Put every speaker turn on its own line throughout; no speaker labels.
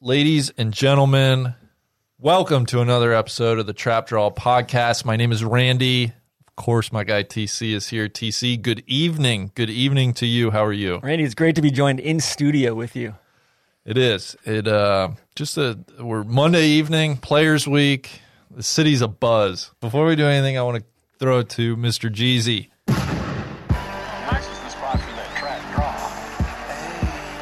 Ladies and gentlemen, welcome to another episode of the Trap Draw podcast. My name is Randy. Of course, my guy TC is here. TC, good evening. Good evening to you. How are you?
Randy, it's great to be joined in studio with you.
It is. It uh just a we're Monday evening, players week. The city's a buzz. Before we do anything, I want to throw it to Mr. Jeezy.
This is the spot for that trap draw.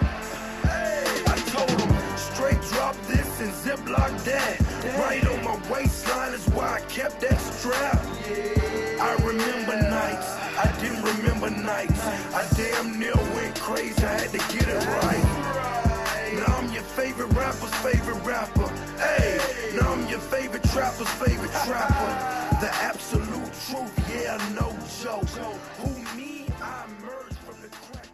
I told him, straight drop this and ziploc that. Right on my waistline is why I kept that strap. I remember nights, I didn't remember nights. I damn near went crazy, I had to get it right. Now I'm your favorite rapper's favorite rapper. Hey, now I'm your favorite trapper's favorite trapper. The absolute truth, yeah, no joke. Who me? I emerged from the crack.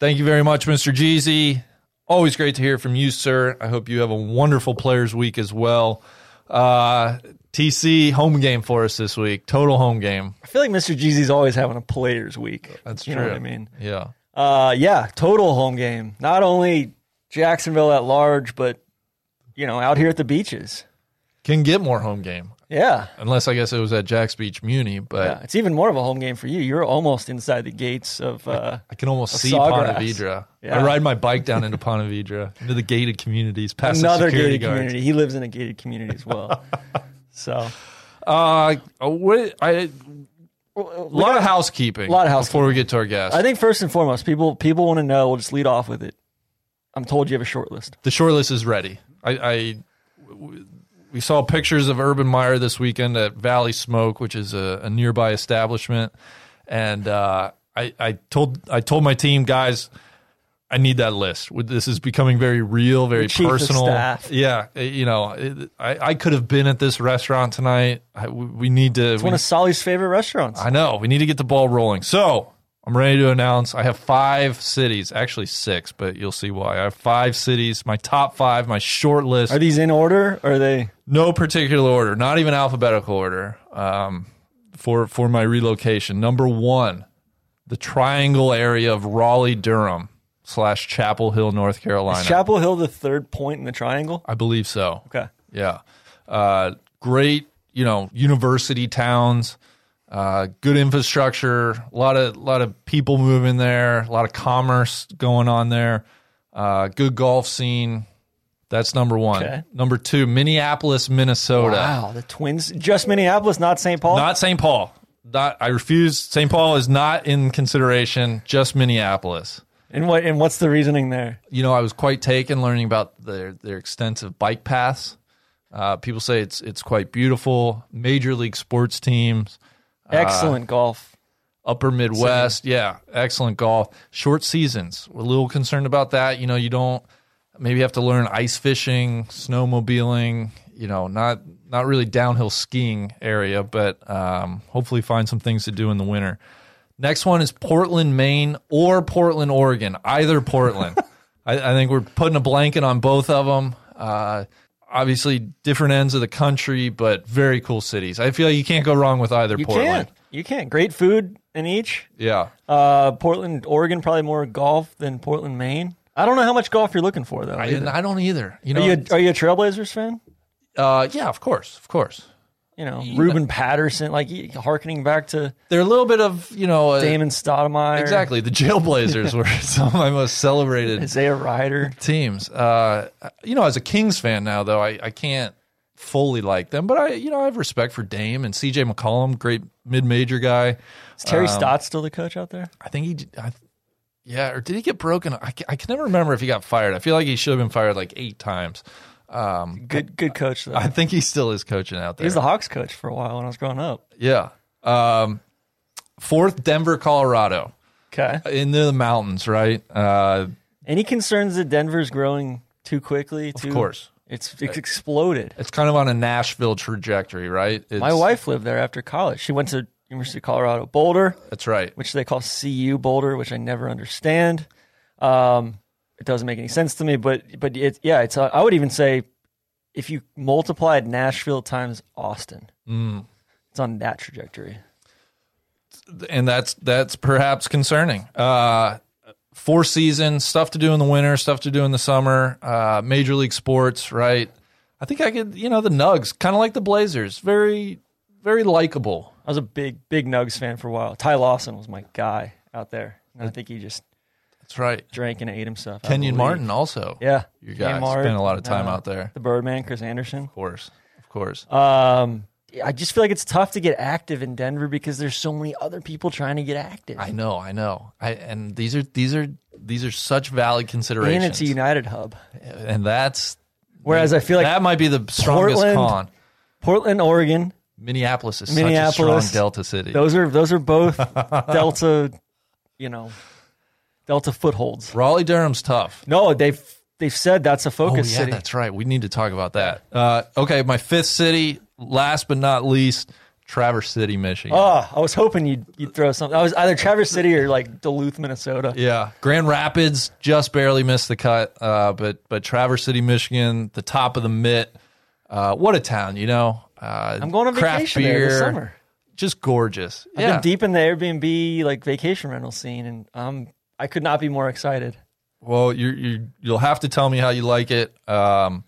Thank you very much, Mr. Jeezy. Always great to hear from you, sir. I hope you have a wonderful players week as well. Uh, TC home game for us this week. Total home game.
I feel like Mr. Jeezy's always having a players week.
That's
you
true.
know what I mean.
Yeah.
Uh, yeah, total home game. Not only Jacksonville at large, but you know, out here at the beaches.
Can get more home game.
Yeah,
Unless I guess it was at Jack's Beach Muni, but
yeah. It's even more of a home game for you. You're almost inside the gates of. Uh,
I can almost see
Sawgrass.
Pontevedra. I
Yeah.
ride my bike down into Pontevedra, into the gated communities, past
Another
the security
gated
guards.
community. He lives in a gated community as well. so
Uh, what, I, a lot of housekeeping. A
lot of
Before we get to our guest.
I think first and foremost, people people want to know. We'll just lead off with it. I'm told you have a short list.
the short list is ready. I, I w- we saw pictures of Urban Meyer this weekend at Valley Smoke, which is a, a nearby establishment, and uh, I, I told I told my team guys. I need that list. With- This is becoming very real, very
Your chief of
personal.
staff.
Yeah, eh, you know, it- I, I could have been at this restaurant tonight. I, we we need to.
It's
we-
one of Solly's favorite restaurants.
I know. We need to get the ball rolling. So I'm ready to announce I have five cities, actually six, but you'll see why. I have five cities, my top five, my short list.
Are these in order? Or are they?
no particular order, not even alphabetical order um, for, for my relocation. Number one, the triangle area of Raleigh, Durham slash Chapel Hill, North Carolina.
Is Chapel Hill the third point in the triangle?
I believe so.
Okay.
Yeah. Uh, great, you know, university towns, uh, good infrastructure, a lot of lot of people moving there, a lot of commerce going on there, uh, good golf scene. That's number one.
Okay.
Number two, Minneapolis, Minnesota.
Wow, the Twins. Just Minneapolis, not St. Paul.
Not St. Paul. Not, I refuse. St. Paul is not in consideration, just Minneapolis.
and what? And what's the reasoning there?
you know, I was quite taken learning about their their extensive bike paths. Uh, people say it's it's quite beautiful. Major league sports teams, Uh,
Excellent golf.
upper Midwest, yeah, excellent golf. Short seasons. We're a little concerned about that. You know, you don't maybe have to learn ice fishing, snowmobiling. You know, not not really downhill skiing area, but um, hopefully find some things to do in the winter. Next one is Portland, Maine, or Portland, Oregon. Either Portland. I, I think we're putting a blanket on both of them. Uh, obviously, different ends of the country, but very cool cities. I feel like you can't go wrong with either
You
Portland.
can't. You can't. Great food in each.
Yeah.
Uh, Portland, Oregon, probably more golf than Portland, Maine. I don't know how much golf you're looking for though.
I,
either.
I don't either. You know,
Are you a, are you a Trailblazers fan?
uh, yeah, of course, of course.
You know, Ruben Patterson, like y- harkening back to
They're a little bit of you know uh,
Damon Stoudemire,
exactly. The Jailblazers were some of my most celebrated
Isaiah Ryder.
teams. Uh, you know, as a Kings fan now, though, I, I can't fully like them, but I you know I have respect for Dame and C.J. McCollum, great mid-major guy.
Is
Um,
Terry Stotts still the coach out there?
I think he, I, yeah, or did he get broken? I, ca- I can never remember if he got fired. I feel like he should have been fired like eight times. Um,
Good, good coach though.
I think he still is coaching out
he
there.
was the Hawks coach for a while when I was growing up.
yeah. Um, fourth, Denver, Colorado.
Okay.
in the mountains, right? Uh,
Any concerns that Denver's growing too quickly? Too,
course.
It's, it's exploded.
it's kind of on a Nashville trajectory, right? It's,
My wife lived there after college. She went to University of Colorado Boulder,
That's right.
which they call CU Boulder, which I never understand. Um, it doesn't make any sense to me, but but it, yeah, it's. Uh, I would even say if
Mm.
you multiplied Nashville times Austin, it's on that trajectory.
and that's that's perhaps concerning. Uh, four season stuff to do in the winter, stuff to do in the summer. Uh, major league sports, right? I think I could, you know, the Nugs, kind of like the Blazers, very, very likable.
I was a big, big Nugs fan for a while. Ty Lawson was my guy out there. And I think he just
That's right.
drank and ate himself. I
Kenyon
believe.
Martin also.
Yeah.
you
Kenyon
guys
Martin,
spent a lot of time
uh,
out there.
The Birdman, Chris Anderson.
Of course, of course.
Um, I just feel like it's tough to get active in Denver because there's so many other people trying to get active.
I know, I know. I and these are these are these are such valid
and
considerations.
it's a United hub.
and that's
Whereas I feel like
that might be the strongest
Portland-
con.
Portland, Oregon,
Minneapolis is such a
Minneapolis,
strong Delta city.
those are those are both Delta, you know, Delta footholds.
Raleigh Durham's tough.
No, they've they've said that's a
Oh yeah,
focus city.
that's right. We need to talk about that. Uh, okay, my fifth city, last but not least, Traverse City, Michigan.
Oh, I was hoping you'd you'd throw something. I was either Traverse City or like Duluth, Minnesota.
Yeah, Grand Rapids just barely missed the cut, uh, but but Traverse City, Michigan, the top of the mitt. Uh, what a town, you know. Uh,
I'm going on
craft
vacation there
beer,
this summer.
Just gorgeous.
I've been deep in the Airbnb like vacation rental scene, and um, I could not be more excited.
Well, you you you'll have to tell me how you like it. Um,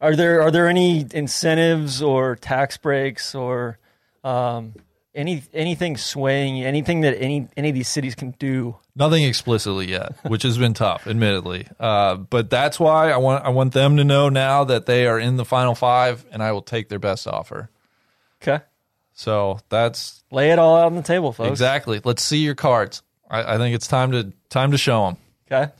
Are there are there any incentives or tax breaks or um, any anything swaying anything that any any of these cities can do?
nothing explicitly yet, which has been tough, admittedly. Uh, but that's why I want I want them to know now that they are in the final five, and I will take their best offer.
Okay,
So that's
lay it all out on the table, folks.
exactly. Let's see your cards. I, I think it's time to time to show them.
Okay,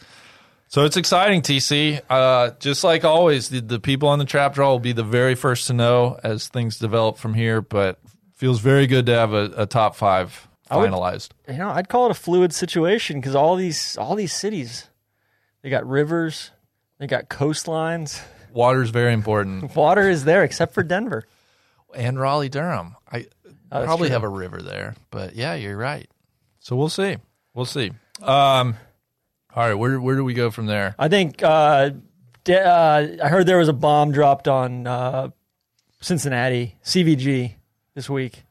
So it's exciting, TC. Uh, just like always, the, the people on the trap draw will be the very first to know as things develop from here. But feels very good to have a, a top five
would-
finalized.
you know I'd call it a fluid situation because all these all these cities, they got rivers, they got coastlines.
Water's very important,
Water is there except for Denver.
and Raleigh Durham. I
Oh, that's
probably
true.
have a river there, but yeah, you're right. So we'll see. We'll see. Um, all right, where where do we go from there?
I think uh, de- uh, I heard there was a bomb dropped on uh, Cincinnati CVG this week.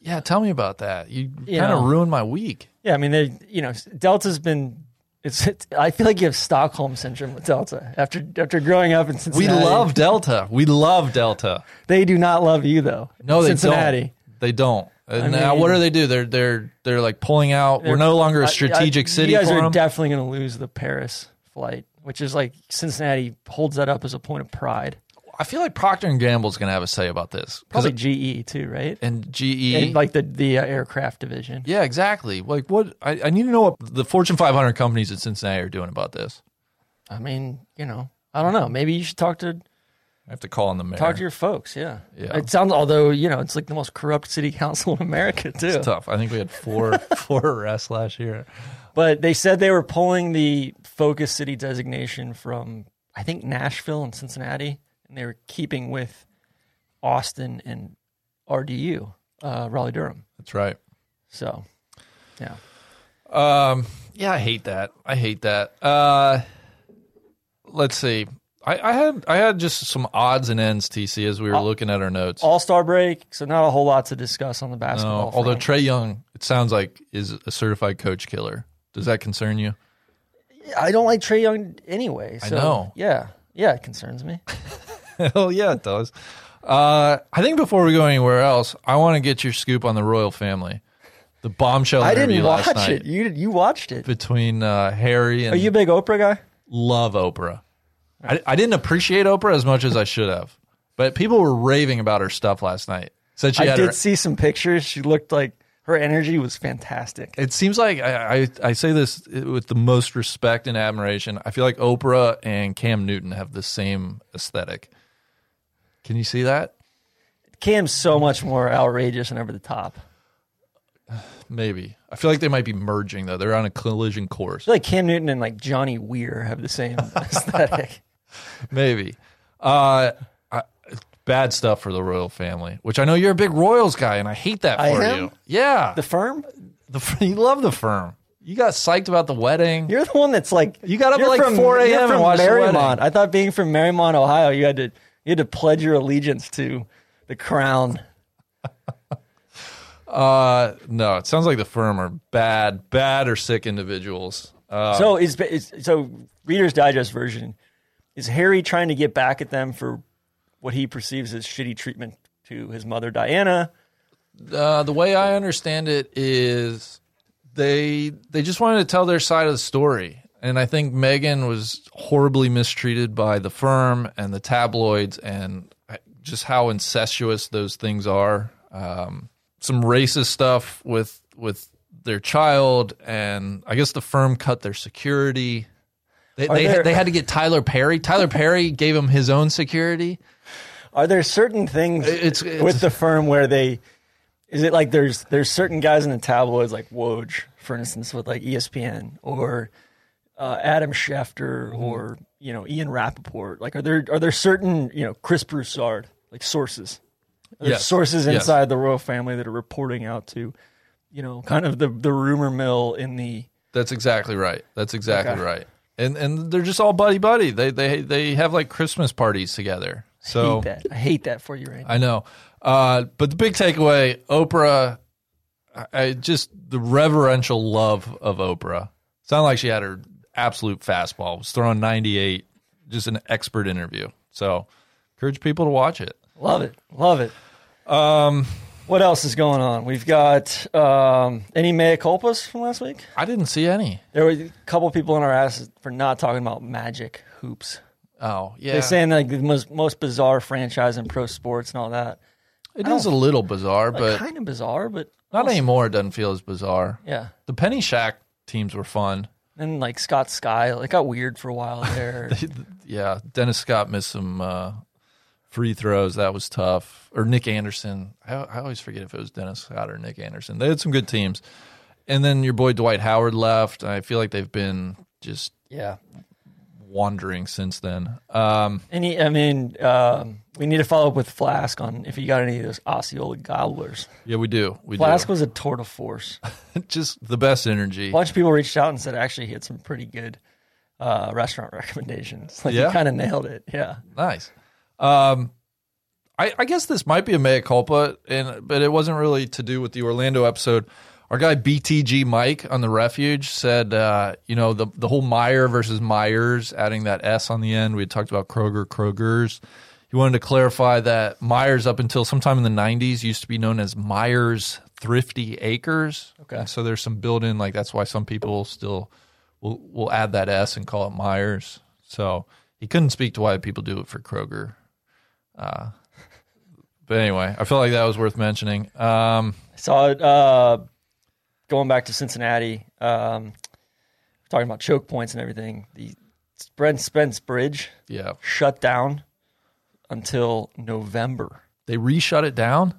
Yeah, tell me about that. You
You
kind of
know.
ruined my week.
Yeah, I mean, they, you know, Delta's been. It's, it's. I feel like you have Stockholm syndrome with Delta after after growing up in
We
Cincinnati.
love Delta. We love Delta.
They do not love you though.
No, they
Cincinnati.
don't. They don't. And now,
mean-
what do they do? They're they're they're like pulling out. We're no longer
I-
a
I-
strategic city
You guys
for
are
them.
definitely going to lose the Paris flight, which is like Cincinnati holds that up as a point of pride.
I feel like Procter and Gamble's going to have a say about this. 'Cause-
Probably GE too, right?
and E GE.
And like the the uh, aircraft division.
yeah, exactly. Like what? I, I need to know what the Fortune 500 companies in Cincinnati are doing about this.
I mean, you know, I don't know. Maybe you should talk to
I have to call on the mayor.
talk to your folks. Yeah.
Yeah.
It sounds although you know it's like the most corrupt city council in America too.
it's tough. I think we had four four arrests last year.
But they said they were pulling the focus city designation from I think Nashville and Cincinnati, and they were keeping with Austin and RDU, uh, Raleigh Durham.
That's right.
So, yeah,
Um, yeah, I hate that. I hate that. Uh, let's see. I, I had I had just some odds and ends, TC, as we were looking at our notes.
All Star break. So not a whole lot to discuss on the
No,
basketball.
although
front.
Trey Young, it sounds like is a certified coach killer. Does that concern you?
I don't like Trey Young anyway. So,
know.
Yeah, yeah, it concerns me.
Hell yeah, it does. Uh, I think before we go anywhere else, I want to get your scoop on the royal family, the bombshell
I
interview
didn't
last
watch
night
it. You did- you watched it.
between uh, Harry and
Are you a big Oprah guy?
love Oprah. I, I didn't appreciate Oprah as much as I should have, but people were raving about her stuff last night. Said she
I
had
did
her-
see some pictures. She looked like her energy was fantastic.
it seems like I, I, I say this with the most respect and admiration. I feel like Oprah and Cam Newton have the same aesthetic. Can you see that?
Cam's so much more outrageous and over the top. I
Maybe. I feel like they might be merging though. They're on a collision course.
feel like Cam Newton and like Johnny Weir have the same aesthetic.
Maybe. Uh, I, bad stuff for the royal family, which I know you're a big Royals guy, and I hate that for
I am?
you. Yeah,
The
the,
firm?
f- you love the firm. You got psyched about the wedding.
You're the one that's like
You got up at,
you're
like, 4 a.m.
you're
and
from
watched the wedding.
Marymount. I thought being from Marymount, Ohio, you had to you had to pledge your allegiance to the crown.
Uh, no, it sounds like the firm are bad, bad or sick individuals. Uh,
So is, is so Reader's Digest version is Harry trying to get back at them for what he perceives as shitty treatment to his mother Diana?
uh, the way I understand it is they they just wanted to tell their side of the story, and I think Megan was horribly mistreated by the firm and the tabloids, and just how incestuous those things are. Um, some racist stuff with with their child, and I guess the firm cut their security. They they,
there-
they had to get Tyler Perry. Tyler Perry gave him his own security.
Are there certain things
It's- it's-
with the firm where they is it like there's there's certain guys in the tabloids like Woj, for instance, with like E ESPN or uh, Adam Schefter
Mm-hmm.
or you know Ian Rappaport? Like, are there are there certain you know Chris Broussard like sources? Are there
Yes.
sources
Yes.
inside the royal family that are reporting out to you know kind of the the rumor mill in the
That's exactly right. That's exactly
Okay.
right. And and they're just all buddy buddy. They they they have like Christmas parties together. So
hate that I hate that for you right now.
I know. Uh, but the big takeaway, Oprah, I, I just the reverential love of Oprah. Sounded like she had her absolute fastball. Was throwing ninety eight. Just an expert interview. So encourage people to watch it.
Love it. Love it.
Um,
what else is going on? We've got um, any mea culpas from last week?
I didn't see any.
There were a couple people in our ass for not talking about magic hoops.
Oh yeah,
They're saying like the most, most bizarre franchise in pro sports and all that.
it is a little bizarre,
"Oh." Like,
but
kind of bizarre, but
not anymore. It doesn't feel as bizarre.
yeah.
The Penny Shack teams were fun.
And like Scott Sky, like, it got weird for a while there.
yeah, Dennis Scott missed some uh, free throws. That was tough. Or Nick Anderson. I, I always forget if it was Dennis Scott or Nick Anderson. They had some good teams. And then your boy Dwight Howard left. I feel like they've been just
yeah.
wandering since then. Um,
Any, I mean, um, we need to follow up with Flask on if you got any of those Osceola gobblers.
yeah, we do. We
Flask was a tour de force.
do. just the best energy.
a bunch of people reached out and said actually he had some pretty good uh, restaurant recommendations. Like
Yeah?
he kind of nailed it. Yeah.
Nice. Um, I, I guess this might be a mea culpa, and but it wasn't really to do with the Orlando episode. Our guy BTG Mike on the Refuge said, uh, you know, the the whole Meyer versus Myers, adding that S on the end. We had talked about Kroger, Kroger's. He wanted to clarify that Myers, up until sometime in the '90s, used to be known as Myers Thrifty Acres.
Okay.
And so there's some built-in, like that's why some people still will will add that S and call it Myers. So he couldn't speak to why people do it for Kroger Uh, but anyway, I felt like that was worth mentioning. Um,
I saw it uh, going back to Cincinnati, um, talking about choke points and everything. The Brent Spence Bridge
yeah,
shut down until November.
they reshut it down.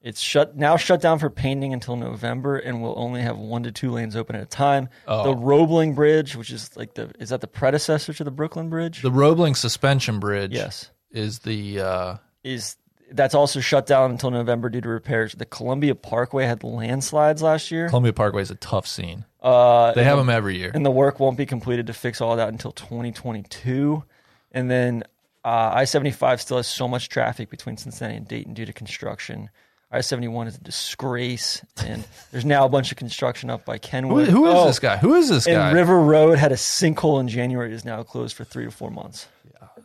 It's shut now shut down for painting until November and will only have one to two lanes open at a time.
Oh.
The Roebling Bridge, which is like the is that the predecessor to the Brooklyn Bridge?
The Roebling suspension bridge,
yes.
is the uh,
is that's also shut down until November due to repairs. The Columbia Parkway had landslides last year,
Columbia Parkway is a tough scene.
uh,
They have them every year.
and the work won't be completed to fix all that until 2022. And then uh, I 75 still has so much traffic between Cincinnati and Dayton due to construction. I 71 is a disgrace, and there's now a bunch of construction up by
Who,
Kenwood.
who is
Oh,
this guy? Who is this
And
guy?
River Road had a sinkhole in January. It is now closed for three to four months.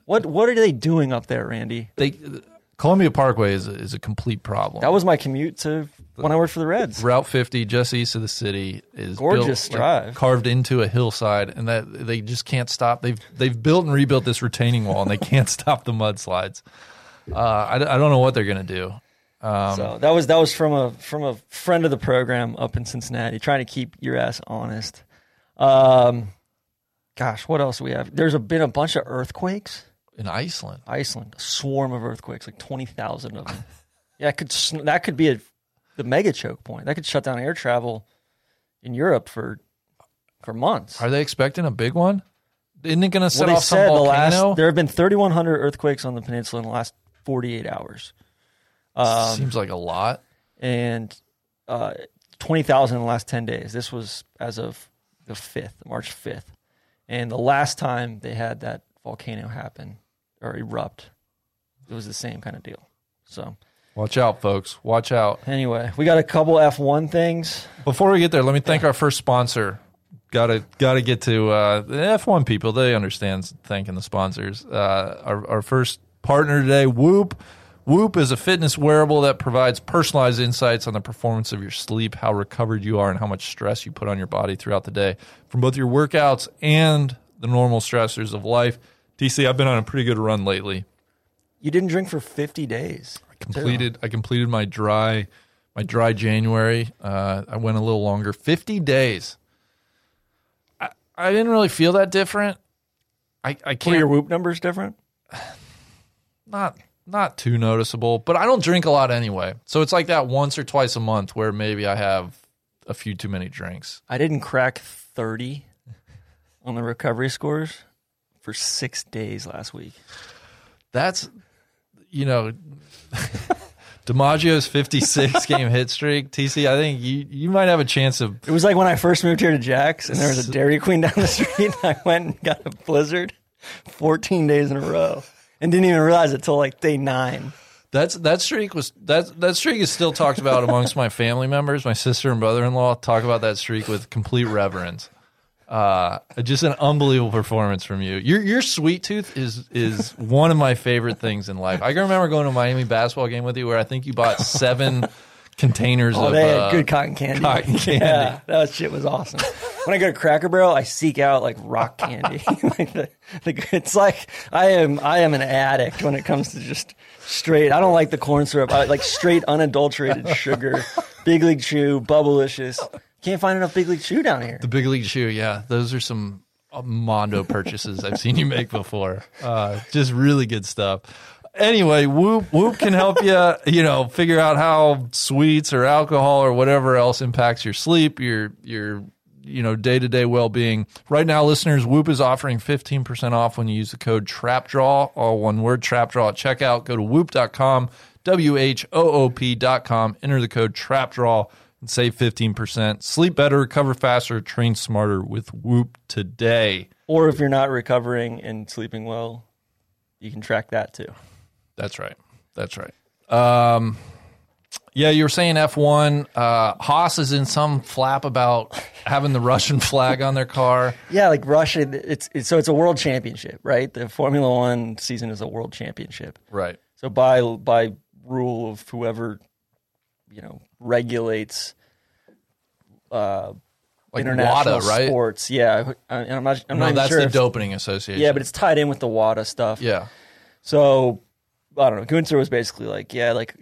What what are they doing up there, Randy?
they, Columbia Parkway is a, is a complete problem.
That was my commute to when I worked for the Reds.
Route 50, just east of the city, is
Gorgeous
built, like,
drive.
carved into a hillside, and that they just can't stop. They've they've built and rebuilt this retaining wall, and they can't stop the mudslides. Uh, I, I don't know what they're gonna do. Um,
So that was that was from a from a friend of the program up in Cincinnati, trying to keep your ass honest. Um, gosh, what else do we have? There's a, been a bunch of earthquakes.
In Iceland,
Iceland, a swarm of earthquakes, like twenty thousand of them. yeah, it could sn- that could be a the mega choke point that could shut down air travel in Europe for for months.
Are they expecting a big one? Isn't it going to set
Well, they
off some
said the
volcano?
last there have been 3,100 earthquakes on the peninsula in the last 48 hours.
Seems
um,
like a lot.
and uh, 20,000 in the last 10 days. This was as of the 5th, March 5th. And the last time they had that volcano happen or erupt, it was the same kind of deal. So
Watch out, folks. Watch out.
Anyway, we got a couple F1 things.
Before we get there, let me thank our first sponsor. Got to got to get to uh, the F1 people. They understand thanking the sponsors. Uh, our our first partner today, Whoop. Whoop is a fitness wearable that provides personalized insights on the performance of your sleep, how recovered you are, and how much stress you put on your body throughout the day from both your workouts and the normal stressors of life. DC, I've been on a pretty good run lately.
You didn't drink for 50 days. too.
completed I completed my dry my dry January. Uh, I went a little longer, fifty days. I, I didn't really feel that different. I I
Were
can't
your whoop numbers different?
not not too noticeable, but I don't drink a lot anyway, so it's like that once or twice a month where maybe I have a few too many drinks.
I didn't crack 30 on the recovery scores for six days last week.
That's you know. DiMaggio's 56 game hit streak. TC, I think you, you might have a chance of
It was like when I first moved here to Jack's and there was a Dairy Queen down the street. And I went and got a blizzard 14 days in a row and didn't even realize it till like day nine.
That's that streak was that that streak is still talked about amongst my family members. My sister and brother in law talk about that streak with complete reverence. Uh, just an unbelievable performance from you. Your your sweet tooth is is one of my favorite things in life. I can remember going to a Miami basketball game with you where I think you bought seven containers
Oh,
of
they
uh,
had good cotton candy.
cotton candy.
Yeah, that shit was awesome. when I go to Cracker Barrel, I seek out like rock candy. like the, the, it's like I am I am an addict when it comes to just straight. I don't like the corn syrup. I like straight unadulterated sugar. Big League Chew, Bubblicious. Can't find enough Big League Chew down here.
The big league shoe, yeah. Those are some uh, Mondo purchases I've seen you make before. Uh, just really good stuff. Anyway, Whoop Whoop can help you, you know, figure out how sweets or alcohol or whatever else impacts your sleep, your your you know day to day well being. Right now, listeners, Whoop is offering fifteen percent off when you use the code TRAPDRAW, all one word, TRAPDRAW at checkout. Go to Whoop.com, W H O O P.com. Enter the code TRAPDRAW and save 15%. Sleep better, recover faster, train smarter with Whoop today.
Or if you're not recovering and sleeping well, you can track that too.
That's right. That's right. Um, yeah, you were saying F1. Uh, Haas is in some flap about having the Russian flag on their car.
Yeah, like Russia. It's, it's so it's a world championship, right? The Formula One season is a world championship.
Right.
So by by rule of whoever you know regulates uh,
Like
international
WADA, right?
sports, yeah. I, I'm not. I'm
no,
not even
that's
sure.
the
if-
doping association.
yeah, but it's tied in with the WADA stuff.
Yeah.
So I don't know. Gunther was basically like, yeah, like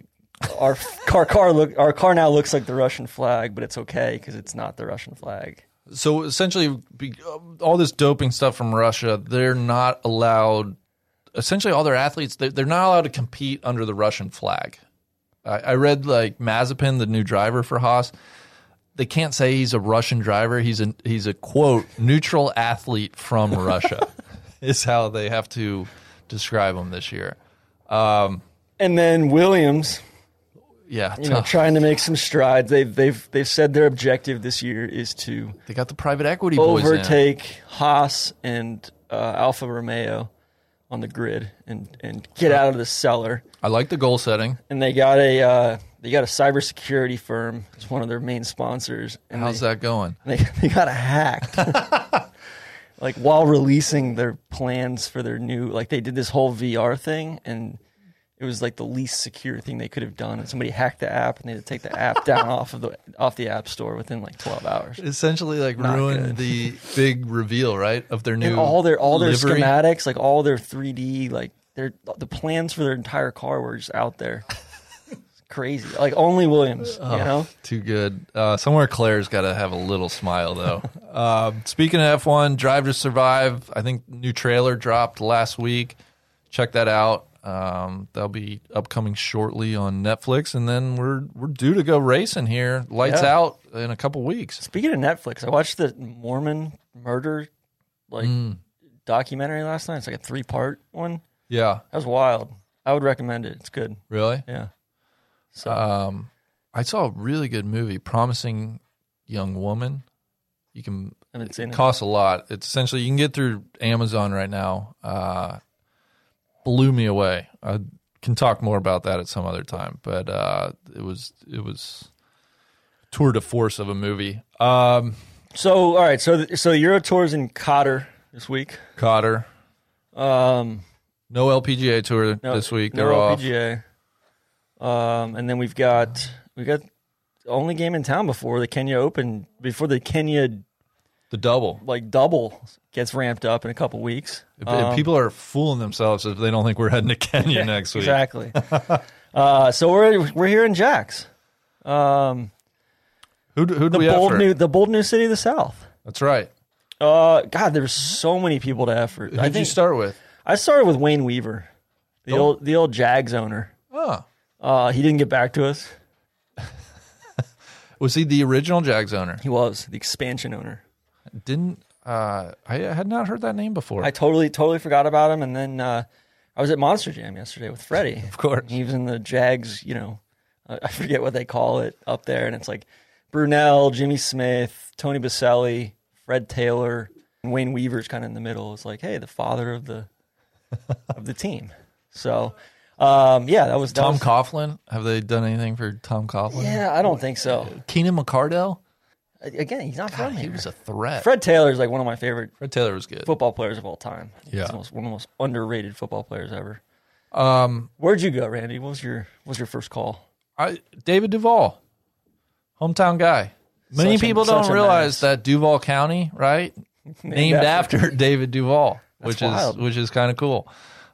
our car car look our car now looks like the Russian flag, but it's okay because it's not the Russian flag.
So essentially, be- uh, all this doping stuff from Russia, they're not allowed. Essentially, all their athletes, they- they're not allowed to compete under the Russian flag. I, I read like Mazepin, the new driver for Haas. They can't say he's a Russian driver. He's a he's a quote neutral athlete from Russia, is how they have to describe him this year. Um,
And then Williams,
yeah,
you know,
tough.
trying to make some strides. They've they've they've said their objective this year is to
they got the private equity boys in.
overtake Haas and uh, Alfa Romeo on the grid and, and get out of the cellar.
I like the goal setting.
And they got a uh, they got a cybersecurity firm as one of their main sponsors. And
How's
they,
that going?
They, they got hacked. like while releasing their plans for their new like they did this whole VR thing and it was like the least secure thing they could have done and somebody hacked the app and they had to take the app down off of the off the app store within like 12 hours.
essentially like
Not
ruined
good.
the big reveal, right? Of their new
and all their all their
livery.
schematics, like all their 3D, like their the plans for their entire car were just out there. It's crazy. Like only Williams, you know.
Too good. Uh, somewhere Claire's got to have a little smile though. um, speaking of F1, Drive to Survive. I think new trailer dropped last week. Check that out. Um, that'll be upcoming shortly on Netflix, and then we're we're due to go racing here. Lights
Yeah.
out in a couple weeks.
Speaking of Netflix, I watched the Mormon murder like
Mm.
documentary last night. It's like a three part one.
Yeah,
That was wild. I would recommend it. It's good.
really.
Yeah. So
Um, I saw a really good movie, Promising Young Woman. You can
and it's in
It
it.
costs a lot. It's essentially you can get through Amazon right now. Uh, blew me away. I can talk more about that at some other time. But uh, it was it was tour de force of a movie. Um,
So, all right. So, th- so Euro Tour's in Cotter this week.
Cotter,
Um,
no LPGA tour
no-
this week.
no
They're off.
LPGA. Um, and then we've got we got the only game in town before the Kenya Open before the Kenya
The double.
like double gets ramped up in a couple weeks.
If- if
Um,
People are fooling themselves if they don't think we're heading to Kenya next week.
exactly. uh, so we're we're here in Jax, um,
Who, do- who do
the
we
bold
have?
new the bold new city of the South.
That's right.
Uh, God, there's so many people to effort.
Who
I
did you
think
start with?
I started with Wayne Weaver, the
Oh.
old the old Jags owner.
Oh,
Uh, he didn't get back to us.
was he the original Jags owner?
He was the expansion owner.
Didn't uh, I had not heard that name before?
I totally totally forgot about him, and then uh, I was at Monster Jam yesterday with Freddie.
of course.
He was in the Jags, you know, I I forget what they call it up there, and it's like Brunel, Jimmy Smith, Tony Baselli, Fred Taylor, and Wayne Weaver's kind of in the middle. It's like, hey, the father of the of the team. So, um, yeah, that was that
Tom
was-
Coughlin. Have they done anything for Tom Coughlin?
Yeah, I don't think so.
Keenan McCardell.
Again, he's not
God,
from
he
here.
was a threat. Fred,
Fred Taylor's like one of my favorite
Taylor was good.
football players of all time.
Yeah.
He's the most- one of the most underrated football players ever.
Um,
Where'd you go, Randy? What was your what was your first call?
I, David Duval, hometown guy. Many
Such a-
people
such
don't
a
realize
menace.
that Duval County, right, named after, David Duval, which
wild.
is which is kind of cool.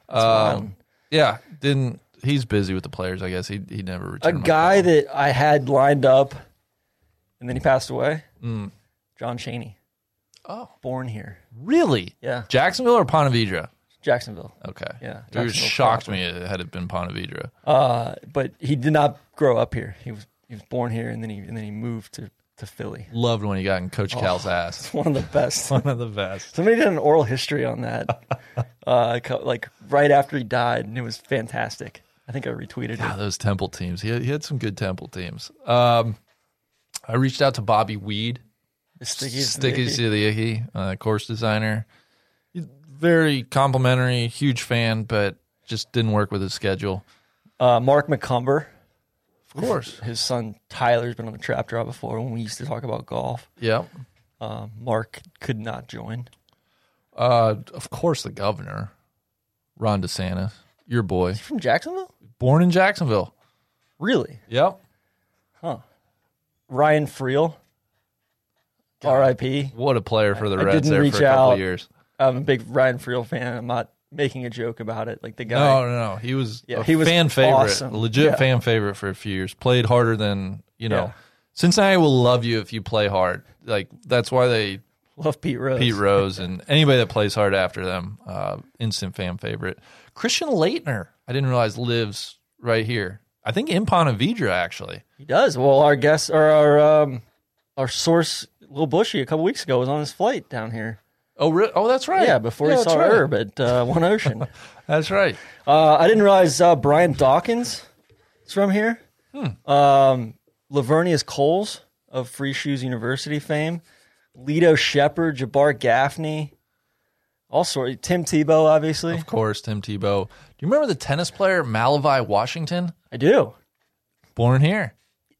wild.
Um, yeah, didn't he's busy with the players? I guess he he never
a
returned. my
guy
call.
that I had lined up, and then he passed away. John Cheney.
Mm. Oh.
born here.
really
Yeah,
Jacksonville or Ponte Vedra?
Jacksonville.
Okay,
Yeah,
it was
Jacksonville
shocked me it had it been Ponte Vedra.
Uh, but he did not grow up here. He was he was born here, and then he and then he moved to to Philly.
Loved when he got in Coach Cal's ass.
One of the best.
Oh, One of the best.
Somebody did an oral history on that, uh, co- like right after he died, and it was fantastic. I think I retweeted
Ah,
it.
those Temple teams. He had, he had some good Temple teams. Um, I reached out to Bobby Weed,
The stickiest,
Sticky
sticky.
to the Icky, uh, course designer. He's very complimentary, huge fan, but just didn't work with his schedule.
Uh, Mark McCumber,
Of course.
his son Tyler's been on the trap draw before when we used to talk about golf.
Yep.
Uh, Mark could not join.
Uh, of course, the governor, Ron DeSantis, your boy,
From Jacksonville?
born in Jacksonville.
Really?
Yep.
Ryan Friel, R.I.P.
What a player for the
I
Reds
didn't
there for a
reach
couple
out.
years.
I'm a big Ryan Friel fan. I'm not making a joke about it. Like the guy,
No, Oh, no, no. He was
Yeah,
a
he was
fan favorite,
awesome.
legit
Yeah.
fan favorite for a few years. Played harder than you know.
Yeah.
Cincinnati will love you if you play hard. Like that's why they
love Pete Rose.
Pete Rose and anybody that plays hard after them, uh, instant fan favorite. Christian Leitner, I didn't realize lives right here. I think in Ponte Vedra actually.
He does. Well, our guest or our um, our source, Lil Bushy, a couple weeks ago was on his flight down here.
Oh, re- oh, that's right.
Yeah, before he
that's
saw
right.
Herb at uh, One Ocean.
That's right.
uh, I didn't realize uh, Brian Dawkins is from here.
Hmm.
Um, Lavernius Coles of Free Shoes University fame. Lito Shepard, Jabbar Gaffney. All sorts. Tim Tebow, obviously.
Of course, Tim Tebow. Do you remember the tennis player Malavi Washington?
I do.
Born here.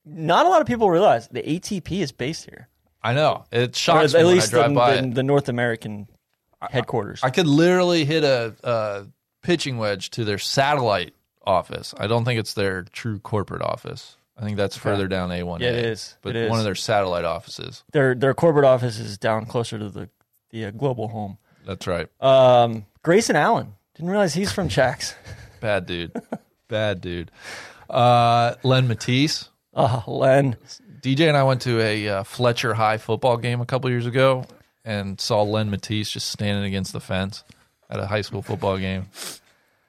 Not a lot of people realize the ATP is based here.
I know. It
Or
shocks
at
me when
least
I drive
the,
by.
the,
it.
the North American headquarters.
I could literally hit a, a pitching wedge to their satellite office. I don't think it's their true corporate office. I think that's further down A1.
Yeah, it is.
But
It is.
one of their satellite offices.
their their corporate office is down closer to the the uh, global home.
That's right.
Um, Grayson Allen didn't realize he's from Chax.
Bad dude. Bad dude. Uh, Len Matisse.
Uh, Len,
DJ and I went to a uh, Fletcher High football game a couple years ago and saw Len Matisse just standing against the fence at a high school football game.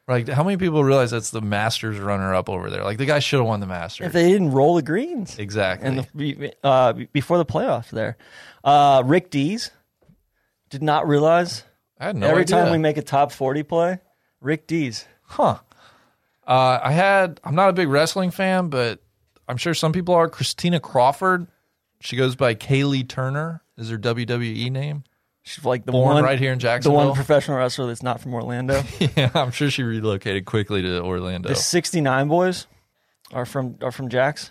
Like, how many people realize that's the Masters runner up over there? Like, the guy should have won the Masters.
if they didn't roll the greens
exactly.
and the, uh, before the playoffs, there, uh, Rick Dees did not realize
I had no
every
idea.
time we make a top forty play, Rick Dees.
Huh. Uh, I had. I'm not a big wrestling fan, but I'm sure some people are. Christina Crawford. She goes by Kaylee Turner. Is her WWE E name?
She's like the
Born
one
right here in
the one
Jacksonville.
professional wrestler that's not from Orlando.
yeah, I'm sure she relocated quickly to Orlando.
the '69 boys are from are from Jax,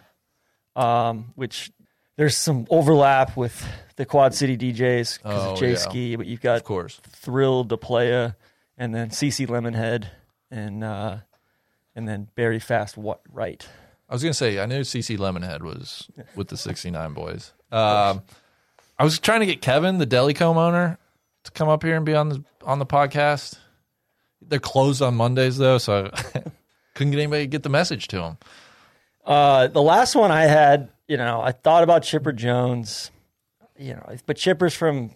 um, which there's some overlap with the Quad City DJs because
Oh,
of Jay
yeah.
Ski, but you've
of
got
course.
Thrill De Playa, and then CC Lemonhead, and uh, and then Barry Fast What Right.
I was gonna say I knew CC Lemonhead was with the '69 boys. Um, I was trying to get Kevin, the Delicome owner, to come up here and be on the on the podcast. They're closed on Mondays though, so I couldn't get anybody to get the message to him.
Uh, the last one I had, you know, I thought about Chipper Jones, you know, but Chipper's from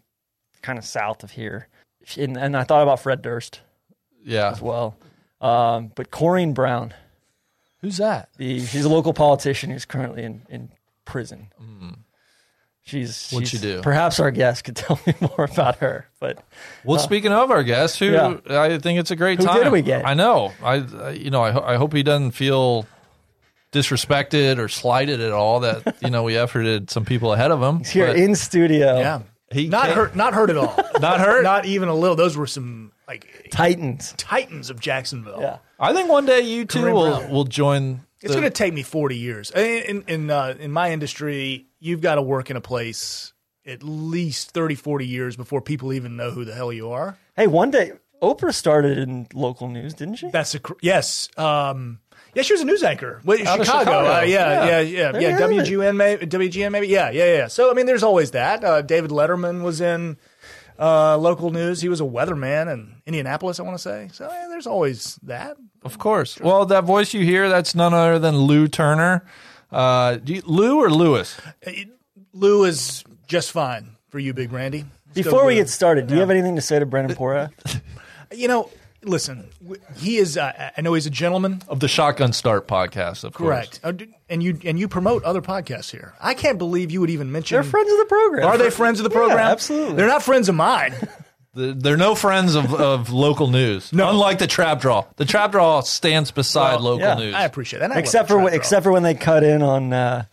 kind of south of here, and, and I thought about Fred Durst
Yeah,
as well. Um, but Corrine Brown,
who's that?
the she's a local politician who's currently in in prison. She's
Hmm. What'd
she's-
she do?
Perhaps our guest could tell me more about her, but
Well, speaking of our guest, who
Yeah.
I think it's a great
Who
time.
did we get?
I know. I I- you know I, ho- I hope he doesn't feel disrespected or slighted at all. That you know we efforted some people ahead of him.
he's here
but
in studio.
Yeah.
He
not
can't-
hurt. Not hurt at all.
not hurt.
not even a little. Those were some like
Titans.
titans of Jacksonville.
Yeah.
I think one day you two
Kareem
will,
Brown.
will join.
It's
the-
going to take me 40 years. In in in, uh, in my industry, you've got to work in a place at least 30, 40 years before people even know who the hell you are.
Hey, one day Oprah started in local news, didn't she?
That's a cr- yes. Um, yeah, she was a news anchor. Wait,
Out
Chicago.
of Chicago.
Uh, yeah,
Yeah.
yeah, yeah, yeah.
There you have it.
WGN, maybe, WGN, maybe. Yeah, yeah, yeah. So I mean, there's always that. Uh, David Letterman was in uh, local news. He was a weatherman in Indianapolis, I want to say. So yeah, there's always that.
of course. Well, that voice you hear, that's none other than Lou Turner. Uh, do you- Lou or Lewis?
Lou is just fine for you, Big Randy. Still
Before we
good.
get started, do you have anything to say to Brendan Pora?
you know, listen, w- he is. Uh, I know he's a gentleman.
Of the Shotgun Start podcast, of course.
Correct. Uh, d- And you and you promote other podcasts here. I can't believe you would even mention.
They're friends of the program.
Are they Mm. friends of the
Yeah,
program?
absolutely.
They're not friends of mine.
The- They're no friends of, of local news.
No.
Unlike the Trap Draw. The Trap Draw stands beside
Well,
local
yeah,
news.
I appreciate that. And I
Except
love
for
the
when,
trap
except for when they cut in on uh,
draw.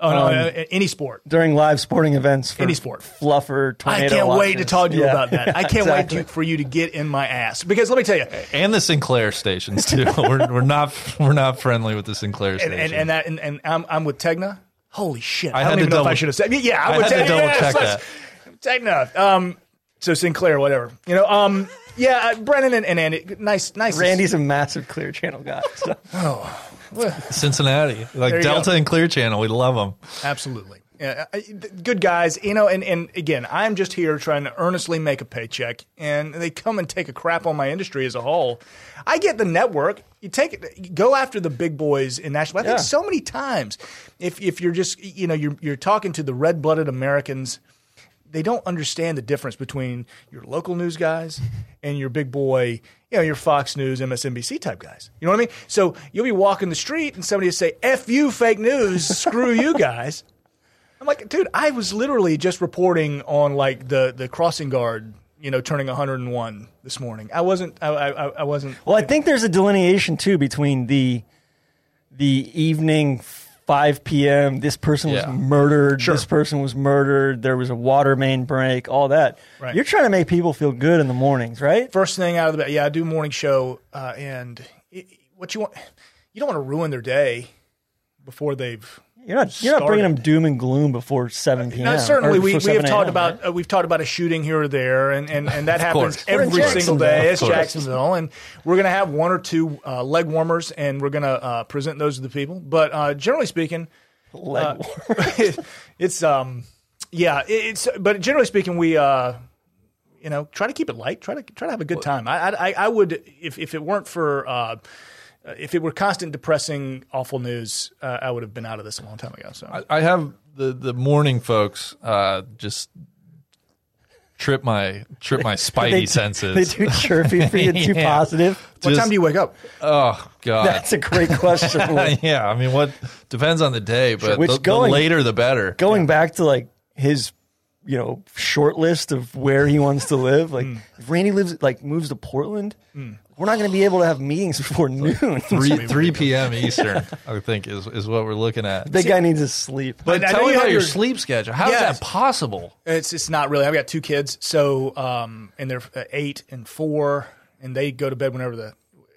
oh no, uh, any sport.
during live sporting events for
Any sport.
fluffer tornado.
I can't wait to
watches.
talk to you
Yeah.
about that. I can't
Exactly.
wait to, for you to get in my ass because let me tell you,
and the Sinclair stations, too. we're, we're, not, we're not friendly with the Sinclair
and
stations.
and, and, that, and, and I'm I'm with Tegna. Holy shit! I,
had
don't
to
even know if I
double-
should have said. Yeah, I,
I
would
had to
Tegna.
double
Yes,
check
let's- Tegna. Um, so Sinclair, whatever. You know. Um, yeah, uh, Brennan and, and Andy. Nice, nice.
Randy's a massive Clear Channel guy. So.
Cincinnati. Like
you
Delta
go.
and Clear Channel. We love them.
Absolutely. Yeah, I- th- good guys, you know, and, and again, I'm just here trying to earnestly make a paycheck, and they come and take a crap on my industry as a whole. I get the network. You take it, go after the big boys in Nashville. I think
Yeah.
so many times, if if you're just you know you're you're talking to the red blooded Americans, they don't understand the difference between your local news guys and your big boy, you know, your Fox News, MSNBC type guys. You know what I mean? So you'll be walking the street and somebody will say, F you, fake news, screw you guys. I'm like, dude, I was literally just reporting on like the, the crossing guard, you know, turning 101 this morning. I wasn't, I, I, I- I wasn't.
Well, I think there's a delineation too between the the evening 5 p.m. This person
Yeah.
was murdered.
Sure.
This person was murdered. There was a water main break. All that.
Right.
You're trying to make people feel good in the mornings, right?
First thing out of the bed, yeah, I do morning show, uh, and it, what you want, you don't want to ruin their day before they've
You're not you're not
Started.
bringing them doom and gloom before 7 p.m.
Now,
or
certainly, we,
before
we have
7
talked
a.m.,
about
right?
uh, we've talked about a shooting here or there, and and, and that
course.
happens
We're
in
every single day.
Jacksonville.
It's
Of course.
Jacksonville, and we're gonna have one or two uh, leg warmers, and we're gonna uh, present those to the people. But uh, generally speaking, uh,
Leg warmer.
it's um yeah it- it's but generally speaking we uh you know try to keep it light try to try to have a good time i i, I would if if it weren't for uh if it were constant depressing awful news uh, i would have been out of this a long time ago so
I have the the morning folks uh, just trip my trip my spidey
They do-
senses.
They too chirpy for you, too
Yeah.
positive.
what
just-
time do you wake up
oh
Uh,
god.
That's a great question. Lou.
yeah, I mean, what depends on the day, but
Which
the, the
going-
later the better.
going back to like his you know short list of where he wants to live. Like
Hmm.
if Randy lives like moves to Portland, we're not going to be able to have meetings before noon.
Three three p.m. Eastern, I think, is is what we're looking at.
that guy needs his sleep.
But
I know
tell
you
me
have
about your
your-
sleep schedule. How is
Yes.
that possible?
It's it's not really. I've got two kids, so um, and they're uh, eight and four, and they go to bed whenever the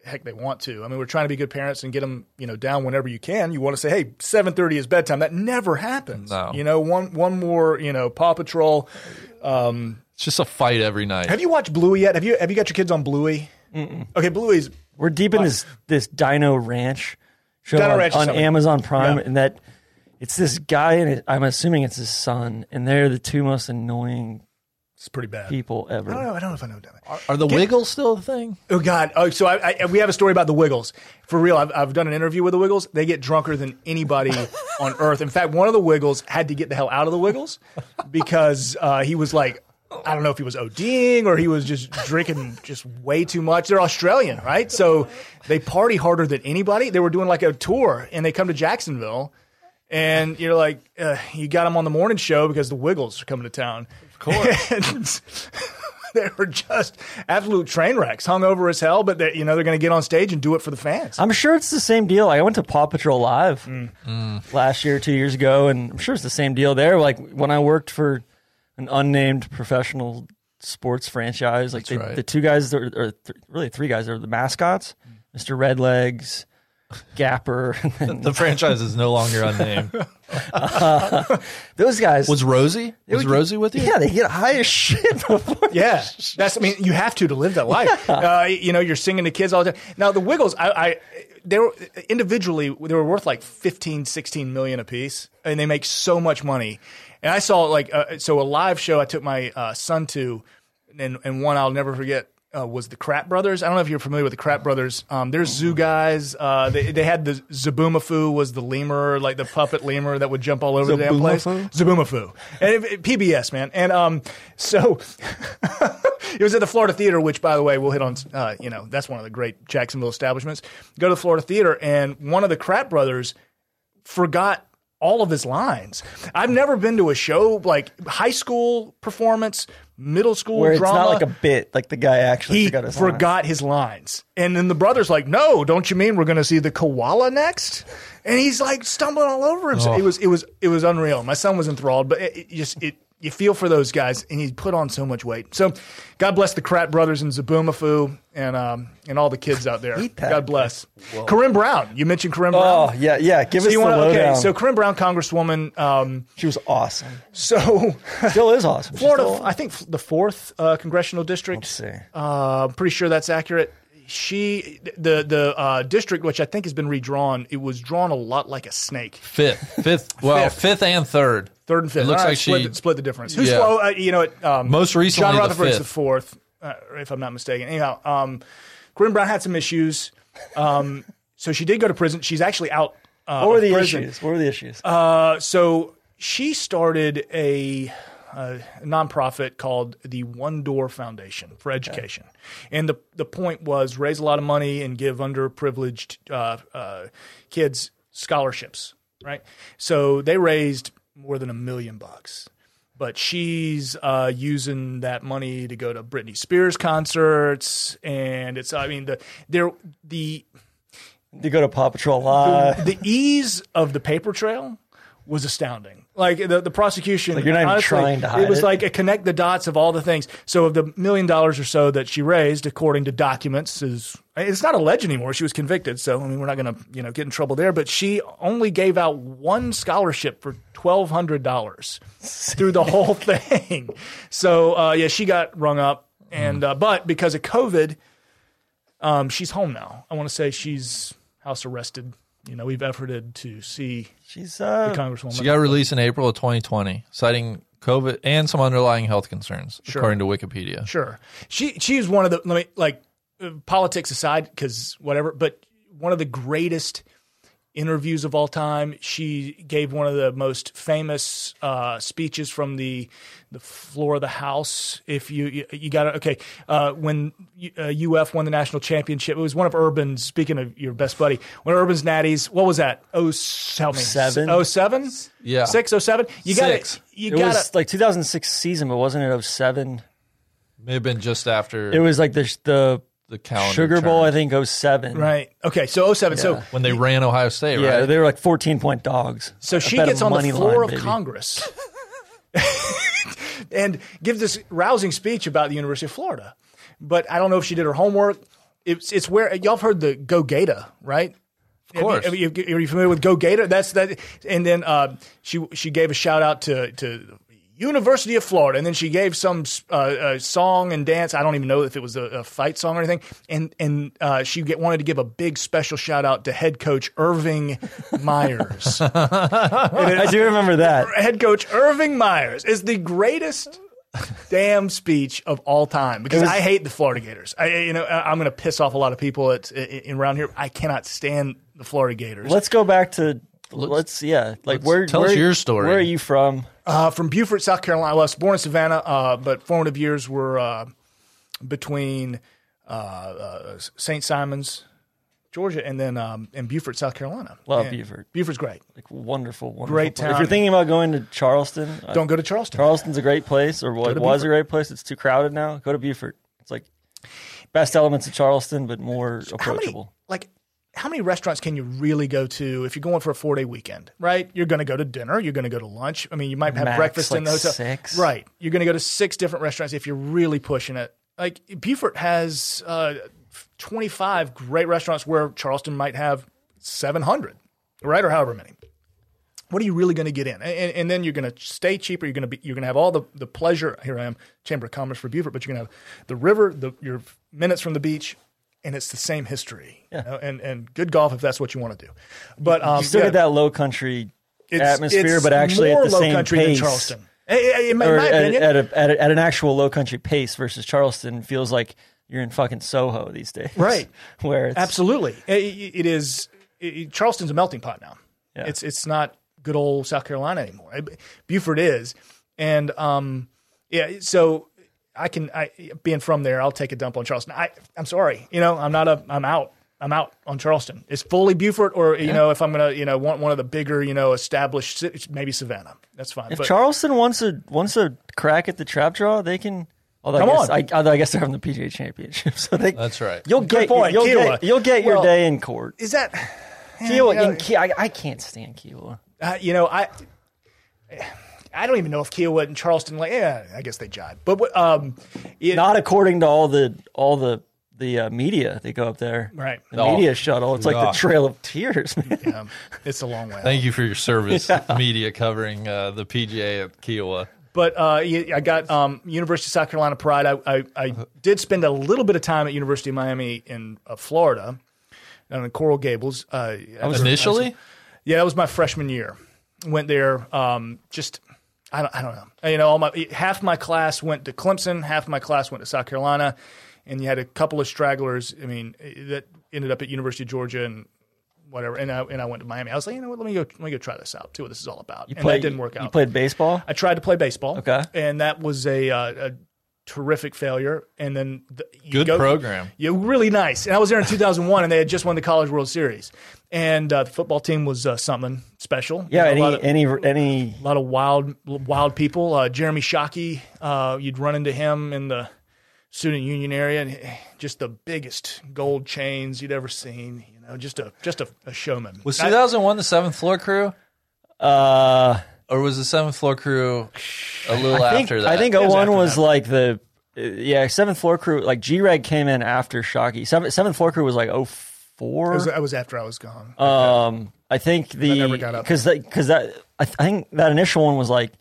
heck they want to. I mean, we're trying to be good parents and get them, you know, down whenever you can. You want to say, hey, seven thirty is bedtime. That never happens.
No.
You know, one one more, you know, Paw Patrol.
It's just a fight every night.
Have you watched Bluey yet? Have you have you got your kids on Bluey? Okay, Bluey's
We're deep in this this Dino Ranch show
Dino
on,
Ranch is
on
something.
Amazon Prime,
Yeah.
and that it's this guy, and it, I'm assuming it's his son, and they're the two most annoying
it's pretty bad.
people ever.
I don't know. I don't know if I know that.
Are the Wiggles still a thing?
Oh God! Oh, so I, I, we have a story about the Wiggles. For real, I've, I've done an interview with the Wiggles. They get drunker than anybody on earth. In fact, one of the Wiggles had to get the hell out of the Wiggles because uh, he was like, I don't know if he was ODing or he was just drinking just way too much. They're Australian, right? So they party harder than anybody. They were doing like a tour, and they come to Jacksonville, and you're like, uh, you got them on the morning show because the Wiggles are coming to town. Of course. they were just absolute train wrecks, hungover as hell. But they, you know they're going to get on stage and do it for the fans.
I'm sure it's the same deal. Like I went to Paw Patrol Live
Mm.
last year, two years ago, and I'm sure it's the same deal there. Like when I worked for an unnamed professional sports franchise, like they,
right.
the two guys, that are, or th- really three guys, that are the mascots, Mr. Redlegs, Gapper, and then
The franchise is no longer unnamed.
those guys.
Was Rosie? Was Rosie with you?
yeah, they get high as shit before.
Yeah, that's. I mean, you have to to live that life. Uh, you know, you're singing to kids all the time. Now the Wiggles, I, I they were individually they were worth like 15, 16 million a piece, and they make so much money. And I saw like uh, so a live show I took my uh, son to, and and one I'll never forget. Uh, was the Crap Brothers? I don't know if you're familiar with the Crap Brothers. Um, they're zoo guys. Uh, they, they had the Zaboomafoo was the lemur, like the puppet lemur that would jump all over the damn place.
Zaboomafoo?
Zaboomafoo. And it- it- PBS, man. And um, so it was at the Florida Theater, which, by the way, we'll hit on. Uh, you know, that's one of the great Jacksonville establishments. Go to the Florida Theater, and one of the Crap Brothers forgot all of his lines. I've never been to a show like high school performance, middle school
Where it's
drama.
not like a bit, like the guy actually
he
forgot his line.
forgot his lines. And then the brother's like, "No, don't you mean we're going to see the koala next?" And he's like stumbling all over himself. It was it was it was unreal. My son was enthralled, but it, it just it you feel for those guys, and he put on so much weight. So, God bless the Krat brothers and Zaboomafoo and um and all the kids out there.
Eat that.
God bless. Corinne Brown. You mentioned Corinne Brown.
Oh yeah, yeah. Give
So
us
you
the
want okay?
lowdown.
So Corinne Brown, Congresswoman. Um,
she was awesome.
so
Still is awesome. She's
Florida,
still-
I think the fourth uh, congressional district.
Let's see.
Uh, I'm pretty sure that's accurate. She, the the uh, district, which I think has been redrawn, it was drawn a lot like a snake.
Fifth, fifth. Well,
Fifth.
fifth and third.
Third and fifth.
It looks
All right,
like
split,
she-
the, split the difference. Who's
Yeah.
well, uh, you know it, um,
Most recently,
John
the
Rutherford's the
fifth.
fourth, uh, if I'm not mistaken. Anyhow, um, Corinne Brown had some issues, um, so she did go to prison. She's actually out. Uh,
What were
of
the
prison.
issues? What were the issues?
Uh, so she started a, a nonprofit called the One Door Foundation for Education, and the the point was raise a lot of money and give underprivileged uh, uh, kids scholarships. Right. So they raised more than a million bucks. But she's uh, using that money to go to Britney Spears concerts, and it's I mean the there the
They go to Paw Patrol Live.
the ease of the paper trail was astounding. Like the, the prosecution,
Like, you're not even
honestly,
trying to hide
it was
it.
like a connect the dots of all the things. So of the million dollars or so that she raised, according to documents, is it's not alleged anymore. She was convicted, so I mean we're not going to you know get in trouble there. But she only gave out one scholarship for twelve hundred dollars through the whole thing. So uh, yeah, she got rung up, and uh, but because of COVID, um, she's home now. I want to say she's house arrested. You know, we've efforted to see
She's
the
uh,
congresswoman.
She got released in April of 2020, citing COVID and some underlying health concerns, according to Wikipedia.
sure, she she is one of the let me like uh, politics aside because whatever, but one of the greatest interviews of all time. She gave one of the most famous uh, speeches from the the floor of the House. If you you, you got to okay, uh, when uh, UF won the national championship, it was one of Urban's. Speaking of your best buddy, one of Urban's natties. What was that? Oh, help me.
Seven?
Oh seven.
Yeah.
Six oh seven. You got
Six.
it. You
It
got
was like 2006 season, but wasn't it 07?
May have been just after
It was like the the
the calendar
Sugar Bowl, I
turned.
think 07.
Right. Okay. So 07. So
when they ran Ohio State,
Yeah,
right?
they were like 14 point dogs.
So she
bet a
gets on the
money
floor
line,
of
baby.
Congress and gives this rousing speech about the University of Florida. But I don't know if she did her homework. It's, it's where y'all have heard the Go Gata, right? Of
course.
Are you, are you familiar with Go Gator? That's that. And then uh, she she gave a shout out to to University of Florida, and then she gave some uh, uh, song and dance. I don't even know if it was a, a fight song or anything. And and uh, she get, wanted to give a big special shout out to head coach Irving Myers.
I do remember that.
head coach Irving Myers is the greatest damn speech of all time because I hate the Florida Gators. I, you know, I- I'm going to piss off a lot of people at, in around here. I cannot stand the Florida Gators.
Let's go back to let's, yeah, like where
tell us
where-
your story.
Where are you from?
Uh, from Beaufort, South Carolina. Well, I was born in Savannah, uh, but formative years were uh, between uh, uh, St. Simons, Georgia, and then um, in Beaufort, South Carolina.
Love
And
Beaufort.
Beaufort's great.
Like wonderful, wonderful.
Great
place. If
town.
you're thinking about going to Charleston, uh,
Don't go to Charleston.
Charleston's a great place, or what
to
was a
Beaufort.
great place. It's too crowded now. Go to Beaufort. It's like best elements of Charleston, but more
how many
approachable.
like how many restaurants can you really go to if you're going for a four day weekend? Right, you're going to go to dinner, you're going to go to lunch. I mean, you might have
Max,
breakfast in the
like
hotel.
six.
Right, you're going to go to six different restaurants if you're really pushing it. Like Beaufort has uh, 25 great restaurants where Charleston might have 700, right, or however many. What are you really going to get in? And, and, and then you're going to stay cheaper. You're going to be you're going to have all the, the pleasure. Here I am, Chamber of Commerce for Beaufort, but you're going to have the river, the, your minutes from the beach, and it's the same history. you know, and and good golf if that's what you want to do. But um,
You still
yeah,
get that low country
it's-
atmosphere,
it's
but actually at
more
the
low
same
country
pace.
than Charleston. Eh, eh, eh, In my,
or
my
at,
opinion,
at, a, at, a, at an actual low country pace versus Charleston feels like you're in fucking Soho these days,
Right.
Where it's
Absolutely, I- I- it is. i- i- Charleston's a melting pot now.
Yeah.
It's it's not good old South Carolina anymore. I- Buford is, and um, yeah. So I can I being from there, I'll take a dump on Charleston. I I'm sorry, you know, I'm not a I'm out. I'm out on Charleston. It's fully Buford, or you know, if I'm gonna, you know, want one of the bigger, you know, established, ci- maybe Savannah. That's fine.
If
but
Charleston wants a wants a crack at the trap draw, they can. Although
Come
I guess,
on.
I, although I guess they're having the PGA Championship, so they,
That's right.
You'll get
point,
you'll
Kiowa.
get you'll get your
Well-
day in court.
is that
Kiowa,
you know-
in Ki- I, I can't stand Kiowa.
uh, you know, I I don't even know if Kiowa and Charleston, like, yeah, I guess they jive. But what, um, it,
Not according to all the all the the uh, media they go up there.
Right.
the
No.
media shuttle. It's like
Yeah.
the Trail of Tears, man.
um, it's a long way.
Thank you for your service, media covering uh, the PGA at Kiowa.
But uh, yeah, I got um, University of South Carolina Pride. I, I,
Uh-huh.
I did spend a little bit of time at University of Miami in uh, Florida, down in Coral Gables. Uh,
Initially,
Yeah, that was my freshman year. Went there. Um, just I don't, I don't know. You know, all my half my class went to Clemson, half my class went to South Carolina, and you had a couple of stragglers. I mean, that ended up at University of Georgia and whatever. And I and I went to Miami. I was like, you know what? Let me go. Let me go try this out. See what this is all about. and that didn't work out.
You played baseball.
I tried to play baseball.
Okay.
And that was a, uh, a terrific failure. And then the, you
Good
go-
program.
Yeah, really nice. And I was there in 2001, and they had just won the College World Series. And uh, the football team was uh, something special.
yeah,
You know, a lot
any
of,
any any
a lot of wild, wild people. Uh, Jeremy Shockey, uh, you'd run into him in the student union area, and he- just the biggest gold chains you'd ever seen. You know, just a just a, a showman.
was
I-
2001 the seventh floor crew,
uh,
or was the seventh floor crew a little
I think,
after that?
I think
was
01
after
was
that.
like the uh, yeah seventh floor crew. Like G Reg came in after Shockey. Seventh, seventh floor crew was like
it was,
04.
it was after I was gone.
Um, I think the
never got up.
because because that I, th- I think that initial one was like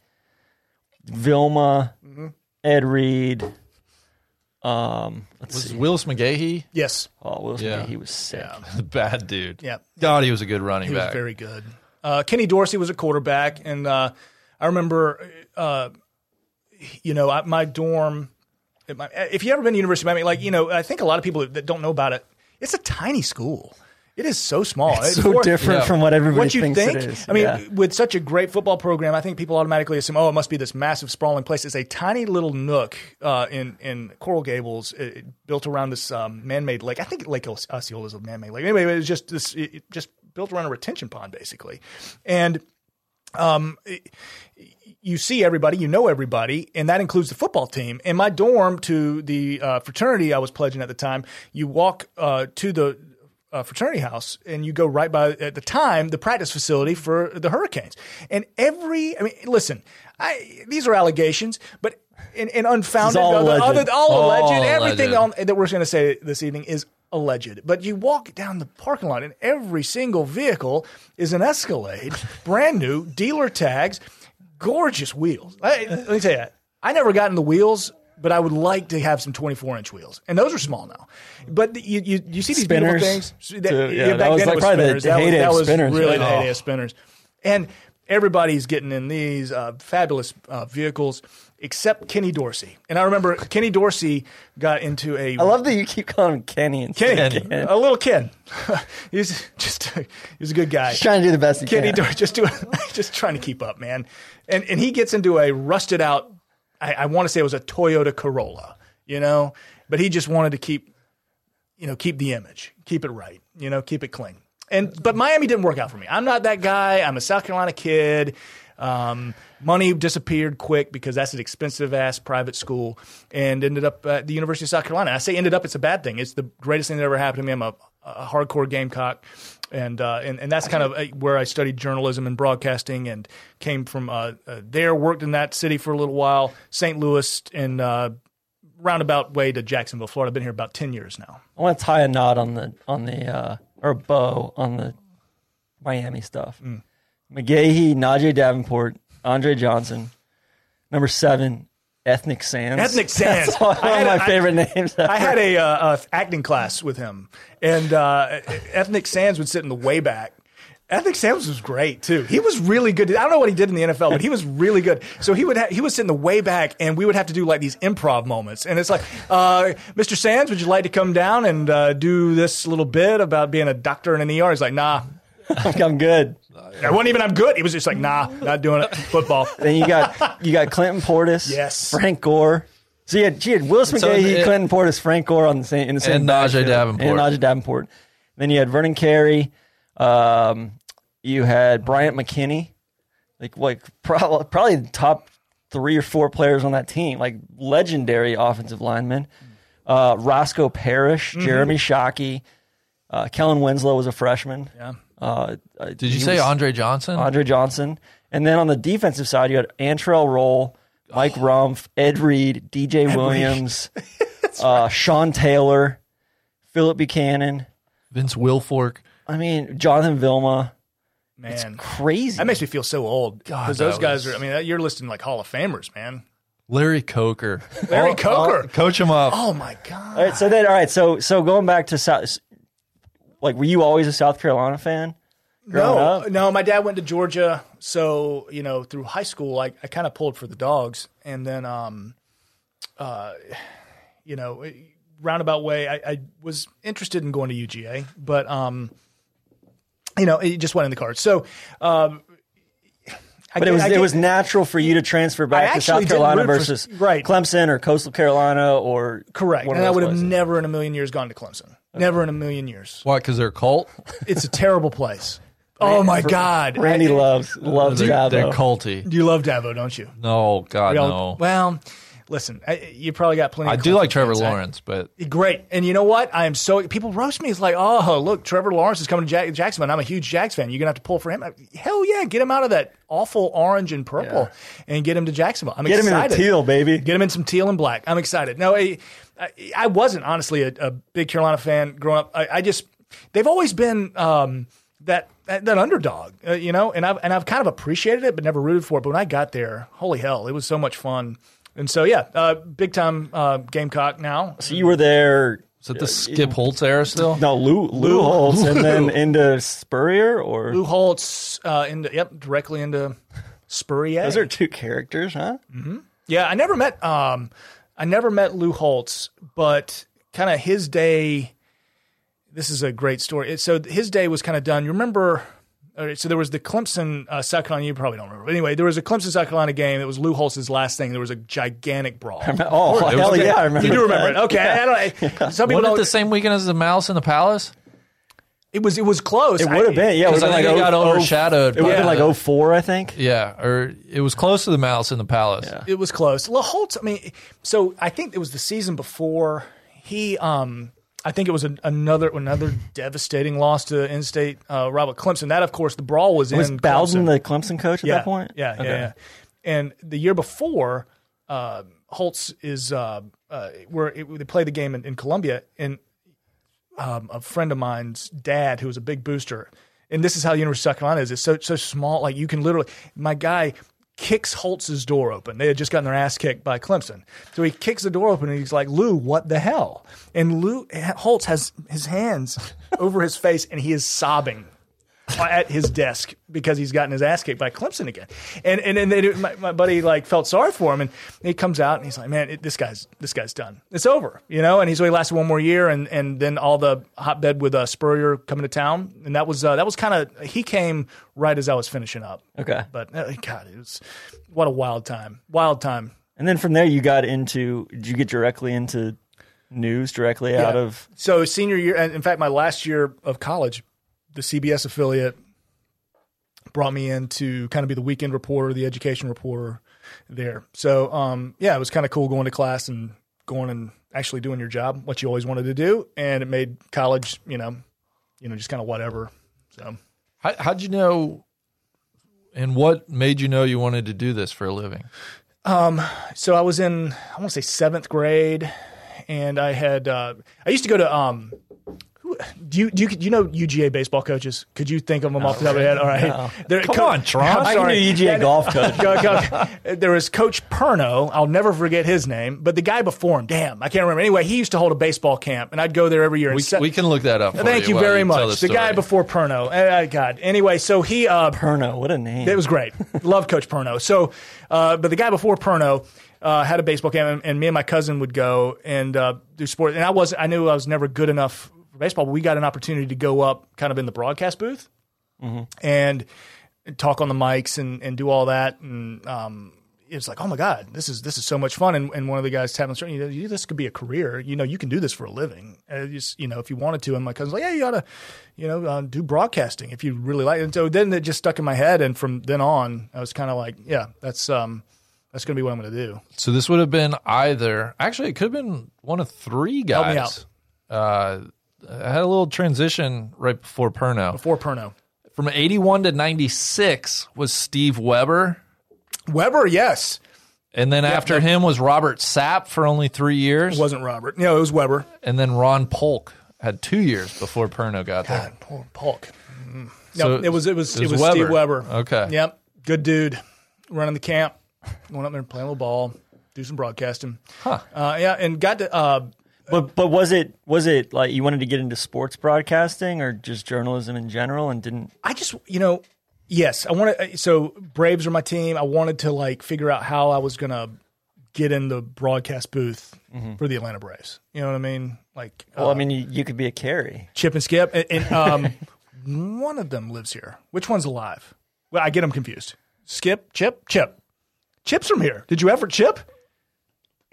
Vilma,
Mm-hmm.
Ed Reed. Um, let's
was
see.
Willis McGahee
yes.
Oh, Will Smith,
Yeah.
he was sick.
the bad dude?
Yeah.
God, he was a good running
He
back.
was very good. Uh, Kenny Dorsey was a quarterback, and uh, I remember, uh, you know, I, my dorm. at my- If you ever been to University of Miami, like you know, I think a lot of people that don't know about it, it's a tiny school. It is so small.
It's
It-
so
for-
different
yeah.
from what everybody
What you
thinks
think?
it is.
I mean,
Yeah.
with such a great football program, I think people automatically assume, oh, it must be this massive, sprawling place. It's a tiny little nook uh, in in Coral Gables, uh built around this um, man-made lake. I think Lake Os- Osceola is a man-made lake. Anyway, it was just this, it, it just built around a retention pond, basically, and. Um, it- you see everybody, you know everybody, and that includes the football team. In my dorm, to the uh, fraternity I was pledging at the time, you walk uh, to the uh, fraternity house and you go right by at the time the practice facility for the Hurricanes. And every, I mean, listen, I, these are allegations, but and, and unfounded,
all
other-
alleged.
other- all
All
alleged. Everything
alleged.
on, that we're going to say this evening is alleged. But you walk down the parking lot, and every single vehicle is an Escalade, brand new, dealer tags, gorgeous wheels. I, let me tell you, that. I never got in the wheels. But I would like to have some 24 inch wheels, and those are small now. But the- you you, you see these
Spinners,
beautiful things. See, That,
too. Yeah, that
back
was
then it
like probably the-
spinners.
the
that
heyday
was, that
of
was
spinners,
really
right? Oh,
the heyday of spinners, and everybody's getting in these uh, fabulous uh, vehicles except Kenny Dorsey. And I remember Kenny Dorsey got into a
I love that you keep calling him Kenny and
Kenny,
Kenny.
a little Ken. he's just he was a good guy.
trying to do the best he
Kenny
can.
Dor- just doing just trying to keep up, man. And and he gets into a rusted out. I, I want to say it was a Toyota Corolla, you know, but he just wanted to keep, you know, keep the image, keep it right, you know, keep it clean. And but Miami didn't work out for me. I'm not that guy. I'm a South Carolina kid. Um, money disappeared quick because that's an expensive ass private school, and ended up at the University of South Carolina. I say ended up; it's a bad thing. It's the greatest thing that ever happened to me. I'm a, a hardcore Gamecock, and uh, and and that's kind of uh, where I studied journalism and broadcasting, and came from uh, uh, there. Worked in that city for a little while, St. Louis, and uh, roundabout way to Jacksonville, Florida. I've been here about ten years now.
I want to tie a knot on the on the uh, or a bow on the Miami stuff.
Mm.
McGahee, Najee Davenport, Andre Johnson, number seven, Ethnic Sands.
Ethnic Sands.
That's one of
I had
my
a- I-
favorite names.
I had a, uh, uh acting class with him, and uh, Ethnic Sands would sit in the way back. Ethnic Sands was great too. He was really good. I don't know what he did in the NFL, but he was really good. So he would ha- he would sit in the way back, and we would have to do like these improv moments. And it's like, uh, Mr. Sands, would you like to come down and uh, do this little bit about being a doctor in an ER? He's like, Nah.
I'm good.
It wasn't even I'm good. He was just like, Nah, not doing it. Football.
Then you got you got Clinton Portis.
Yes.
Frank Gore. So you had, she had Willis
So
McGahee,
it-
Clinton Portis, Frank Gore on the same in the same
And Najee
backfield.
Davenport.
and Najee Davenport. Then you had Vernon Carey. Um, you had Bryant McKinney. Like like probably probably the top three or four players on that team. Like legendary offensive linemen. Uh, Roscoe Parrish, Jeremy Shockey, uh, Kellen Winslow was a freshman. Yeah. Uh,
Did you say Andre Johnson?
Andre Johnson. And then on the defensive side, you had Antrell Roll, Mike
Oh.
Rumpf, Ed Reed, DJ Williams, uh, Sean Taylor, Philip Buchanan.
Vince Wilfork.
I mean, Jonathan Vilma.
Man.
Crazy.
That makes me feel so old because
that
those guys
was-
are. I mean, you're listing like Hall of Famers, man.
Larry Coker.
Larry Coker.
Coach him up.
Oh my god.
all right, so then, all right, so so going back to South, like, were you always a South Carolina fan? growing
no,
up?
no. My dad went to Georgia, so you know, through high school, I, I kind of pulled for the dogs, and then, um, uh, you know, roundabout way, I, I was interested in going to UGA, but um, you know, it just went in the cards. So, um, I
But it
get-
was
I
it
get-
was natural for you to transfer
I
back to
actually
South
did
Carolina
root for-
versus
right.
Clemson or Coastal Carolina or
correct,
one
and
of
I
those
would have
places.
never in a million years gone to Clemson. Never in a million years.
Why? Because they're a cult.
It's a terrible place. Oh my God,
Randy loves loves
They're, they're
Dabo.
culty.
You love Davo, don't you?
No, God,
We all-
no.
Well, listen, I, you probably got plenty.
I
of
do like Trevor
fans, eh?
Lawrence, but
Great, and you know what? I am so people roast me. It's like, oh, look, Trevor Lawrence is coming to Jack- Jacksonville. and I'm a huge Jacks fan. You're gonna have to pull for him. I- Hell yeah, get him out of that awful orange and purple, and get him to Jacksonville. I'm
Get him in
excited.
a teal, baby.
Get him in some teal and black. I'm excited. No, I, I, I wasn't honestly a, a big Carolina fan growing up. I, I just they've always been um, that, that that underdog, uh, you know. And I've and I've kind of appreciated it, but never rooted for it. But when I got there, holy hell, it was so much fun. And so yeah, uh, big time uh, Gamecock now.
So you were there.
is it the Skip Holtz era still?
No, Lou Lou, Holtz, and then into Spurrier, or
Lou Holtz uh, into yep directly into Spurrier.
those are two characters, huh?
Yeah, I never met um I never met Lou Holtz, but kind of his day this is a great story. It, so his day was kind of done. You remember? All right, so there was the Clemson uh, South Carolina. You probably don't remember. But anyway, there was a Clemson South Carolina game. It was Lou Holtz's last thing. There was a gigantic brawl.
Oh,
It was
hell
okay.
yeah, I remember.
You do
that.
remember it? Okay, I don't. Some people
Wasn't it
don't.
the same weekend as the Mouse in the Palace?
it was it was close.
It would have been, yeah. It would
Because I
have
think
been
it
like
got
oh- oh-
overshadowed.
It would have
by
been
the-
like oh. 04, I think.
yeah, or it was close to the Mouse in the Palace.
Yeah.
It was close. La Holtz, I mean, so I think it was the season before he. um I think it was an, another another devastating loss to in-state uh, Robert Clemson. That, of course, the brawl was,
Was
in
Bowden
Clemson.
the Clemson coach at
yeah,
that point?
Yeah, yeah, yeah. And the year before, uh, Holtz is uh, uh, where it, they play the game in, in Columbia, and um, a friend of mine's dad, who was a big booster, and this is how University of South Carolina is. It's so so small, like you can literally. My guy kicks Holtz's door open. They had just gotten their ass kicked by Clemson, so he kicks the door open and he's like, "Lou, what the hell?" And Lou Holtz has his hands over his face and he is sobbing at his desk because he's gotten his ass kicked by Clemson again. And and and then my, my buddy like felt sorry for him, and he comes out and he's like, "Man, it, this guy's this guy's done. It's over, you know." And he's only lasted one more year, and and then all the hotbed with uh, Spurrier coming to town, and that was uh, that was kind of he came right as I was finishing up.
Okay.
but uh, God, it was what a wild time, wild time.
And then from there, you got into, did you get directly into news directly out
Yeah.
of,
So senior year, and in fact, my last year of college, the CBS affiliate brought me in to kind of be the weekend reporter, the education reporter there. So um, yeah, it was kind of cool going to class and going and actually doing your job, what you always wanted to do, and it made college, you know, you know, just kind of whatever. So
How, how'd you know? And what made you know you wanted to do this for a living?
so I was in I want to say seventh grade, and I had uh, I used to go to um. who- Do you, do you do you know UGA baseball coaches? Could you think of them off the top of your head? All right, They're-
Come on, Tron.
I'm
I
I knew
sorry.
UGA golf coach.
Go- go- there was Coach Perno. I'll never forget his name, but the guy before him, damn, I can't remember. Anyway, he used to hold a baseball camp, and I'd go there every year. and
We,
set-
we can look that up. for
Thank you,
while
very
tell
much. The guy
story.
before Perno. Uh, God. Anyway, so he uh,
Perno, what a name.
it was great. Love Coach Perno. So, uh, but the guy before Perno uh, had a baseball camp, and, and me and my cousin would go and uh, do sports. And I was, I knew I was never good enough for baseball, but we got an opportunity to go up, kind of in the broadcast booth, and talk on the mics and, and do all that. And um, it was like, oh my god, this is this is so much fun. And, and one of the guys tapped me on the shoulder, you know, "You- this could be a career. You know, you can do this for a living. Uh, you, s- you know, if you wanted to. And my cousin's like, yeah, you ought to, you know, uh, do broadcasting if you really like. it." And so then it just stuck in my head. And from then on, I was kind of like, yeah, that's um, that's gonna be what I'm gonna do.
So this would have been either. Actually, it could have been one of three guys.
me
Uh, I had a little transition right before Perno.
Before Perno,
From 81 to 96 was Steve Weber.
Weber, yes,
And then after him was Robert Sapp for only three years.
it wasn't Robert. No, it was Weber.
and then Ron Polk had two years before Perno got there.
God, poor Polk. Mm.
So
no, it was it was
it
it
was
was, Steve
Weber.
Weber.
Okay.
Yep. Good dude. Running the camp, going up there and playing a little ball, do some broadcasting. Huh. Uh, yeah, and got to uh,
But but was it was it like you wanted to get into sports broadcasting or just journalism in general and didn't?
I just you know, yes, I want to. So Braves are my team. I wanted to like figure out how I was gonna get in the broadcast booth
Mm-hmm.
for the Atlanta Braves. You know what I mean? Like,
Well,
uh,
I mean, you, you could be a carry.
Chip and Skip, and, and um, one of them lives here. Which one's alive? Well, I get them confused. Skip, Chip, Chip. Chip's from here. Did you ever Chip?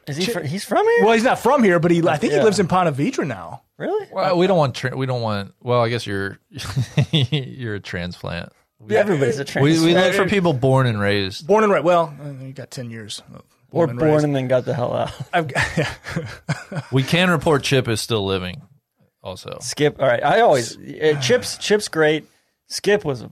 Is he? fr- he's from here.
Well, he's not from here, but he I think
Yeah.
he lives in Ponte Vedra now.
Really?
Well, we don't want tra- we don't want. Well, I guess you're you're a transplant.
Everybody's a
We,
transfer.
we look for people born and raised.
Born and raised. Well, uh, you got ten years. of
or
and
born
raised.
and then got the hell out.
I've got, yeah.
We can report Chip is still living. Also,
Skip. All right. I always uh, chips. Chips great. Skip was. a-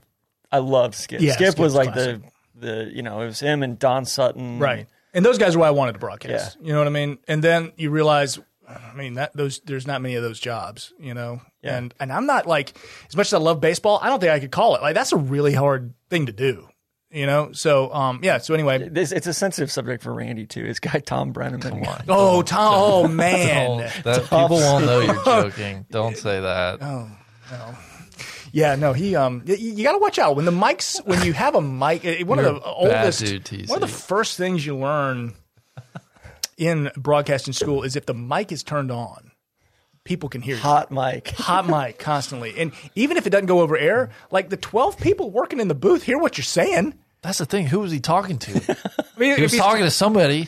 I loved Skip.
Yeah,
Skip
Skip's
was like the the you know it was him and Don Sutton.
right. And those guys are why I wanted to broadcast. You know what I mean? And then you realize, I mean, that those there's not many of those jobs. You know,
Yeah.
and and I'm not like as much as I love baseball, I don't think I could call it. Like that's a really hard thing to do. You know, so um, yeah. So anyway,
This it's a sensitive subject for Randy too. His guy Tom Brenneman.
oh Tom, oh
Don't-
man,
that, people won't know you're joking. Don't say that.
Oh. Yeah, no, he um, y- y- you, got to watch out when the mics when you have a mic. eh, One
You're
of the
a bad
oldest,
dude, TC.
one of the first things you learn in broadcasting school is if the mic is turned on, people can hear you.
Hot mic.
Hot mic constantly. And even if it doesn't go over air, like the 12 people working in the booth hear what you're saying.
That's the thing. Who was he talking to?
I mean,
he was talking to somebody.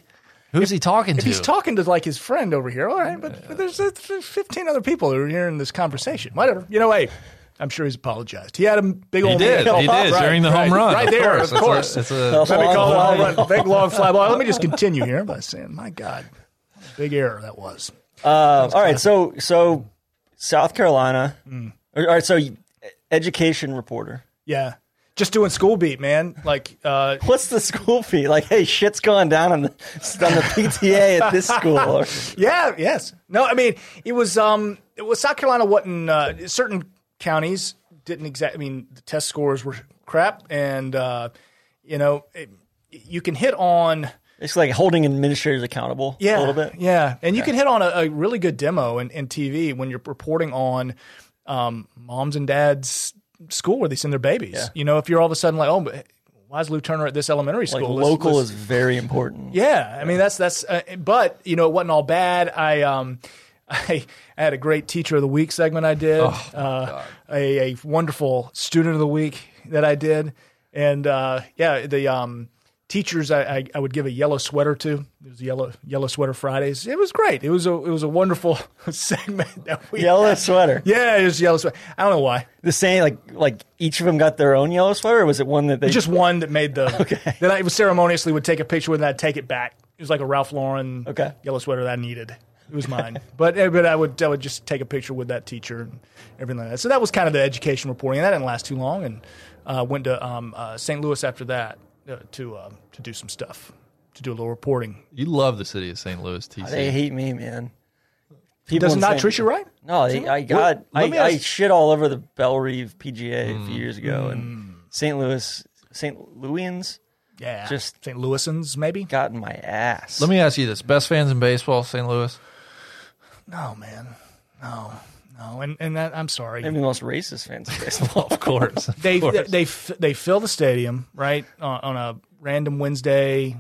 Who's he talking to?
He's talking to like his friend over here. All right, but, but there's uh, f- 15 other people who are hearing this conversation. Whatever. You know, hey, I'm sure he's apologized. He had a big
he
old
did. He did
Right,
during the
right,
home run.
Right
of
there,
course.
of course.
It's a, it's a-
Let me call
Long
it a run. Big long fly ball. Let me just continue here by saying, my God, big error that was. Mm.
Um, all right, so so South Carolina. All right, so you- education reporter.
Yeah. Just doing school beat, man. Like, uh,
What's the school fee? Like, hey, shit's going down on the on the PTA at this school. Or-
yeah, yes. No, I mean, it was, um, it was South Carolina wasn't, uh, certain counties didn't exactly, I mean, the test scores were crap. And, uh, you know, it, you can hit on,
It's like holding administrators accountable
yeah,
a little bit.
Yeah, and you can hit on a, a really good demo in, in TV when you're reporting on um, moms and dads' school where they send their babies. You know, if you're all of a sudden like, oh, but why is Lou Turner at this elementary school?
Like
Let's-
local
let's-
is very important.
yeah, I mean that's that's. Uh, but you know, it wasn't all bad. I um, I, I had a great teacher of the week segment I did. uh, a, a wonderful student of the week that I did, and uh, yeah, the um. Teachers, I, I, I would give a yellow sweater to. It was yellow yellow sweater Fridays. It was great. It was a it was a wonderful segment that we.
Yellow sweater.
Yeah, it was yellow sweater. I don't know why.
The same, like like each of them got their own yellow sweater. Or was it one that they
Just one that made the. Okay. That I would ceremoniously would take a picture with, and I'd take it back. It was like a Ralph Lauren
Okay.
yellow sweater that I needed. It was mine, but eh, but I would I would just take a picture with that teacher and everything like that. So that was kind of the education reporting, and that didn't last too long. And uh, went to um, uh, St. Louis after that uh, to um, to do some stuff, to do a little reporting.
you love the city of St. Louis, TC.
They hate me, man. People
Doesn't
in
not
San-
treat you right?
No, they, I got
let
I,
me
I
ask- Mm.
shit all over the Bell Reeve PGA a few years ago, and St. Louis St. Louians
Yeah,
Just-
St. Louisans maybe.
got in my ass.
Let me ask you this: best fans in baseball, St. Louis.
No man, no, no, and and that I'm sorry.
Maybe the most racist fans in baseball.
Of course, of
they,
course.
they they f- they fill the stadium right on, on a random Wednesday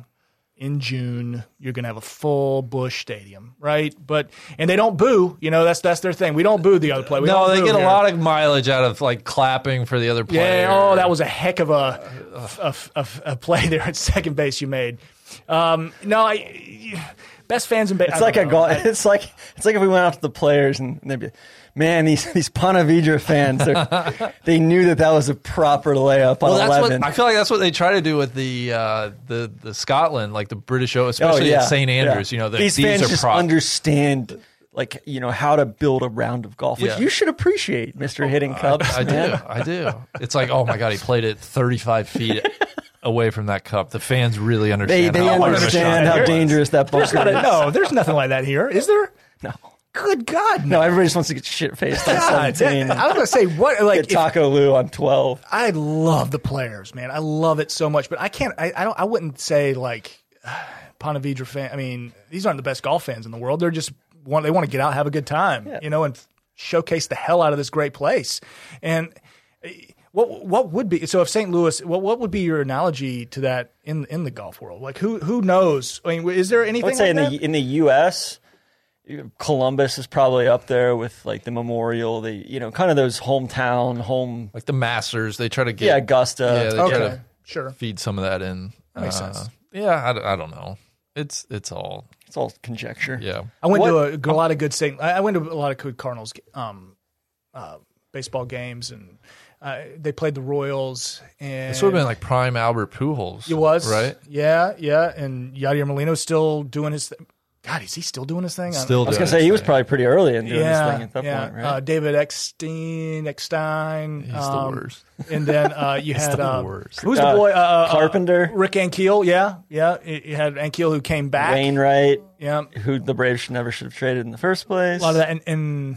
in June. You're gonna have a full Bush Stadium, right? But and they don't boo. You know that's that's their thing. We don't boo the other player. We
no,
don't
they
boo
get a
here.
lot of mileage out of like clapping for the other player.
Yeah. Oh, that was a heck of a a, a, a play there at second base you made. Um, no, I best fans in. Ba-
It's like a gol- It's like it's like if we went out to the players and they'd be, man, these these Pontevedra fans, they're- they knew that that was a proper layup on
Well, that's
eleven.
what I feel like. That's what they try to do with the uh, the the Scotland, like the British, O, especially
Oh, yeah,
at St
yeah.
Andrews. You know, the,
these, fans
are
just
props.
understand. Like you know how to build a round of golf, which
Yeah. Oh,
you should appreciate, Mister Hitting Cups.
I do.
man.
I do. It's like, oh my god, he played it 35 feet away from that cup. The fans really
They
understand.
they
hard of a
understand
shot
how
it was.
dangerous that
There's
bunker
not a,
is.
no, there's nothing like that here, is there?
No,
Good God, no.
no, everybody just wants to get shit faced on
God,
seventeen.
I was gonna say what like
Get
if-
Taco Lou on twelve.
I love the players, man. I love it so much, but I can't. I, I don't. I wouldn't say like Pontevedra fan. I mean, these aren't the best golf fans in the world. They're just want they want to get out, have a good time, you know, and showcase the hell out of this great place. And eh, what what would be so if St. Louis? What what would be your analogy to that in in the golf world? Like who who knows? I mean, is there anything?
I'd say
like
in
that?
the in the U.S., Columbus is probably up there with like the Memorial, the you know, kind of those hometown home.
Like the Masters, they try to get.
Yeah, Augusta.
Yeah, they
okay,
try to
sure.
feed some of that in.
makes
Uh,
sense.
Yeah, I, d- I don't know. It's it's all
it's all conjecture.
yeah.
I went
What-
to a, a lot of good Saint. I I went to a lot of good Cardinals um, uh, baseball games, and uh, they played the Royals. And
This would have been like prime Albert Pujols.
it was
right.
Yeah, yeah. And Yadier Molino's still doing his. Th- God, is he still doing his thing? I don't-
Still,
I was gonna say he was probably pretty early in doing
yeah,
this thing at that
yeah.
point, right?
Uh, David Eckstein, Eckstein. He's
the worst.
And then uh, you had
the
uh,
worst.
who's the
Uh,
boy? Uh, uh, uh,
Carpenter.
Rick Ankiel. Yeah, yeah. You you had Ankiel who came back.
Wainwright,
Yeah,
who the Braves should never should have traded in the first place.
A lot of that. And, and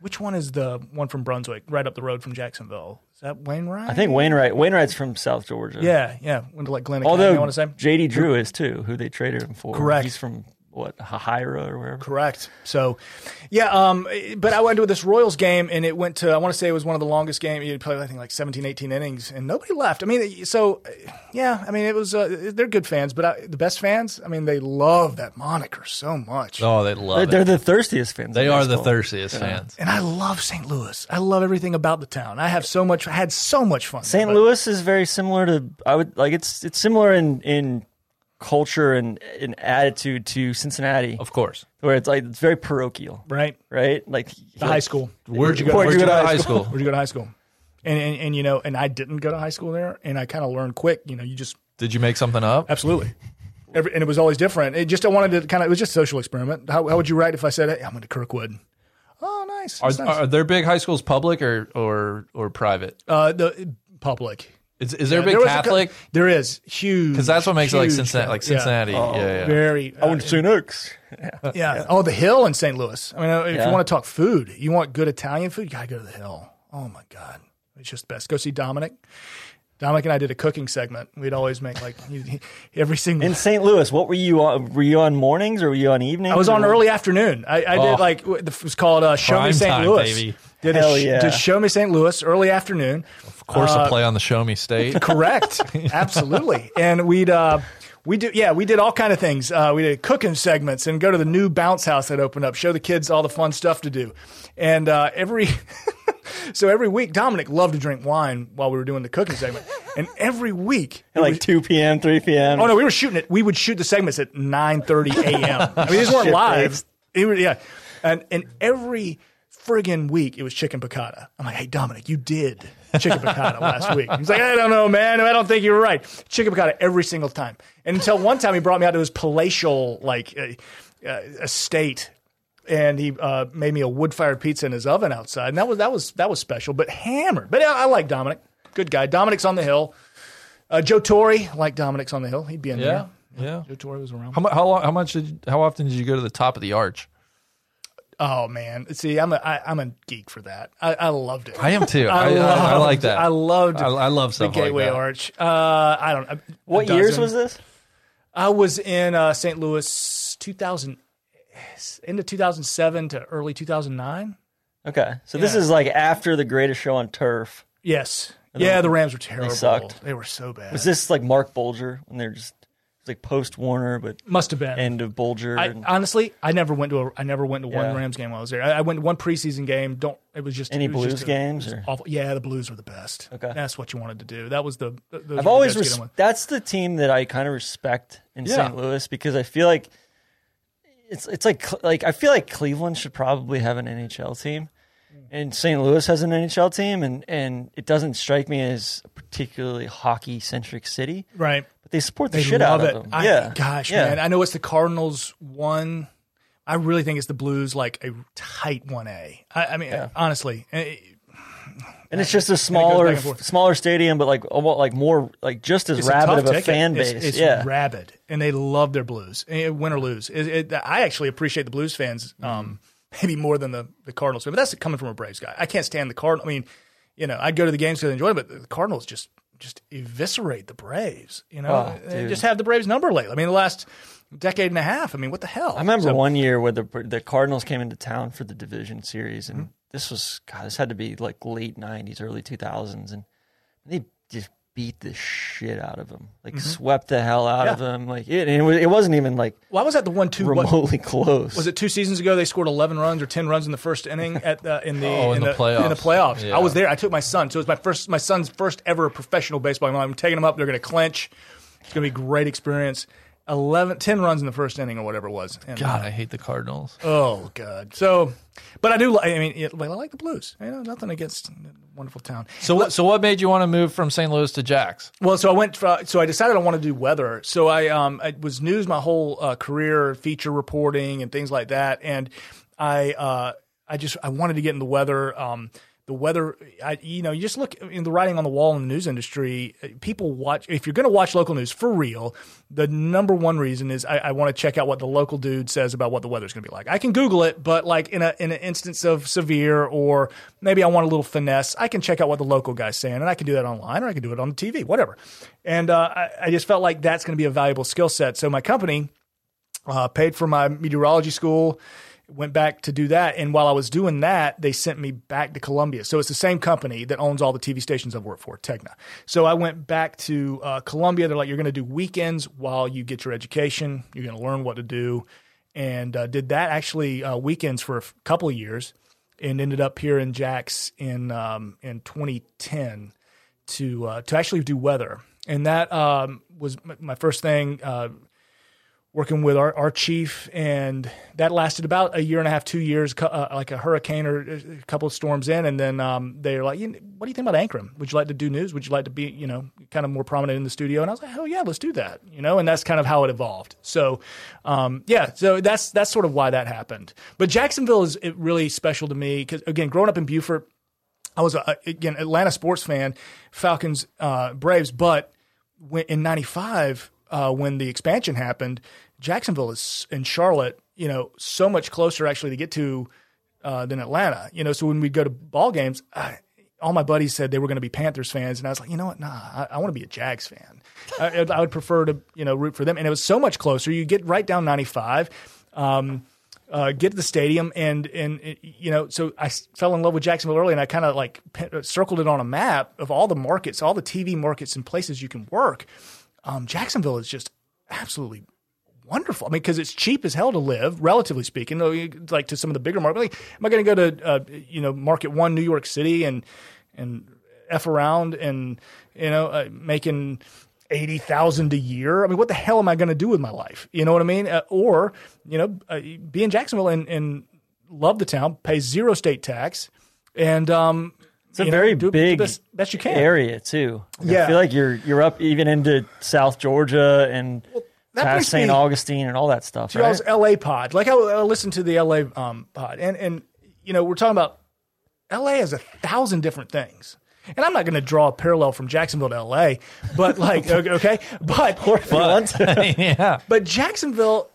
which one is the one from Brunswick, right up the road from Jacksonville? Is that Wainwright?
I think Wainwright. Wainwright's from South Georgia.
Yeah, yeah. Went to like Glen Academy,
Although
I want to say.
JD Drew is too, who they traded him for.
Correct.
He's from what Hahira or wherever.
Correct. So, yeah, um, but I went to this Royals game and it went to, I want to say it was one of the longest games. You played, I think, like 17, 18 innings and nobody left. I mean, so, yeah, I mean, it was, uh, they're good fans, but I, the best fans, I mean, they love that moniker so much.
Oh, they love
They're,
it.
they're the thirstiest fans.
They
of
are the
baseball.
thirstiest fans.
And I love St. Louis. I love everything about the town. I have so much, I had so much fun. there,
St.
but-
Louis is very similar to I would like it's it's similar in in culture and in attitude to Cincinnati,
Of course.
where it's like it's very parochial,
Right.
right? Like
The high school.
Where'd you go,
Where'd
where'd you go to high school?
Where'd you go to high school? And, and, and, you know, and I didn't go to high school there and I kind of learned quick, you know, you just
Did you make something up?
Absolutely. Every, and it was always different. It just I wanted to kind of it was just a social experiment. How, how would you write if I said hey, I'm going to Kirkwood? Oh, nice.
Are,
That's nice.
are their big high schools public or or or private?
uh, the public. Uh,
Is, is there a
There
big
was a cou-
Catholic?
there is huge.
Because that's what makes it like
huge
Cincinnati. Like
Catholic. Yeah.
Cincinnati. Yeah, Oh, yeah.
Very. uh,
St. X.
yeah. Oh, the hill in St. Louis. I mean, uh, if
Yeah.
you want to talk food, you want good Italian food, you got to go to the hill. Oh my God, it's just the best. Go see Dominic. Dominic and I did a cooking segment. We'd always make like he- he- every single
In St. Louis, what were you on? Were you on mornings or were you on evenings?
I was on
or-
early afternoon. I, I
Oh.
did like w- the- it was called uh, Show
Prime
Me St.
time,
Louis.
baby.
Did
Hell
a, sh-
yeah.
did Show Me St. Louis early afternoon.
Of course, a play on the Show Me State.
Correct, absolutely. And we'd uh, we do yeah we did all kind of things. Uh, we did cooking segments and go to the new bounce house that opened up. Show the kids all the fun stuff to do, and uh, every. So every week, Dominic loved to drink wine while we were doing the cooking segment, and every week,
at like two p.m., three p.m.
Oh no, we were shooting it. We would shoot the segments at nine thirty a.m. I mean, these weren't
Shit,
live.
babes.
It was, yeah, and and every friggin' week it was chicken piccata. I'm like, hey Dominic, you did chicken piccata last week. He's like, I don't know, man. I don't think you're right. Chicken piccata every single time. And until one time he brought me out to his palatial like uh, uh, estate. And he uh, made me a wood-fired pizza in his oven outside, and that was that was that was special, but hammered. But I, I like Dominic, good guy. Dominic's on the hill. Uh, Joe Torre, like Dominic's on the hill, he'd be in
yeah,
there.
yeah.
Joe Torre was around.
How, mu- how long? How much? Did, how often did you go to the top of the arch?
Oh man, see, I'm a I, I'm a geek for that. I, I loved it.
I am too. I, I, I
loved-
like that.
I loved
I, I love
the
stuff
Gateway
like that.
Arch. Uh, I don't. know.
what years was this?
I was in uh, St. Louis 2000, into 2007 to early 2009.
Okay, so this
Yeah.
is like after the greatest show on turf.
Yes. Yeah, the Rams were terrible.
sucked.
They were so bad.
Was this like Mark Bulger when they're just it's like post Warner but
Must have been.
end of Bulger?
I,
and,
honestly, I never went to a, I never went to one
Yeah.
Rams game while I was there. I, I went to one preseason game. Don't it was just
Any
it was
Blues
just a-
games
it was
or-
awful. Yeah, the Blues were the best.
Okay.
that's what you wanted to do. That was the. th- those were
I've
the
always
guys to get
res-
in with.
that's the team that I kind of respect in
Yeah.
St. Louis because I feel like it's it's like Cle- like I feel like Cleveland should probably have an NHL team, and St. Louis has an NHL team, and and it doesn't strike me as a particularly hockey centric city,
right.
but they support the
They
shit
love
out
it.
of them.
I,
yeah,
gosh,
yeah.
man, I know it's the Cardinals one. I really think it's the Blues, like a tight one A. I, I mean, honestly, eh,
and it's just a smaller
back and forth.
smaller stadium, but like almost like more like just as
it's
rabid
a
of
tough
a
ticket.
fan
It's-
base.
It's,
yeah,
rabid, and they love their Blues, eh, win or lose. It, it, I actually appreciate the Blues fans um,
Mm-hmm.
maybe more than the, the Cardinals fan, but that's coming from a Braves guy. I can't stand the Cardinals. I mean, you know, I'd go to the games because I enjoy it, but the Cardinals just just eviscerate the Braves. You know,
Oh,
They
dude.
just have the Braves number lately. I mean, the last decade and a half. I mean, what the hell?
I remember one year where the the Cardinals came into town for the division series,
Mm-hmm.
and this was God. This had to be like late '90s, early 2000s, and they just beat the shit out of them, like
Mm-hmm.
swept the hell out of them. Like it, and it, was, it wasn't even like
Why was that the one two? What,
remotely close.
was it two seasons ago they scored 11 runs or 10 runs in the first inning at the, in the
Oh, in the playoffs.
in the playoffs
Yeah.
i was there i took my son so it was my first my son's first ever professional baseball game. i'm taking him up they're going to clinch it's going to be a great experience 11 10 runs in the first inning or whatever it was And,
God, I hate the Cardinals.
oh god so but i do like i mean it, well, i like the blues you know nothing against wonderful town
So what? So what made you want to move from St. Louis to Jax?
Well, so I went. fro- So I decided I want to do weather. So I um I was news my whole uh, career, feature reporting and things like that. And I uh I just I wanted to get in the weather. Um, the weather. I you know you just look in the writing on the wall in the news industry. uh, People watch if you're going to watch local news for real. The number one reason is I, I want to check out what the local dude says about what the weather's going to be like. I can Google it, but like in a in an instance of severe or maybe I want a little finesse, I can check out what the local guy's saying, and I can do that online or I can do it on the TV, whatever. And uh, I, I just felt like that's going to be a valuable skill set. So my company uh, paid for my meteorology school, went back to do that. And while I was doing that, they sent me back to Columbia. So it's the same company that owns all the TV stations I've worked for, Tegna. So I went back to uh, Columbia. They're like, you're going to do weekends while you get your education, you're going to learn what to do. And uh, did that actually uh, weekends for a f- couple of years and ended up here in Jax in, um, in 2010 to, uh, to actually do weather. And that um, was m- my first thing. Uh, working with our, our chief, and that lasted about a year and a half, two years, cu- uh, like a hurricane or a a couple of storms in, and then um, they're like, "You- "What do you think about Ankrum? Would you like to do news? Would you like to be, you know, kind of more prominent in the studio?" And I was like, "Hell yeah, let's do that," you know, and that's kind of how it evolved. So, um, yeah, so that's that's sort of why that happened. But Jacksonville is it really special to me because again, growing up in Beaufort. I was a, again Atlanta sports fan, Falcons, uh, Braves, but when, in '95 uh, when the expansion happened, Jacksonville is and Charlotte, you know, so much closer actually to get to uh, than Atlanta. You know, so when we'd go to ball games, I, all my buddies said they were going to be Panthers fans, and I was like, you know what? Nah, I, I want to be a Jags fan. I, I would prefer to you know root for them, and it was so much closer. You get right down 95. Um, uh, get to the stadium and and it- you know so I s- fell in love with Jacksonville early and I kind of like pe- uh, circled it on a map of all the markets, all the TV markets and places you can work. Um, Jacksonville is just absolutely wonderful. I mean, because it's cheap as hell to live, relatively speaking. Though, you- like to some of the bigger markets, like, am I going to go to uh, you know Market One, New York City, and and f around and you know uh, making eighty thousand a year? I mean, what the hell am I going to do with my life? You know what I mean? Uh, or you know, uh, be in Jacksonville and, and love the town, pay zero state tax, and um,
It's a
you know,
very
do- do
big
the best, best you can.
area too. Like,
Yeah.
I feel like you're you're up even into South Georgia and
that
past
brings
St.
me-
Augustine and all that stuff.
to
right?
y'all's LA pod. Like I, I listened to the LA um, pod, and and you know we're talking about LA has a thousand different things. And I'm not going to draw a parallel from Jacksonville to LA, but like okay, okay, but
yeah.
but Jacksonville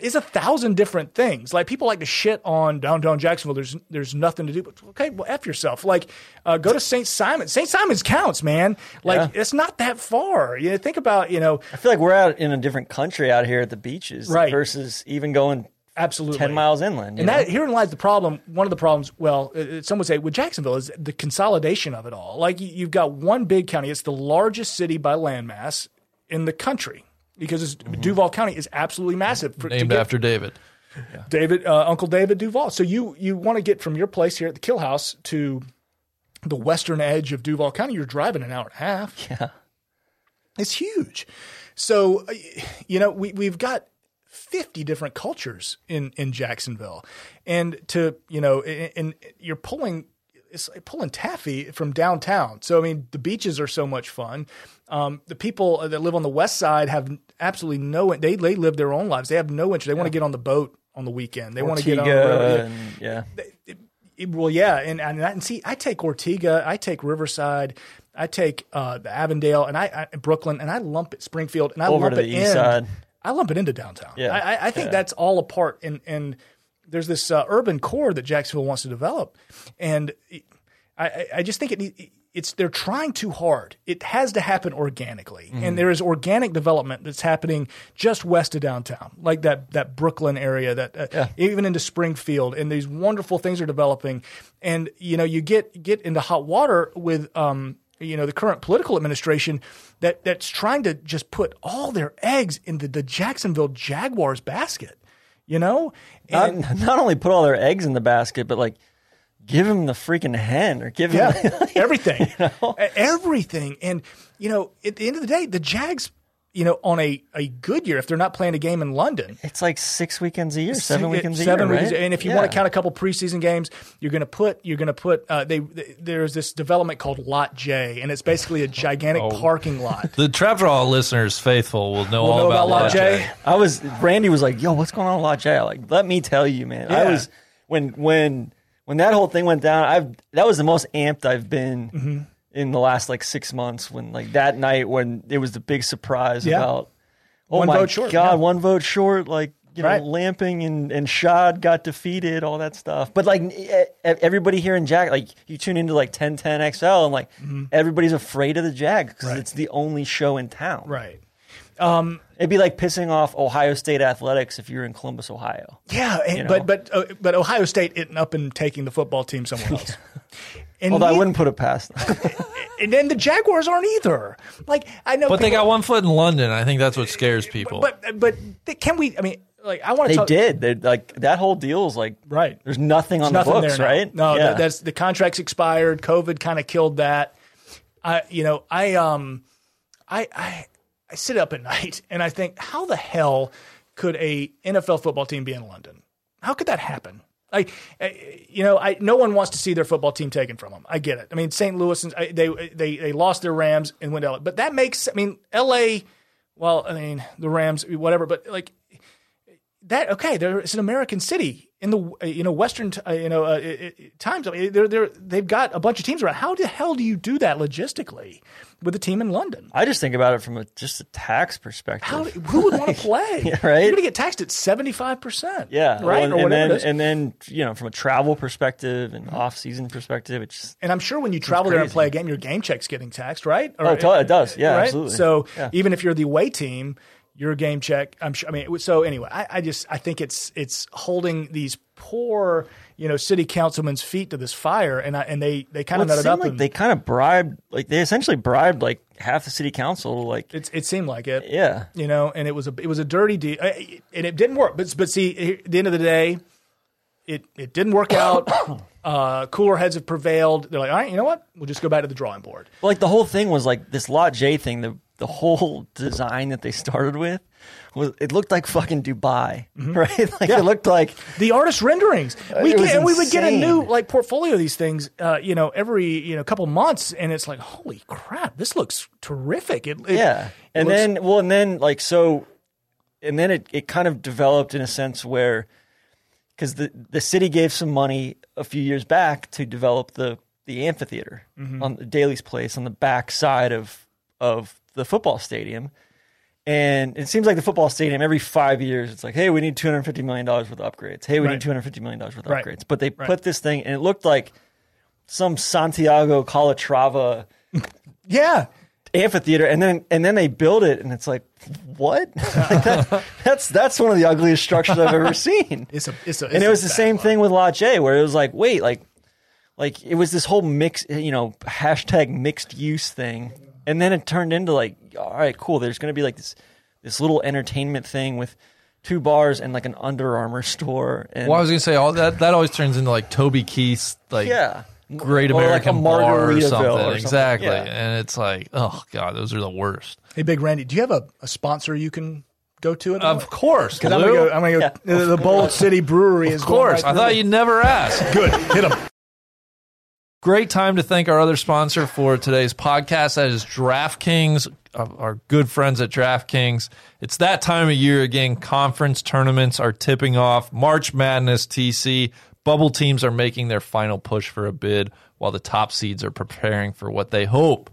is a thousand different things. Like people like to shit on downtown Jacksonville. There's there's nothing to do. But okay, well f yourself. Like uh, go to St. Simon. St. Simon's counts, man. Like it's not that far. You know, think about you know
I feel like we're out in a different country out here at the beaches,
Right.
Versus even going
absolutely
ten miles inland. you
And
know?
that herein lies the problem. One of the problems, well, uh, some would say with Jacksonville is the consolidation of it all. Like you, you've got one big county; it's the largest city by landmass in the country because it's, Duval County is absolutely massive. For, to
Mm-hmm. Named
get-
after David.
David, uh, Uncle David Duval. So you you want to get from your place here at the Kill House to the western edge of Duval County? You're driving an hour and a half.
yeah.
It's huge. So, uh, you know, we, we've got 50 different cultures in, in Jacksonville. And to, you know, and, and you're pulling, it's like pulling taffy from downtown. So, I mean, the beaches are so much fun. Um, the people that live on the west side have absolutely no, they, they live their own lives. They have no interest. They want to get on the boat on the weekend. They want to get on the road.
Ortega and- yeah.
It- well, yeah, and, and I- and see, I take Ortega, I take Riverside, I take uh, the Avondale, and I, I Brooklyn, and I lump it Springfield, and I
Over
lump
to
it
the east
in.
side.
I lump it into downtown.
Yeah.
I, I, I think
Yeah.
that's all apart, and and there's this uh, urban core that Jacksonville wants to develop, and I- I, I just think it. need- It's they're trying too hard. It has to happen organically,
Mm-hmm.
and there is organic development that's happening just west of downtown, like that that Brooklyn area, that uh, even into Springfield, and these wonderful things are developing. And you know, you get get into hot water with um, you know the current political administration that that's trying to just put all their eggs into the Jacksonville Jaguars basket. You know,
Not, not only put all their eggs in the basket, but like give him the freaking hen or give him.
Yeah, everything, E- everything, and you know, at the end of the day, the Jags, you know, on a, a good year, if they're not playing a game in London,
it's like six weekends a year, seven
se-
weekends a
seven
year,
weekends,
right?
and if you want
Yeah.
to count a couple preseason games, you're going to put you're going to put uh, they th- there's this development called Lot J, and it's basically a gigantic
Oh.
parking lot.
The Trap Draw listeners faithful will know
We'll
all
know
about, Lot J.
I was Randy was like, "Yo, what's going on with Lot J?" I'm Like, let me tell you, man. I
Yeah.
was when when when that whole thing went down. I've that was the most amped I've been
Mm-hmm.
in the last like six months. When like that night when it was the big surprise
Yeah.
about oh
One
my
vote short,
god,
yeah.
one vote short. Like you know,
Right.
Lamping and and Shad got defeated, all that stuff. But like e- e- everybody here in Jag, like you tune into like
Mm-hmm.
1010 XL, and like everybody's afraid of the Jag because it's the only show in town.
Right.
It'd be like pissing off Ohio State athletics if you're in Columbus, Ohio.
Yeah, and,
You know?
but but uh, but Ohio State ended up in taking the football team somewhere else. And,
Although I
ne-
wouldn't put it past them.
and then the Jaguars aren't either. Like I know,
But they
people-
got one foot in London. I think that's what scares people.
But but they- can we? I mean, like I want to.
They
talk,
did. They like that whole deal's like
Right.
There's nothing on
There's
the
nothing
books,
there now.
right?
No,
Yeah.
that- that's the contract's expired. COVID kind of killed that. I, you know, I um, I I I sit up at night and I think, how the hell could a NFL football team be in London? How could that happen? Like, eh, you know, I no one wants to see their football team taken from them. I get it. I mean, St. Louis, and- I- they they they lost their Rams and went to LA, but that makes. I mean, LA. Well, I mean, the Rams, whatever, but like that okay there it's an american city in the uh, you know western t- uh, you know uh, i- i- times I mean, they're, they're, they've got a bunch of teams around how the hell do you do that logistically with a team in london
I just think about it from a, just a tax perspective.
how, who would want to play
right.
you're going to get taxed at 75%
yeah,
right
And,
or
and
whatever
then
it is. And,
and then you know from a travel perspective and off season perspective, it's just,
i'm sure when you travel there and
crazy.
play a game your game check's getting taxed right Or-
oh, it, it does. Yeah,
right?
absolutely.
So
Yeah.
even if you're the away team, your game check. I'm sure. I mean, so anyway, I, I just I think it's it's holding these poor you know city councilmen's feet to this fire, and I, and they they kind
Well,
of
it
nutted up.
seemed like
and
they kind of bribed, like they essentially bribed like half the city council. to, Like,
it, it seemed like it.
yeah,
You know, and it was a it was a dirty deal, eh, and it didn't work. But but see, eh, at the end of the day, it it didn't work out. uh, cooler heads have prevailed. They're like, all right, you know what? We'll just go back to the drawing board.
like the whole thing was like this Lot J thing. The the whole design that they started with was it looked like fucking Dubai, right? Like it looked like
the artist renderings. We
Uh, It was
get, and we would get a
insane.
new like portfolio of these things, uh, you know, every you know couple months, and it's like, holy crap, this looks terrific. It, it-
yeah
it
and
looks-
then well and then like so and then it, it kind of developed in a sense where because the, the city gave some money a few years back to develop the the amphitheater
Mm-hmm.
on the Daly's place on the back side of of the football stadium and it seems like the football stadium every five years it's like hey we need $250 million worth of upgrades hey we
Right.
need $250 million worth of
Right.
upgrades but they put this thing and it looked like some santiago calatrava
yeah,
amphitheater and then and then they build it and it's like what Like that- that's that's one of the ugliest structures i've ever seen
it's a it's a
and
it's
it
a
was the
bad
same
one.
thing with La J, where it was like, wait, like, like it was this whole mix, you know, hashtag mixed use thing, and then it turned into like, all right, cool. There's going to be like this, this little entertainment thing with two bars and like an Under Armour store, and
well, I was gonna say all that. That always turns into like Toby Keith's like
yeah,
Great
Or like a
American Bar or
Margaritaville
something.
or something.
Exactly,
Yeah.
and it's like, oh god, those are the worst.
Hey, Big Randy, do you have a, a sponsor you can go to? At the moment?
Of course,
I'm gonna
Lou.
go. I'm gonna go. the- The Bold City Brewery is
Of course. I thought you never asked.
good. Hit them.
Great time to thank our other sponsor for today's podcast. That is DraftKings, uh, our good friends at DraftKings. It's that time of year again. Conference tournaments are tipping off. March Madness, TC. Bubble teams are making their final push for a bid while the top seeds are preparing for what they hope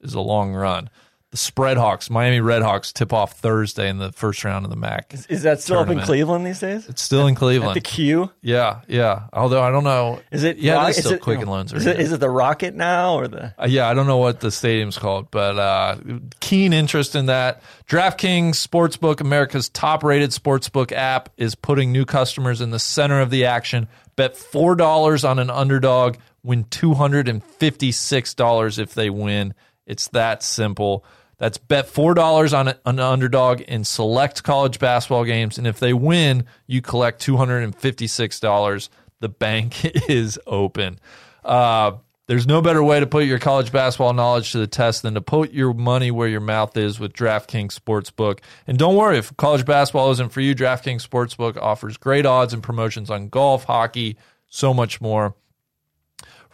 is a long run. The Spreadhawks, Miami Redhawks, tip off Thursday in the first round of the MAC.
Is that still up
Tournament.
in Cleveland these days?
It's still in Cleveland.
The Q
Yeah, yeah. Although I don't know,
is it?
Yeah,
Rock-
that's
is
still
it-
Quicken Loans.
Is
are
it,
here.
is it the Rocket now or the?
Uh, yeah, I don't know what the stadium's called, but uh, keen interest in that. DraftKings Sportsbook, America's top-rated sportsbook app, is putting new customers in the center of the action. Bet four dollars on an underdog, win two hundred and fifty-six dollars if they win. It's that simple. That's bet four dollars on a- an underdog in select college basketball games, and if they win, you collect two hundred and fifty-six dollars. The bank is open. Uh, there's no better way to put your college basketball knowledge to the test than to put your money where your mouth is with DraftKings Sportsbook. And don't worry, if college basketball isn't for you, DraftKings Sportsbook offers great odds and promotions on golf, hockey, so much more.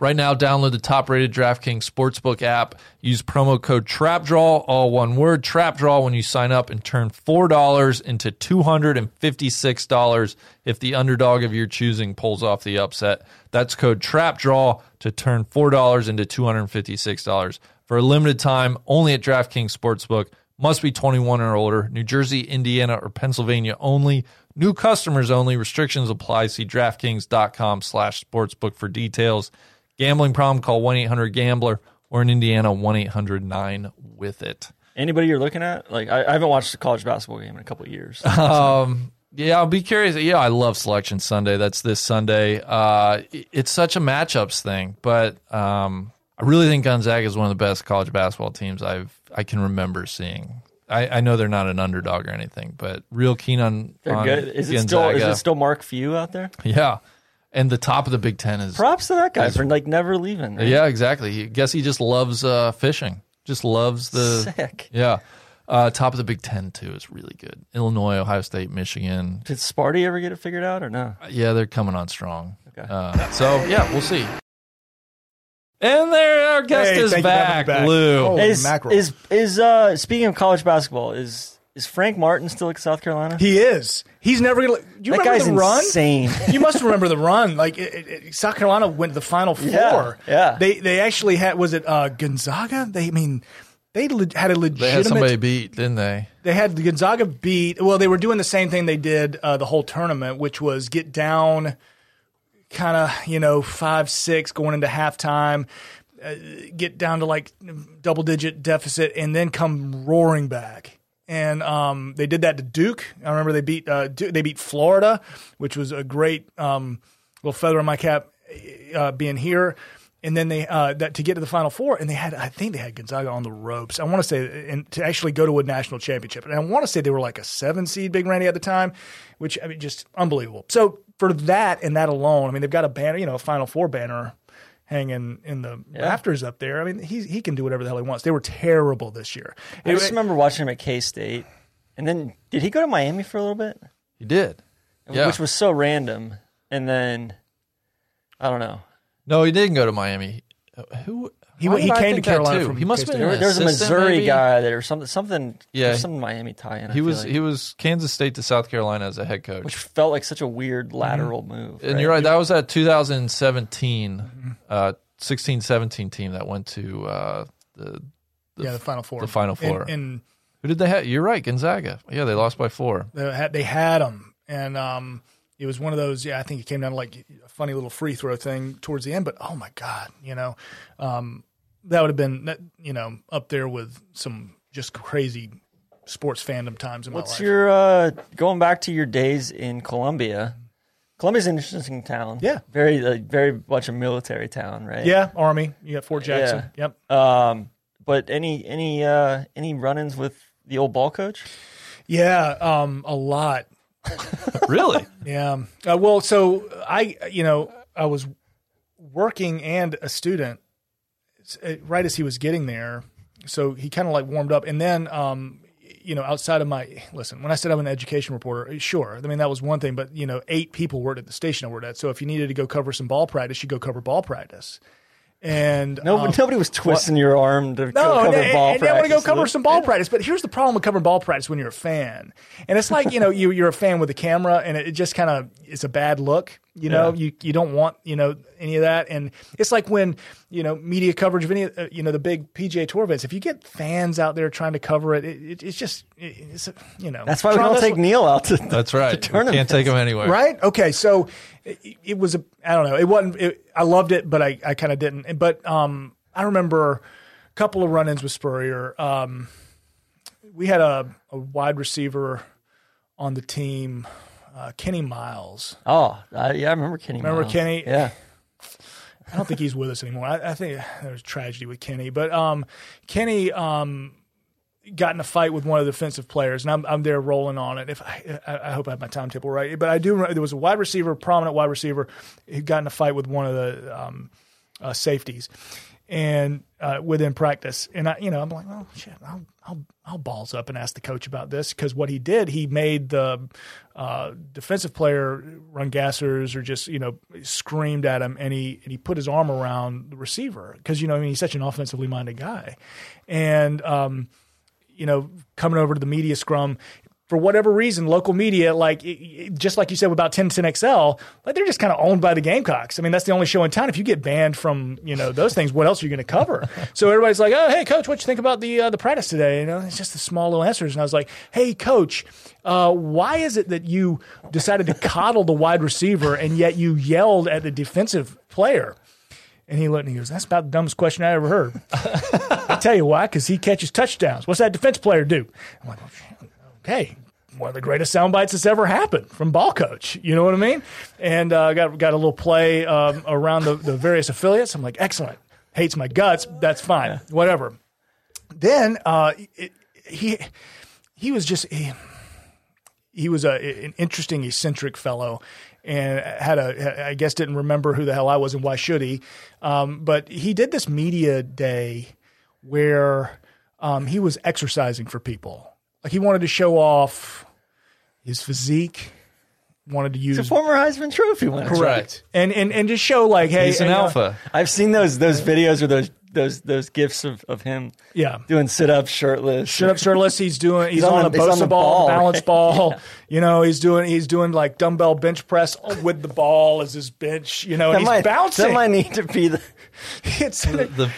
Right now, download the top rated DraftKings Sportsbook app. Use promo code TRAPDRAW, all one word, TRAPDRAW, when you sign up and turn $4 into $256 if the underdog of your choosing pulls off the upset. That's code TRAPDRAW to turn $4 into $256 for a limited time only at DraftKings Sportsbook. Must be 21 or older. New Jersey, Indiana, or Pennsylvania only. New customers only. Restrictions apply. See DraftKings.com slash sportsbook for details. Gambling problem, call 1-800-GAMBLER or in Indiana, 1-800-9-WITH-IT.
Anybody you're looking at? Like, I, I haven't watched a college basketball game in a couple of years.
Um, yeah, I'll be curious. Yeah, I love Selection Sunday. That's this Sunday. Uh, it- it's such a matchups thing, but um, I really think Gonzaga is one of the best college basketball teams I've I can remember seeing. I, I know they're not an underdog or anything, but real keen on.
They're
on
good. Is it still
Gonzaga.
is it still Mark Few out there?
Yeah, and the top of the Big Ten is.
Props to that guy for like never leaving. right?
yeah, exactly. He, guess he just loves uh, fishing. Just loves the
sick.
yeah. Uh, top of the Big Ten too is really good. Illinois, Ohio State, Michigan,
Did Sparty ever get it figured out or no?
Yeah, they're coming on strong.
Okay.
Uh, so yeah, we'll see. And there, our guest
Hey,
is
thank you for
back,
having me back.
Lou.
Oh. Holy
Is
mackerel.
is is uh speaking of college basketball is is Frank Martin still at South Carolina?
He is. He's never going to. You
that
remember
guy's
the run?
insane.
you must remember the run. Like it, it, it- South Carolina went to the Final Four.
Yeah, yeah.
They they actually had was it uh, Gonzaga? They I mean they le- had a legitimate.
They had somebody beat, didn't they?
they had Gonzaga beat. Well, they were doing the same thing they did uh, the whole tournament, which was get down, kind of you know five six going into halftime, uh, get down to like double digit deficit, and then come roaring back. And um, they did that to Duke. I remember they beat uh, Duke, they beat Florida, which was a great um, little feather in my cap uh, being here. And then they uh, that to get to the Final Four, and they had I think they had Gonzaga on the ropes. I want to say and to actually go to a national championship, and I want to say they were like a seven seed, Big Randy at the time, which I mean just unbelievable. So for that and that alone, I mean they've got a banner, you know, a Final Four banner hanging in the rafters up there. I mean he he can do whatever the hell he wants. They were terrible this year.
I just remember watching him at K State, and then did he go to Miami for a little bit,
He did. Yeah.
which was so random? And then I don't know.
no, he didn't go to Miami. Uh, Who?
He-
why did
he
I
came
think
to
that
Carolina
too?
from
He must have
K-State.
been.
There,
An
there was a
assistant,
Missouri
maybe?
guy there, or something, something,
Yeah,
there's
he-
some Miami tie-in. I
He
feel
was
like,
he was Kansas State to South Carolina as a head coach.
which felt like such a weird lateral move.
and you're right. That was that 2017, uh, 16, 17 team that went to uh, the.
yeah, the Final Four,
the Final Four.
and, and
Who did they have? You're right, Gonzaga. Yeah, they lost by four.
They had they had him, and um, it was one of those. Yeah, I think it came down to like a funny little free throw thing towards the end. But oh my god, you know, um, that would have been that, you know up there with some just crazy sports fandom times in my
What's
life.
your uh, going back to your days in Colombia? Colombia's an interesting town.
Yeah.
very like, very much a military town, right?
yeah, Army. You got Fort Jackson. Yep.
Um, but any any uh, any run-ins with the old ball coach?
Yeah. Um, a lot.
Really?
Yeah. Uh, well, so I, you know, I was working and a student s- uh, right as he was getting there. So he kind of like warmed up. And then, um, you know, outside of my, listen, when I said I'm an education reporter, eh, sure. I mean, that was one thing, but, you know, eight people worked at the station I worked at. So if you needed to go cover some ball practice, you go cover ball practice. And
No,
um,
nobody was twisting your arm to
no,
go
and,
cover
and-
ball
and
practice.
they want to go cover
Look,
some ball practice. But here's the problem with covering ball practice when you're a fan, and it's like you know you you're a fan with a camera, and it, it just kind of it's a bad look. You know, you you don't want you know any of that, and it's like when you know media coverage of any uh, you know the big PGA Tour events. If you get fans out there trying to cover it, it, it it's just it, it's you know
That's why we
Try-
don't take Neil out to.
That's right. We can't
tournament.
take them anywhere.
Right? Okay. So it, it was a I don't know. It wasn't. It, I loved it, but I, I kind of didn't. But um, I remember a couple of run-ins with Spurrier. Um, we had a, a wide receiver on the team, uh, Kenny Miles.
Oh, I, yeah, I remember Kenny.
Remember
Miles.
Kenny?
Yeah,
I don't think he's with us anymore. I, I think there was tragedy with Kenny, but um, Kenny um, got in a fight with one of the defensive players, and I'm, I'm there rolling on it. If I, I, I hope I have my timetable right, but I do. Remember, there was a wide receiver, prominent wide receiver, who got in a fight with one of the um, uh, safeties, and uh, within practice, and I, you know, I'm like, oh shit, I'll, I'll, I'll balls up and ask the coach about this because what he did, he made the uh, defensive player run gassers or just you know screamed at him, and he and he put his arm around the receiver because you know I mean he's such an offensively minded guy, and um, you know, coming over to the media scrum. For whatever reason, local media, like it- it- just like you said about 1010 XL, like they're just kind of owned by the Gamecocks. I mean, that's the only show in town. If you get banned from you know those things, what else are you going to cover? so everybody's like, "Oh, hey, coach, what you think about the uh, the practice today?" You know, it's just the small little answers. And I was like, "Hey, coach, uh, why is it that you decided to coddle the wide receiver and yet you yelled at the defensive player?" And he looked and he goes, That's about the dumbest question I ever heard. I tell you why, because he catches touchdowns. What's that defense player do? I'm like, Okay, one of the greatest sound bites that's ever happened from ball coach. You know what I mean? And uh, got, got a little play um, around the, the various affiliates. I'm like, Excellent. Hates my guts. That's fine. Whatever. Then uh, it, he, he was just. He, he was a, an interesting eccentric fellow and had a i guess didn't remember who the hell i was and why should he um, but he did this media day where um, he was exercising for people like he wanted to show off his physique wanted to use
He's a former Heisman Trophy winner.
Correct.
and, and and just show like hey uh,
He's an
you know-
alpha.
I've seen those those videos or those those those gifs of, of him
yeah
doing sit ups shirtless.
Shut up, shirtless. He's doing. He's,
on
on, a
the- he's on
Bosa
the ball,
ball, balance
right?
ball. You know, he's doing. He's doing like dumbbell bench press with the ball as his bench. You know, and
That
he's
might, that
bouncing.
might need to be the
It's-
The, the,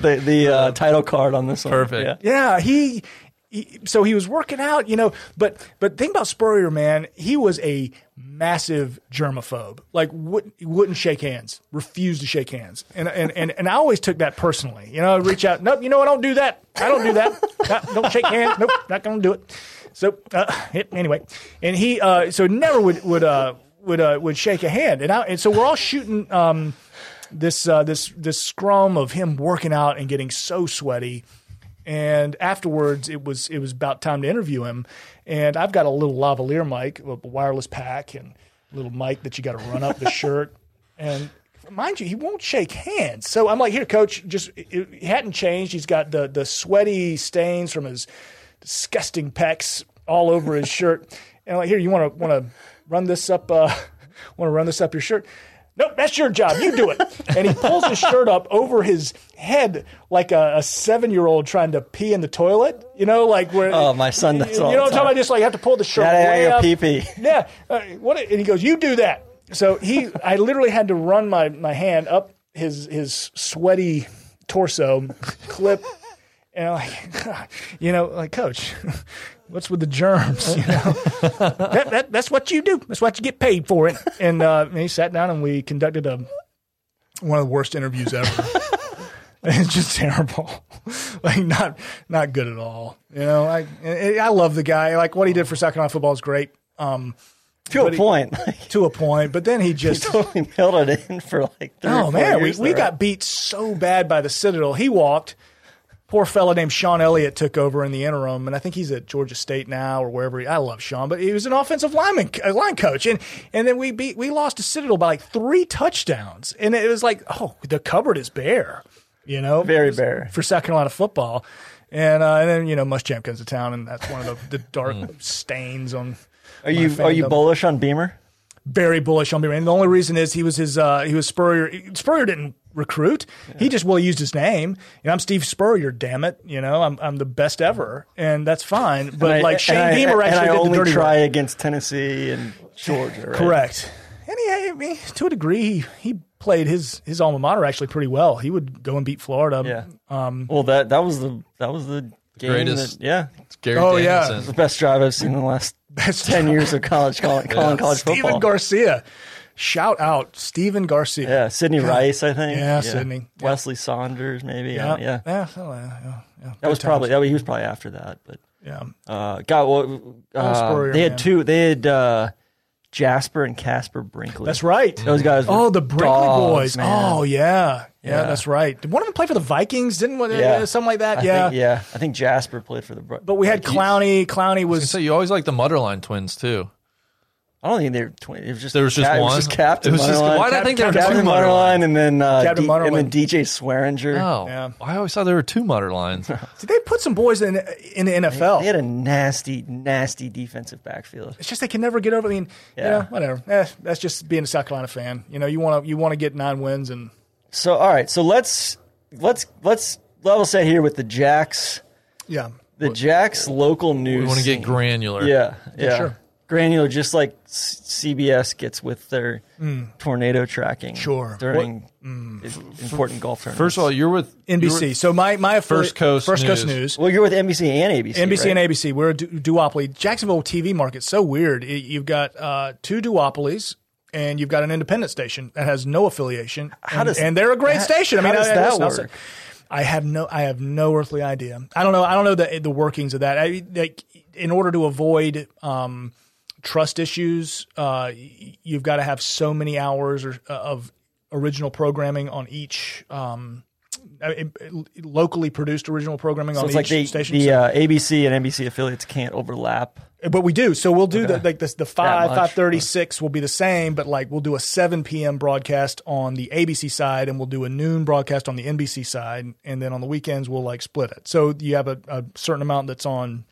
the, the uh, title card on this one.
Perfect.
Yeah.
yeah, he, he. So he was working out. You know, but but think about Spurrier, man. He was a massive germaphobe. Like would, wouldn't shake hands, refused to shake hands, and and and and I always took that personally. You know, I'd reach out. Nope. You know, I don't do that. I don't do that. Not- don't shake hands. Nope. Not gonna do it. So uh, anyway, and he uh, so never would would uh, would uh, would shake a hand, and I, and so we're all shooting um, this uh, this this scrum of him working out and getting so sweaty, and afterwards it was it was about time to interview him, and I've got a little lavalier mic, a wireless pack, and a little mic that you got to run up the shirt, and. Mind you, he won't shake hands. So I'm like, here, coach. Just it, it hadn't changed. He's got the the sweaty stains from his disgusting pecs all over his shirt. And I'm like, here, you want to want to run this up? Uh, want to run this up your shirt? Nope, that's your job. You do it. And he pulls his shirt up over his head like a, a seven-year-old trying to pee in the toilet. You know, like where.
Oh, my son does
You,
all
you
the
know what I'm talking
time.
about? Just like you have to pull the shirt
Yeah, yeah,
way
yeah,
up.
pee-pee.
Yeah. Uh, what? And he goes, "You do that." So he, I literally had to run my my hand up his his sweaty torso, clip, and I'm like, you know, like coach, what's with the germs? You know, that, that that's what you do. That's what you get paid for it. And, uh, and he sat down and we conducted a one of the worst interviews ever. it's just terrible. like not not good at all. You know, like I I love the guy. Like what he did for Sacramento football is great. Um,
To a point. Like,
to a point, but then he
he
just
totally mailed it in for like three or
oh
four
man, we,
years
we
there.
got beat so bad by the Citadel. He walked. Poor fella named Sean Elliott took over in the interim, and I think he's at Georgia State now or wherever. He, I love Sean, but he was an offensive lineman uh, line coach, and and then we beat we lost to Citadel by like three touchdowns, and it was like oh the cupboard is bare, you know,
Very bare.
for South Carolina football, and uh, and then you know Muschamp comes to town, and that's one of the, the dark stains on.
Mm. Are you are you
fandom.
bullish on Beamer?
very bullish on Beamer. And the only reason is he was his uh, he was Spurrier. Spurrier didn't recruit. He just well he used his name. And I'm Steve Spurrier. Damn it, you know I'm I'm the best ever, and that's fine. But
And I-
like Shane
and I-
Beamer
and
actually
I
did
only
the dirty
try
work.
against Tennessee and Georgia. Right?
Correct. And he, I mean, to a degree, he, he played his his alma mater actually pretty well. He would go and beat Florida.
Yeah. Um, well, that that was the that was the game
Greatest-
That, yeah,
it's Gary
Oh, yeah.
Danielson.
the best drive I've seen in the last ten years of college calling, calling college
Steven
football.
Garcia, shout out Steven Garcia.
yeah, Sidney Rice, I think.
Yeah, Sidney. Yeah.
Wesley Saunders, maybe. Yeah,
yeah,
yeah.
yeah, so, uh, yeah, yeah.
That was
Good times.
probably that, he was probably after that, but.
yeah.
Uh, God, well, uh,
Spurrier,
they had
man.
two. They had uh, Jasper and Casper Brinkley.
That's right.
Those guys. were
Oh, the Brinkley
dogs,
boys.
man.
Oh, yeah. yeah.
Yeah.
that's right. Did one of them play for the Vikings? Didn't one?
Yeah.
uh, something like that.
I
yeah.
think, yeah. I think Jasper played for the. Bro-
But we had
Vikings.
Clowney. Clowney was.
So you always like the Mutterline twins too.
I don't think they were twenty. It was just
There was just
Cap- it
one?
just Captain.
It was just-
Mutterline.
why did I think there were
Captain
two
Mutterline and then uh,
Captain
D- and then
Mutterline.
DJ Swearinger.
Oh,
Yeah.
I always thought there were two Mutterlines.
Did they put some boys in in the NFL?
They had a nasty, nasty defensive backfield.
it's just they can never get over. I mean, you
Yeah.
know, whatever. Eh, that's just being a South Carolina fan. You know, you want to you want to get nine wins and
So all right, so let's let's let's level set here with the Jacks.
yeah,
The Jacks local news.
We want to get
scene.
granular.
Yeah, yeah.
sure.
Granular, just like C- CBS gets with their tornado tracking.
Sure.
During i- important golf tournaments.
First of all, you're with
NBC.
you're-
so my my affiliate-
First Coast
First Coast
News.
News.
well, you're with NBC and ABC.
NBC
right?
and ABC. We're a du- duopoly. Jacksonville TV market's so weird. It- you've got uh, two duopolies, and you've got an independent station that has no affiliation.
How
and,
does
and they're a great
that-
station. I
how
mean,
does
I, I,
that
listen, I'll say-
work?
I have no, I have no earthly idea. I don't know. I don't know the the workings of that. I, like, in order to avoid um, trust issues, uh, y- you've got to have so many hours or, uh, of original programming on each. Um, I- it- locally produced original programming
So
on
it's
each
like the,
station.
the
So-
uh, ABC and NBC affiliates can't overlap.
but we do. So we'll do the like the, the five
much.
five thirty six will be the same, but like we'll do a seven p.m. broadcast on the ABC side, and we'll do a noon broadcast on the NBC side, and then on the weekends we'll like split it. So you have a, a certain amount that's on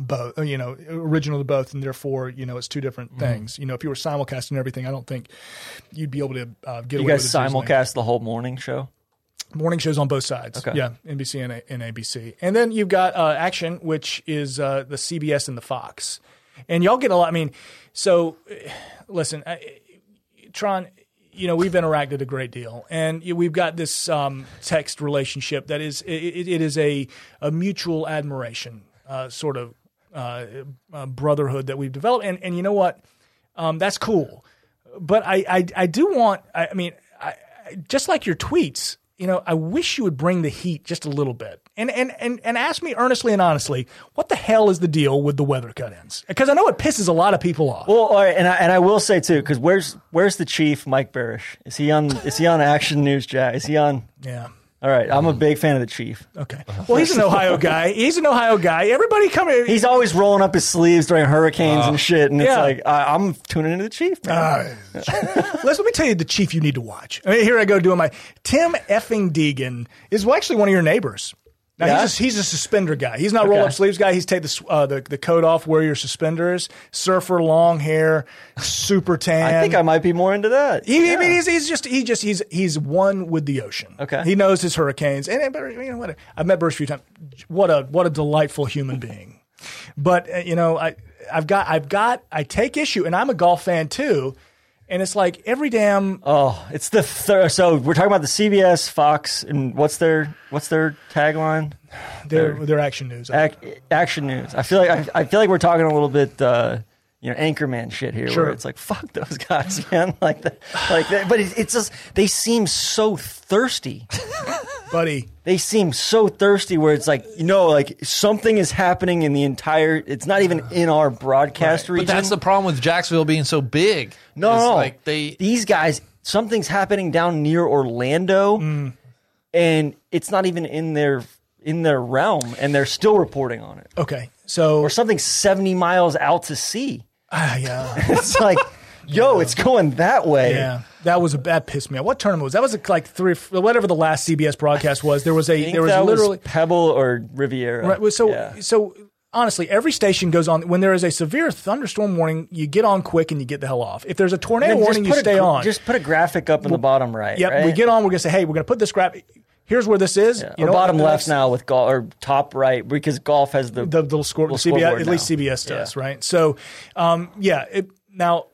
both, uh, you know, original to both, and therefore you know it's two different
Mm-hmm.
things. You know, if you were simulcasting everything, I don't think you'd be able to uh,
You guys
get away with it as easily
simulcast the whole morning show.
morning shows on both sides.
Okay.
Yeah, NBC and, A- and ABC. And then you've got uh, Action, which is uh, the CBS and the Fox. And y'all get a lot. I mean, so eh, listen, I, eh, Tron, you know, we've interacted a great deal, and y- we've got this um, text relationship that is it, it, it is a a mutual admiration uh, sort of uh, uh, brotherhood that we've developed. And and you know what, um, that's cool but I, I, I do want, I, I mean, I, I, just like your tweets, you know, I wish you would bring the heat just a little bit and, and, and, and ask me earnestly and honestly, what the hell is the deal with the weather cut ins? Because I know it pisses a lot of people off.
Well, all right, and I, and I will say too, because where's where's the chief, Mike Barish? Is he on? is he on Action News? Jack? Is he on?
yeah.
All right, I'm a big fan of the chief.
Okay. Well, he's an Ohio guy. He's an Ohio guy. Everybody come here.
He's always rolling up his sleeves during hurricanes and shit, and it's
Uh, yeah.
like I, I'm tuning into the chief. Man.
Let's, let me tell you the chief you need to watch. I mean, here I go doing my Tim effing Deegan is actually one of your neighbors. Now
Yeah?
he's, a, he's a suspender guy. He's not roll up sleeves guy. He's take the, s- uh, the the coat off, wear your suspenders. Surfer, long hair, super tan.
I think I might be more into that.
He,
Yeah.
I mean, he's, he's just he just he's he's one with the ocean.
Okay.
he knows his hurricanes, and but you know what? I've met Burris a few times. What a what a delightful human being. But uh, you know, I I've got I've got I take issue, and I'm a golf fan too. And it's like every damn
Oh, it's the third. So we're talking about the CBS, Fox, and what's their what's their tagline?
their their action news.
Ac- action news. I feel like I, I feel like we're talking a little bit, uh, you know, Anchorman shit here.
Sure.
Where it's like fuck those guys, man. Like that, like that. But it, it's just they seem so thirsty.
buddy,
They seem so thirsty. Where it's like you know, like something is happening in the entire. It's not even in our broadcast
But
region.
that's the problem with Jacksonville being so big.
No,
It's
no.
like they
these guys. Something's happening down near Orlando,
Mm.
and it's not even in their in their realm, and they're still reporting on it.
okay, so
Or something seventy miles out to sea.
ah, yeah.
It's like, yo, it's going that way.
Yeah, that was a that pissed me off. What tournament was that? Was it like three, or f- whatever the last CBS broadcast was? There was
I
a
think
there was
that
literally
Pebble or Riviera.
Right. Well, so
Yeah.
so honestly, every station goes on when there is a severe thunderstorm warning. You get on quick and you get the hell off. If there's a tornado
And just
warning, you
put a
stay
gra-
on.
Just put a graphic up in the bottom right.
yep.
right?
We get on. We're gonna say, hey, we're gonna put this crap. Here's where this is.
or
know,
bottom
the
left
next-
now with golf or top right because golf has the,
The, the little score.
Little
CBS,
scoreboard
at least
now.
CBS does.
Yeah.
Right. So, um, yeah. It, now.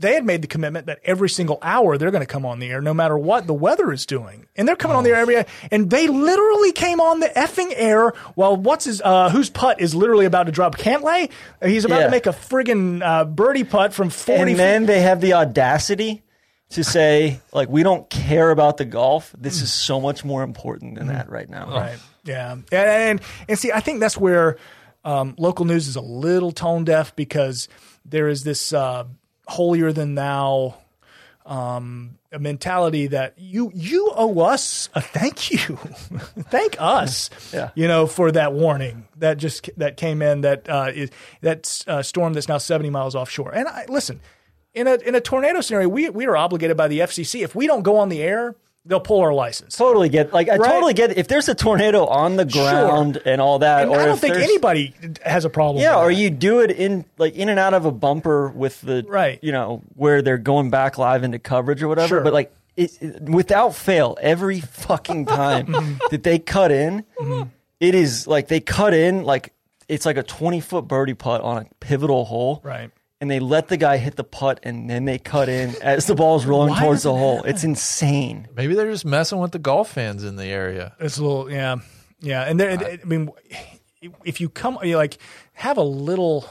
They had made the commitment that every single hour they're going to come on the air, no matter what the weather is doing, and they're coming on
Oh.
the air every. And they literally came on the effing air while what's his uh, whose putt is literally about to drop Cantlay. He's about
Yeah.
to make a friggin' uh, birdie putt from forty.
and then they have the audacity to say like we don't care about the golf this is so much more important than that right now
Right. Yeah. And, and and see, I think that's where um, local news is a little tone deaf because there is this uh, holier than thou um, a mentality that you you owe us a thank you, thank us,
Yeah.
you know, for that warning that just that came in that uh, is, that uh, storm that's now seventy miles offshore. And I, listen, in a in a tornado scenario, we we are obligated by the FCC if we don't go on the air, they'll pull our license.
totally get like i totally get if there's a tornado on the ground and all that
And
or
I don't
if
think
there's-
anybody has a problem.
yeah
with
or
that.
you do it in like in and out of a bumper with the
Right.
you know where they're going back live into coverage or whatever
Sure.
but like it, it- without fail every fucking
Mm-hmm.
time that they cut in it is like they cut in like it's like a 20 foot birdie putt on a pivotal hole
Right.
and they let the guy hit the putt and then they cut in as the ball's rolling
Why
towards
does
the
it
hole it's insane
maybe they're just messing with the golf fans in the area.
It's a little, yeah, yeah. And there, I mean, if you come, you like have a little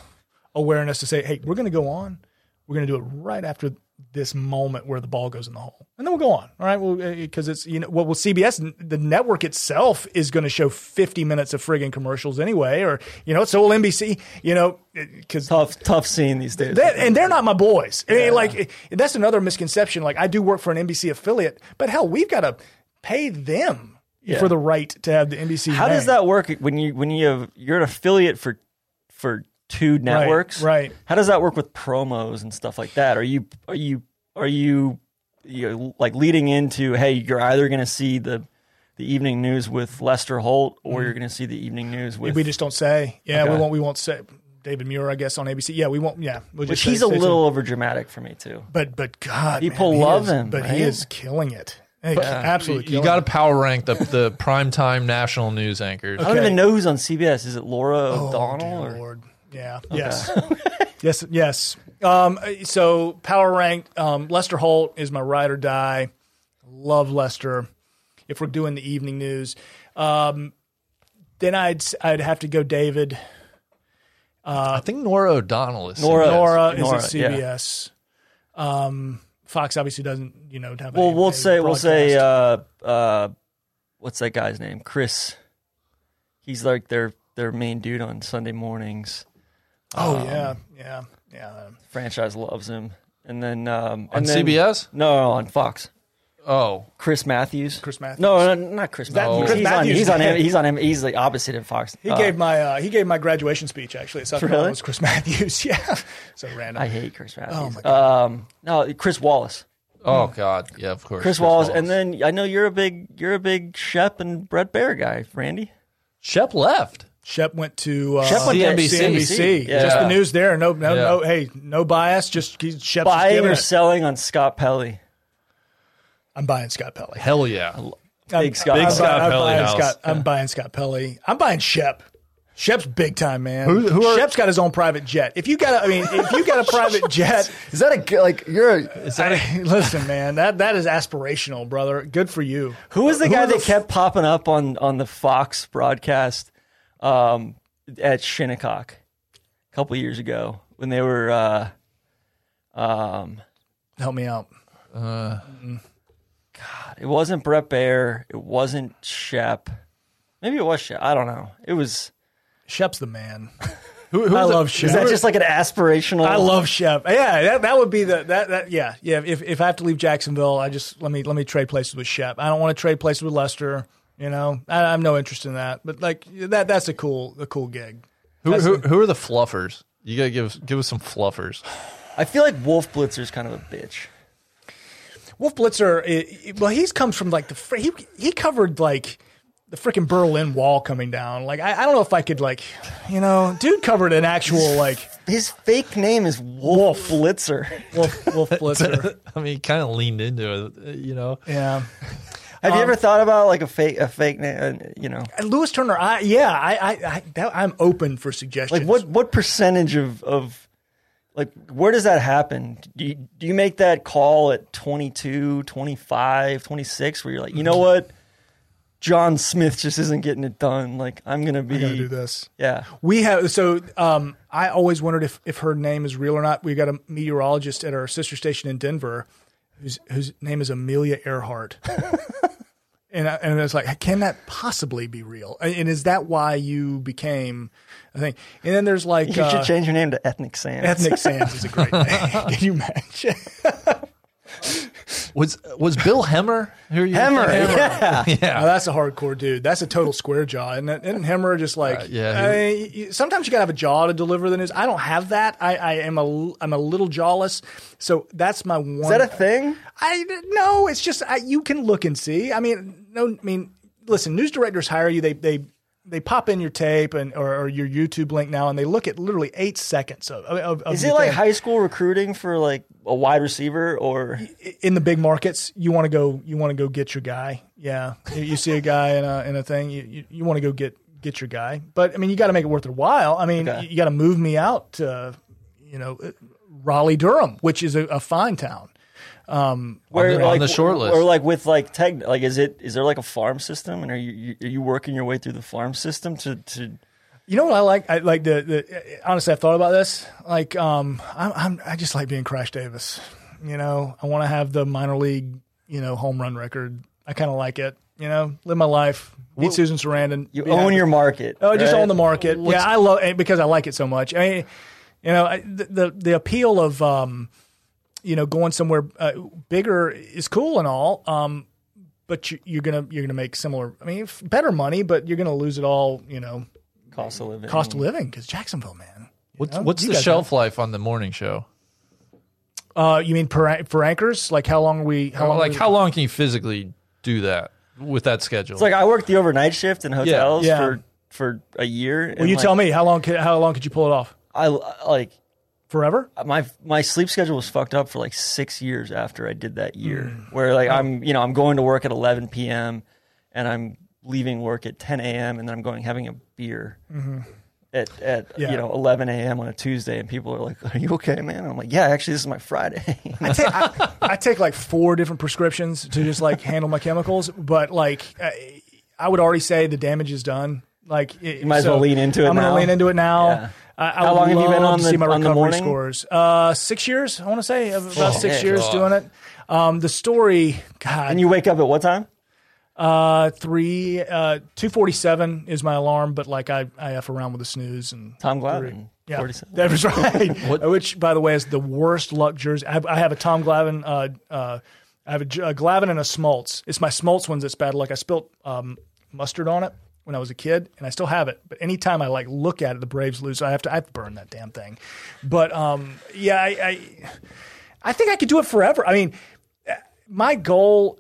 awareness to say, hey, we're going to go on. We're going to do it right after this moment where the ball goes in the hole, and then we'll go on. All right, well, because it's you know, well, well, CBS, n- the network itself is going to show fifty minutes of friggin' commercials anyway, or you know, so will NBC. You know, eh, because
Tough, tough scene these days.
that, and they're not my boys. I mean, Like it- that's another misconception. Like I do work for an NBC affiliate, but hell, we've got to pay them for the right to have the NBC.
How does
name.
that work when you when you have you're an affiliate for for two networks?
right.
How does that work with promos and stuff like that? Are you are you are you you know, like leading into hey, you're either going to see the the evening news with Lester Holt or you're going to see the evening news with
Mm-hmm. We just don't say. Yeah, we
Okay.
won't. We won't say David Muir, I guess, on ABC. Yeah, we won't. Yeah, we'll
which
say-
he's a
say to-
little over dramatic for me too.
But but God,
People
man, he
love
is-
him,
But
right?
he is killing it. Hey, absolutely,
You
killing
got to
it.
power rank the the primetime national news anchors.
I don't
Okay.
even know who's on CBS. Is it Laura
Oh,
O'Donnell
dear
or
Lord. Yeah. Yes. yes. Yes. Um, so power ranked. Um, Lester Holt is my ride or die. Love Lester. If we're doing the evening news, um, then I'd s- I'd have to go David.
I think Nora O'Donnell is.
Nora?
Nora is
Nora,
at
yeah.
CBS. Um, Fox obviously doesn't you know have.
Well,
a,
we'll
a
say we'll say
broadcast.
uh, uh, what's that guy's name? Chris. He's like their their main dude on Sunday mornings.
oh
um,
yeah, yeah, yeah.
Franchise loves him. And then um,
on
and then-
CBS.
No, no, on Fox.
Oh,
Chris Matthews.
Chris Matthews.
No, no not Chris Matthews.
Chris
he's,
Matthews.
On, he's on him. He's on him. He's the opposite of Fox.
He gave my uh, he gave my graduation speech actually at South Carolina.
Really?
It was Chris Matthews. yeah, so random.
I hate Chris Matthews.
Oh, my
Um, no, Chris Wallace.
oh God, yeah, of course.
Chris, Wallace. And then I know you're a big you're a big Shep and Brett Bear guy, Randy.
Shep left.
Shep went to uh,
Shep went
to CNBC.
CNBC.
Yeah.
Just the news there. No, no,
Yeah.
no. Hey, no bias. Just he's- Shep's just
Buying
giving
or
it.
selling on Scott Pelly.
I'm buying Scott Pelley.
Hell yeah.
I'm-
Big Scott.
I'm,
Big
Scott
I'm
Pelley
buying
house.
Scott. I'm buying Scott Pelley. I'm buying Shep. Shep's big time, man.
Who- who are-
Shep's got his own private jet. If you got, a, I mean, if you got a private jet,
Is that a g- like you're? A,
I- listen, man, that that is aspirational, brother. Good for you.
Who was the guy
the
that kept popping up on on the Fox broadcast um, at Shinnecock a couple years ago when they were? Uh, um,
Help me out.
it wasn't Brett Baer. It wasn't Shep. Maybe it was Shep. I don't know. It was.
Shep's the man.
Who, who
I
was it?
love Shep.
Is that just like an aspirational?
I love Shep. Yeah, that, that would be the that, that yeah yeah. If if I have to leave Jacksonville, I just let me let me trade places with Shep. I don't want to trade places with Lester. You know, I, I'm no interest in that. But like that that's a cool a cool gig.
Who, who, who are the fluffers? You gotta give us- give us some fluffers.
I feel like Wolf Blitzer's kind of a bitch.
Wolf Blitzer. i i well, he's comes from like the fr- he he covered like. The freaking Berlin Wall coming down. Like I, I don't know if I could like, you know, dude covered an actual like
His fake name is Wolf, Blitzer.
Wolf, Wolf Blitzer.
I mean, he kind of leaned into it, you know.
Yeah.
Have
Um,
you ever thought about like a fake a fake name? Uh, you know,
Lewis Turner, I yeah, I I, I that, I'm open for suggestions.
like what what percentage of of like where does that happen do you, do you make that call at 22 25 26 where you're like you know
Mm-hmm.
what john smith just isn't getting it done like i'm gonna be
gotta do this?
yeah
We have so um, I always wondered if if her name is real or not. We got a meteorologist at our sister station in Denver, whose whose name is Amelia Earhart. And I, and it's like, can that possibly be real? And and is that why you became I think? And then there's like
you
uh,
should change your name to ethnic sands
ethnic sands is a great name. Can you imagine?
Was was Bill Hemmer? Who you
Hemmer,
Yeah.
Now, Oh, that's a hardcore dude. That's a total square jaw, isn't it? Isn't Hemmer just like?
Uh, yeah,
I
he-
mean, y- y- sometimes you gotta have a jaw to deliver the news. I don't have that. I, I am a l- I'm a little jawless, so that's my one.
is that a thing
I no. It's just I, you can look and see. I mean, no. I mean, listen. News directors hire you. They they they pop in your tape and or, or your YouTube link now, and they look at literally eight seconds of. of, of
is
your
it like
thing.
high school recruiting for like a wide receiver or
in the big markets, you want to go. You want to go get your guy. Yeah, you, you see a guy in a in a thing. You you, you want to go get get your guy. But I mean, you got to make it worth their while. I mean,
Okay.
you got to move me out to, you know, uh, Raleigh Durham, which is a, a fine town.
where,
the- on the short list.
or like with like tech like is it is there like a farm system and are you, you are you working your way through the farm system to to
You know what I like? I like the, the honestly. I thought about this. Like, um, I'm, I'm I just like being Crash Davis. You know, I want to have the minor league, you know, home run record. I kind of like it. You know, live my life. Meet Susan Sarandon.
You
be
own
happy.
your market.
Oh, just
right?
on the market. yeah, I love it because I like it so much. I mean, you know, I, the, the the appeal of um, you know, going somewhere uh, bigger is cool and all. Um, but you, you're gonna you're gonna make similar. I mean, f- better money, but you're gonna lose it all. You know,
cost of living.
Mm.
cost of living because Jacksonville, man.
What's
know,
what's
you
the
guys
shelf life on the morning show?
Uh, you mean per, for anchors? Like how long are we? How long?
like
are we-
how long can you physically do that with that schedule?
It's like I worked the overnight shift in hotels
Yeah.
for for a year.
Will you tell me how long? could- How long could you pull it off?
I like
Forever?
my my sleep schedule was fucked up for like six years after I did that year.
Hmm.
Where like I'm you know I'm going to work at 11 p.m. and I'm leaving work at 10 a.m. and then I'm going having a beer at at
Mm-hmm. Yeah.
you know 11 a.m. on a Tuesday and people are like, "Are you okay, man?" And I'm like, "Yeah, actually, this is my Friday."
I take, I, I take like four different prescriptions to just like handle my chemicals, but like I, I would already say the damage is done. Like it, you
might as well lean into it
I'm
now.
gonna lean into it now.
Yeah.
I, I
How
would
long have you been
love
on
to
the-
see my
on the
recovery
morning?
scores? Uh, six years, I want to say about six
Shit.
years
God.
doing it. Um, the story, God,
and you wake up at what time?
uh, three uh, two forty seven is my alarm, but like I I f around with the snooze and
Tom Glavine.
yeah,
47.
that was right. Which, by the way, is the worst luck jersey. I have, I have a Tom Glavine. Uh, uh, I have a, J- a Glavine and a Smoltz. It's my Smoltz ones that's bad. Like I spilt um, mustard on it when I was a kid, and I still have it. But anytime I like look at it, the Braves lose. I have to I have to burn that damn thing. But um, yeah, I, I I think I could do it forever. I mean, eh, my goal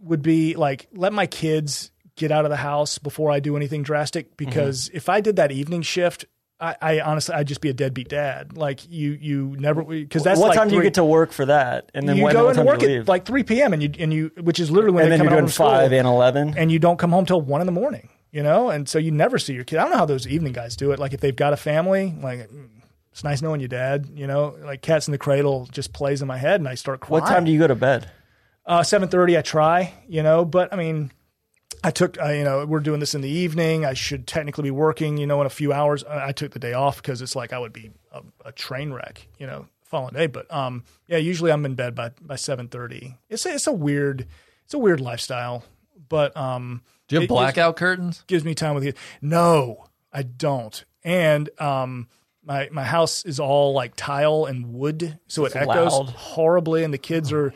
would be like let my kids get out of the house before I do anything drastic
Mm-hmm.
because if I did that evening shift, I, I honestly I'd just be a deadbeat dad. Like you you never because that's
what
like
time do you
three-
get to work for that? And then
you
when,
go
what
and
time do
work
you
at
leave?
like three p.m. and you and you which is literally when
and
they
then
come
you're
out
doing
from school,
five and eleven.
and you don't come home till one in the morning. You know, and so you never see your kid. I don't know how those evening guys do it. Like if they've got a family, like. mm, It's nice knowing you, Dad. You know, like "Cats in the Cradle" just plays in my head, and I start crying
what time do you go to bed?
uh, seven thirty. I try, you know, but I mean, I took, uh, you know, we're doing this in the evening. I should technically be working, you know, in a few hours. I, I took the day off because it's like I would be a, a train wreck, you know, the following day. But um, yeah, usually I'm in bed by by seven thirty. It's a, it's a weird, it's a weird lifestyle, but um,
do you
it
have
gives-
blackout curtains?
gives me time with you. No, I don't. And um, my my house is all like tile and wood, so it echoes
loud.
horribly. And the kids are,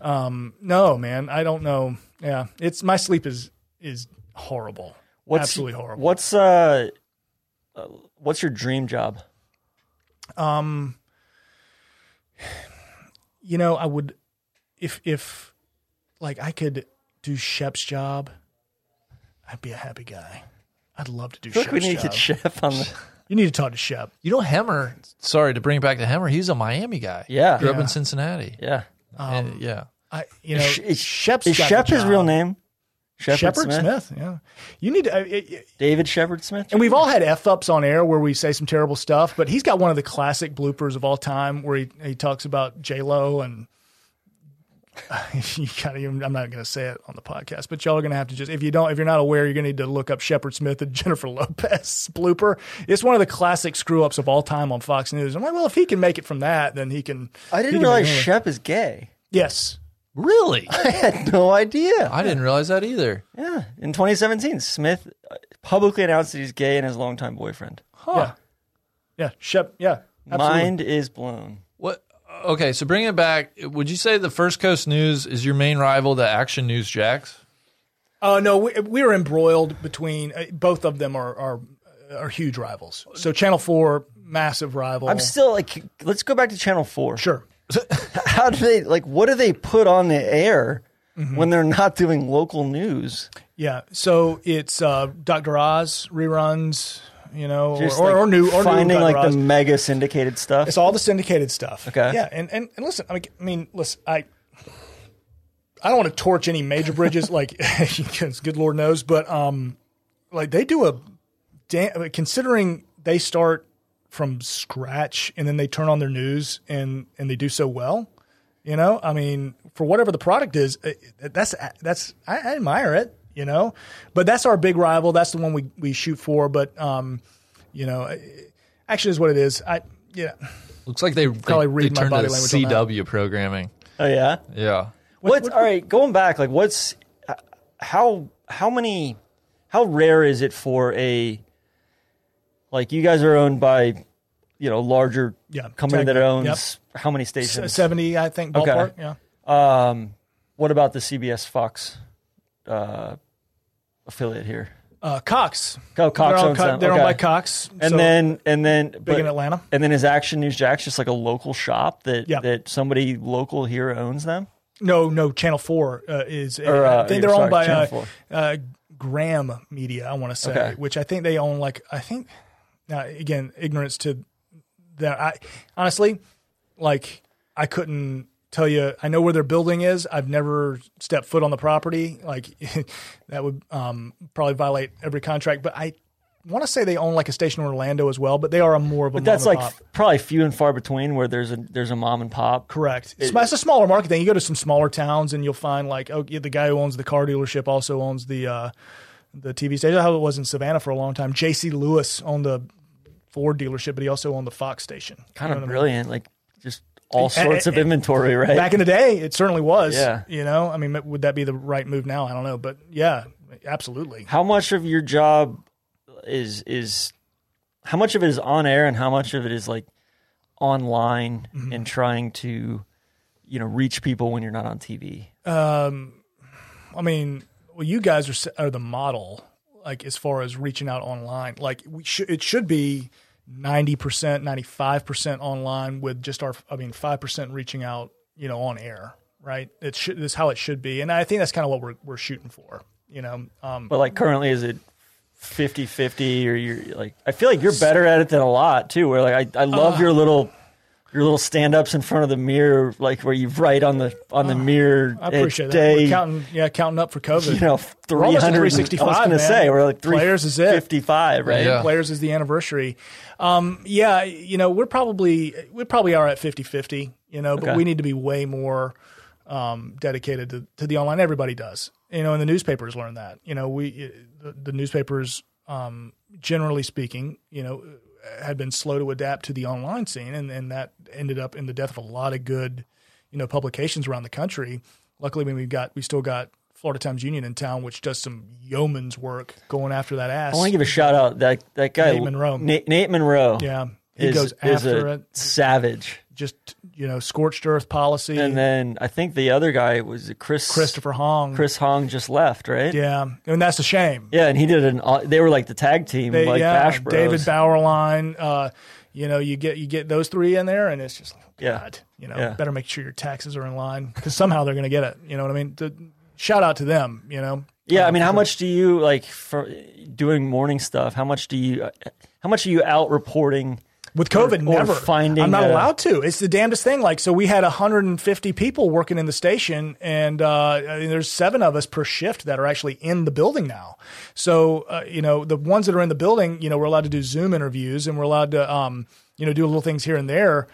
um, no, man, I don't know. Yeah, it's my sleep is is horrible.
What's,
Absolutely horrible.
What's uh, uh, what's your dream job?
You know, I would if if like I could do Shep's job, I'd be a happy guy. I'd love to do
I feel like we
Shep's
need
job.
to get Chef on the.
you need to talk to Shep.
You know, Hemmer. Sorry to bring it back to Hemmer. He's a Miami guy.
Yeah.
grew up
Yeah.
in Cincinnati.
Yeah.
Um,
And- Eh, yeah.
I you know,
Sh- is-
Shep's
is
Uh, got
Shep
the
his
job.
real name? Shepherd,
Shepard
Smith?
Smith. Yeah, you need to. I- it- it-
David Shepard Smith.
and we've all had f ups on air where we say some terrible stuff, but he's got one of the classic bloopers of all time where he he talks about J Lo and. You gotta even, I'm not going to say it on the podcast, but y'all are going to have to just if you don't if you're not aware, you're going to need to look up Shepard Smith and Jennifer Lopez blooper. It's one of the classic screw ups of all time on Fox News. I'm like, well, if he can make it from that, then he can.
I
he
didn't
can
realize
make it.
Shep is gay.
Yes,
Really?
I had no idea.
I didn't realize that either.
Yeah. In 2017, Smith uh, publicly announced that he's gay and his longtime boyfriend.
yeah, yeah, Shep, yeah, absolutely.
Mind is blown.
What? Okay, so bringing it back, would you say the First Coast News is your main rival to Action News Jacks?
Oh no, we, we're embroiled between uh, both of them are are are huge rivals. So Channel Four, massive rival.
I'm still like, let's go back to Channel 4.
sure.
How do they, like, what do they put on the air
Mm-hmm.
when they're not doing local news?
Yeah. So it's uh, Doctor Oz reruns, you know, or,
Just,
or,
like,
or new or new
finding
Dr.
like
Oz.
the mega syndicated stuff.
It's all the syndicated stuff.
Okay.
Yeah, and and, and listen, I mean, I mean, listen, I. I don't want to torch any major bridges, like because good Lord knows, but um, like they do a damn. Considering they start from scratch and then they turn on their news and and they do so well, you know. I mean, for whatever the product is, it- it- that's uh, that's I, I admire it, you know. But that's our big rival. That's the one we uh, we shoot for. But um, you know, it- actually, is what it is. I yeah.
Looks like they
Probably
they,
read
they
my
turned to
body language on that.
CW programming.
Oh yeah.
Yeah.
What's all right? Going back, like what's h- how how many how rare is it for a like you guys are owned by you know larger
Yeah,
company
tech-
that owns
yep.
how many
S-
stations?
70, I think,
Okay.
ballpark. Yeah.
Um, what about the CBS Fox uh, affiliate here?
Uh, Cox.
Oh, Cox
they're on,
owns
Co-
them.
they're owned
Okay.
by Cox.
And
so
then and then
big
but-
in Atlanta.
And then is Action News Jack's just like a local shop that
Yeah.
that somebody local here owns them?
No, no, Channel 4 uh, is.
Or, uh,
I think they're
sorry,
owned by
Channel
uh,
4.
uh, Graham Media, I want to say,
Okay.
which I think they own, like, I think, now, again, ignorance to that. I Honestly, like, I couldn't tell you. I know where their building is. I've never stepped foot on the property. Like, that would um, probably violate every contract, but I. Want to say they own like a station in Orlando as well, but they are a more of a.
But that's
mom
like
and pop.
probably few and far between where there's a there's a mom and pop.
Correct. It's, it's a smaller market thing. You go to some smaller towns and you'll find like oh yeah, the guy who owns the car dealership also owns the uh, the TV station. How it was in Savannah for a long time. J.C. Lewis owned the Ford dealership, but he also owned the Fox station.
Kind of brilliant, like just all sorts of
eh, eh.
inventory, right?
Back in the day, it certainly was.
Yeah.
You know, I mean, would that be the right move now? I don't know, but yeah, absolutely.
how much of your job is is how much of it is on air and how much of it is like online
Mm-hmm.
and trying to you know reach people when you're not on TV?
I mean, well, you guys are s- are the model, like as far as reaching out online. Like we should, it should be ninety percent, ninety five percent online with just our, I mean, five percent reaching out, you know, on air, right? It should is how it should be, and I think that's kind of what we're we're shooting for, you know. Um,
But like currently is it 50-50 or you're like I feel like you're better at it than a lot too where like I, I love
Uh.
your little your little stand-ups in front of the mirror like where you write on the on the mirror
Uh, I appreciate
each
that.
day
We're counting, yeah, counting up for COVID.
you know
We're almost at
300 I was
365,
going to
man.
say we're like
Players is it.
355 right
Yeah.
players is the anniversary. Um, yeah, you know, we're probably we probably are at 50-50, you know, but
Okay.
we need to be way more um, dedicated to, to the online. Everybody does, you know, and the newspapers learn that. You know, we the, the newspapers, um, generally speaking, you know, had been slow to adapt to the online scene, and, and that ended up in the death of a lot of good, you know, publications around the country. Luckily, when we got we still got. Florida Times Union in town, which does some yeoman's work going after that ass.
I want to give a shout out that that guy
Nate Monroe.
Nate, Nate Monroe.
Yeah, he
is,
goes
is
after
a
it.
Savage.
Just you know, scorched earth policy.
And then I think the other guy was Chris.
Christopher Hong.
Chris Hong just left, right?
Yeah, and that's a shame.
Yeah, and he did an. au- They were like the tag team,
They-
like
yeah,
Bash Bros.
David Bauerlein. Uh, you know, you get you get those three in there, and it's just like, oh,
Yeah.
God, you know,
Yeah.
better make sure your taxes are in line because somehow they're going to get it. You know what I mean? The- shout out to them. You know,
yeah, I mean, how much do you like for doing morning stuff? How much do you? How much are you out reporting?
with COVID,
or
never
finding
I'm not
a-
allowed to. It's the damnedest thing. Like, so we had 150 people working in the station, and uh, I mean, there's seven of us per shift that are actually in the building now. So, uh, you know, the ones that are in the building, you know, we're allowed to do Zoom interviews, and we're allowed to, um, you know, do little things here and there.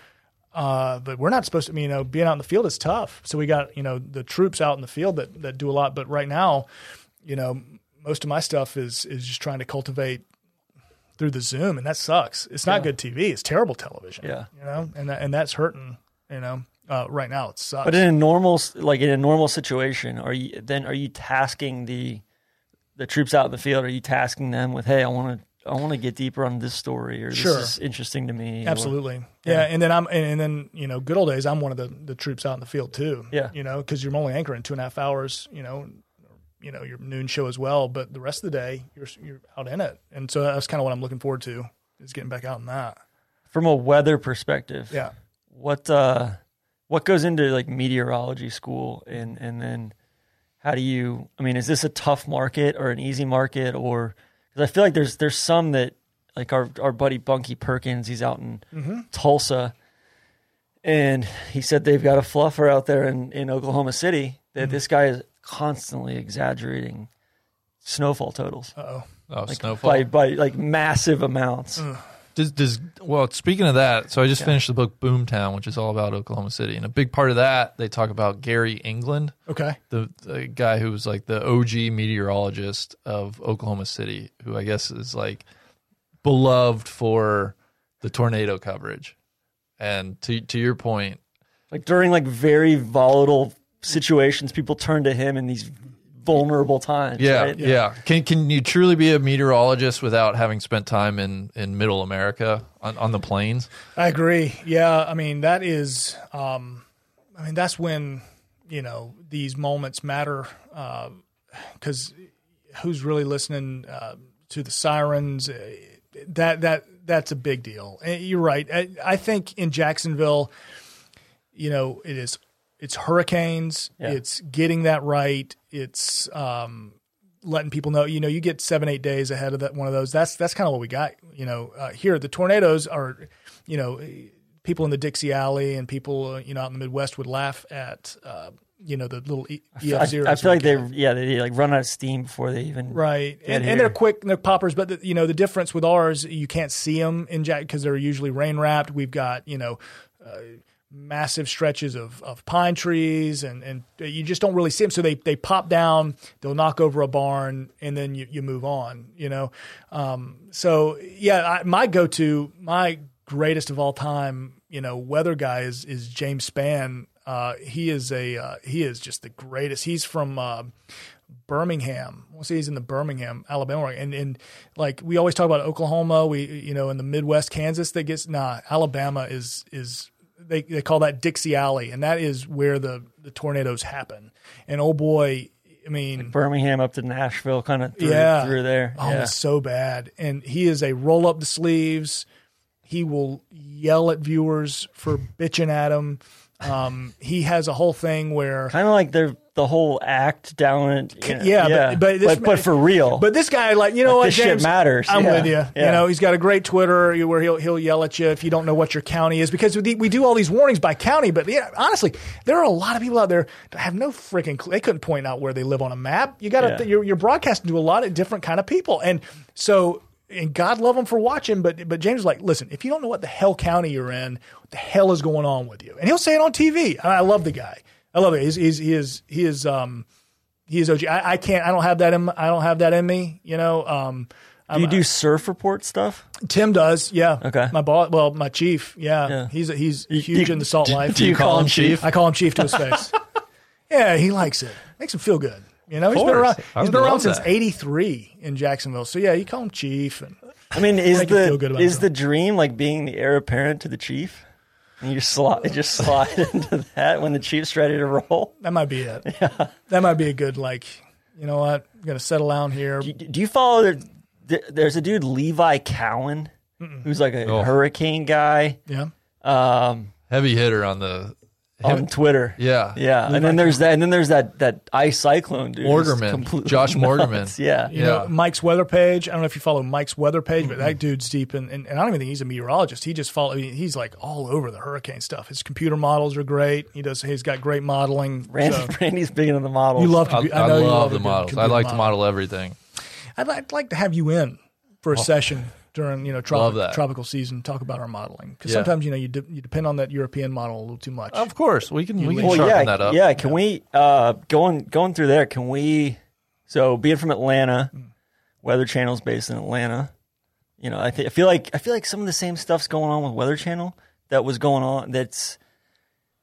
Uh, but we're not supposed to, I mean, you know, being out in the field is tough. So we got, you know, the troops out in the field that, that do a lot. But right now, you know, most of my stuff is, is just trying to cultivate through the Zoom, and that sucks. It's not good TV. It's terrible television.
Yeah.
you know, and that, and that's hurting. You know, uh, right now it sucks.
But in a normal, s- like in a normal situation, are you then are you tasking the the troops out in the field? Are you tasking them with, hey, I want to I want to get deeper on this story, or this
Sure.
is interesting to me? or-
Absolutely. Yeah. And then I'm, and, and then, you know, good old days, I'm one of the, the troops out in the field too.
Yeah.
You know, cause you're only anchoring two and a half hours, you know, you know, your noon show as well, but the rest of the day you're, you're out in it. And so that's kind of what I'm looking forward to is getting back out in that.
from a weather perspective,
Yeah.
what uh, what goes into like meteorology school, and and then how do you? I mean, is this a tough market or an easy market, or because I feel like there's there's some that like our our buddy Bunky Perkins, he's out in Tulsa, and he said they've got a fluffer out there in in Oklahoma City that this guy is constantly exaggerating snowfall totals
Oh, snowfall.
by by like massive amounts.
Does, does well speaking of that so i just finished the book boomtown which is all about oklahoma city and a big part of that they talk about gary england
Okay.
the, the guy who was like the og meteorologist of oklahoma city who i guess is like beloved for the tornado coverage And to to your point,
Like during like very volatile situations, people turn to him in these vulnerable times.
yeah,
right?
yeah, Can can you truly be a meteorologist without having spent time in in Middle America on, on the plains?
I agree. Yeah, I mean that is, um, I mean that's when you know these moments matter because who's really listening uh, to the sirens? Uh, That that that's a big deal. And You're right. I, I think in Jacksonville, you know, it is it's hurricanes.
Yeah.
It's getting that right. It's um, letting people know. You know, you get seven eight days ahead of that one of those. That's that's kind of what we got. You know, uh, here the tornadoes are, you know, people in the Dixie Alley and people uh, you know out in the Midwest would laugh at. Uh, you know the little E-
I,
EF zeros.
I feel like they yeah they like run out of steam before they even
Right, and,
here.
and they're quick, and they're poppers. But the, you know the difference with ours, you can't see them in Jack because they're usually rain wrapped. We've got you know uh, massive stretches of, of pine trees, and, and you just don't really see them. So they they pop down, they'll knock over a barn, and then you, you move on. You know, um, so yeah, I, my go to, my greatest of all time, you know, weather guy is is James Spann. Uh, he is a uh, he is just the greatest. He's from. Uh, Birmingham. We'll see he's in the Birmingham, Alabama, area. and and like we always talk about Oklahoma, we you know in the Midwest, Kansas that gets nah. Alabama is is they they call that Dixie Alley, and that is where the the tornadoes happen. And oh boy, I mean,
Birmingham up to Nashville kind of through,
Yeah.
through there.
oh,
yeah.
it's so bad. And he is a roll up the sleeves. He will yell at viewers for bitching at him. Um, he has a whole thing where
Kind of like they're the whole act down at you know,
yeah, but- but this
but, for real.
But this guy, like, you know
Like,
what,
this shit
James,
matters.
I'm
Yeah.
with you.
Yeah.
You know, he's got a great Twitter where he'll he'll yell at you if you don't know what your county is because we we do all these warnings by county. But yeah, honestly, there are a lot of people out there that have no freaking. clue. They couldn't point out where they live on a map. You got to
Yeah.
you're, you're broadcasting to a lot of different kind of people, and so. And God love them for watching, but but James was like, listen, if you don't know what the hell county you're in, what the hell is going on with you? And he'll say it on TV. And I love the guy. I love it. He's, he's, he is he is um he is OG. I, I can't. I don't have that in. I don't have that in me. You know. Um,
do you do surf report stuff?
Tim does. Yeah.
Okay.
My boss. Well, my chief. Yeah.
Yeah.
He's he's huge
you-
in the salt life.
Do you call him chief?
I call him chief to his face. yeah, he likes it. Makes him feel good. You know, he's been
course.
around.
I
He's
would
been around
love
since
that.
'83 in Jacksonville. So yeah, you call him chief. And
I mean, is
Make you feel good
the
about
is
yourself.
the dream like being the heir apparent to the chief? And you slide, just slide into that when the chief's ready to roll.
that might be it. That might be a good like. You know what? I'm gonna settle down here.
Do- Do you follow? The, th- there's a dude Levi Cowan, who's like a
Oh.
hurricane guy
Yeah.
um,
Heavy hitter on the
on Twitter.
yeah
yeah. And then there's that, and then there's that that ice cyclone dude, who's
Morgerman.
completely
Josh
nuts.
Morgerman.
Yeah,
You know,
Yeah.
Mike's weather page. I don't know if you follow Mike's weather page, but that dude's deep in, and, and I don't even think he's a meteorologist. He just follow. I mean, he's like all over the hurricane stuff. His computer models are great. He does. He's got great modeling.
Randy,
So-
Randy's big into the models.
you love.
I,
compu-
I
know you
love
a
the
good
models. I
computer
like to model everything.
I'd, like- I'd like to have you in for a session during you know
Oh. Love
tropical
that.
tropical season. Talk about our modeling because
Yeah.
sometimes you know you, de- you depend on that European model a little too much.
Of course, we can we can
well,
sharpen
yeah,
that up.
yeah. Can we uh, going going through there? Can we? So being from Atlanta,
Hmm.
Weather Channel's based in Atlanta. You know, I, th- I feel like I feel like some of the same stuff's going on with Weather Channel that was going on that's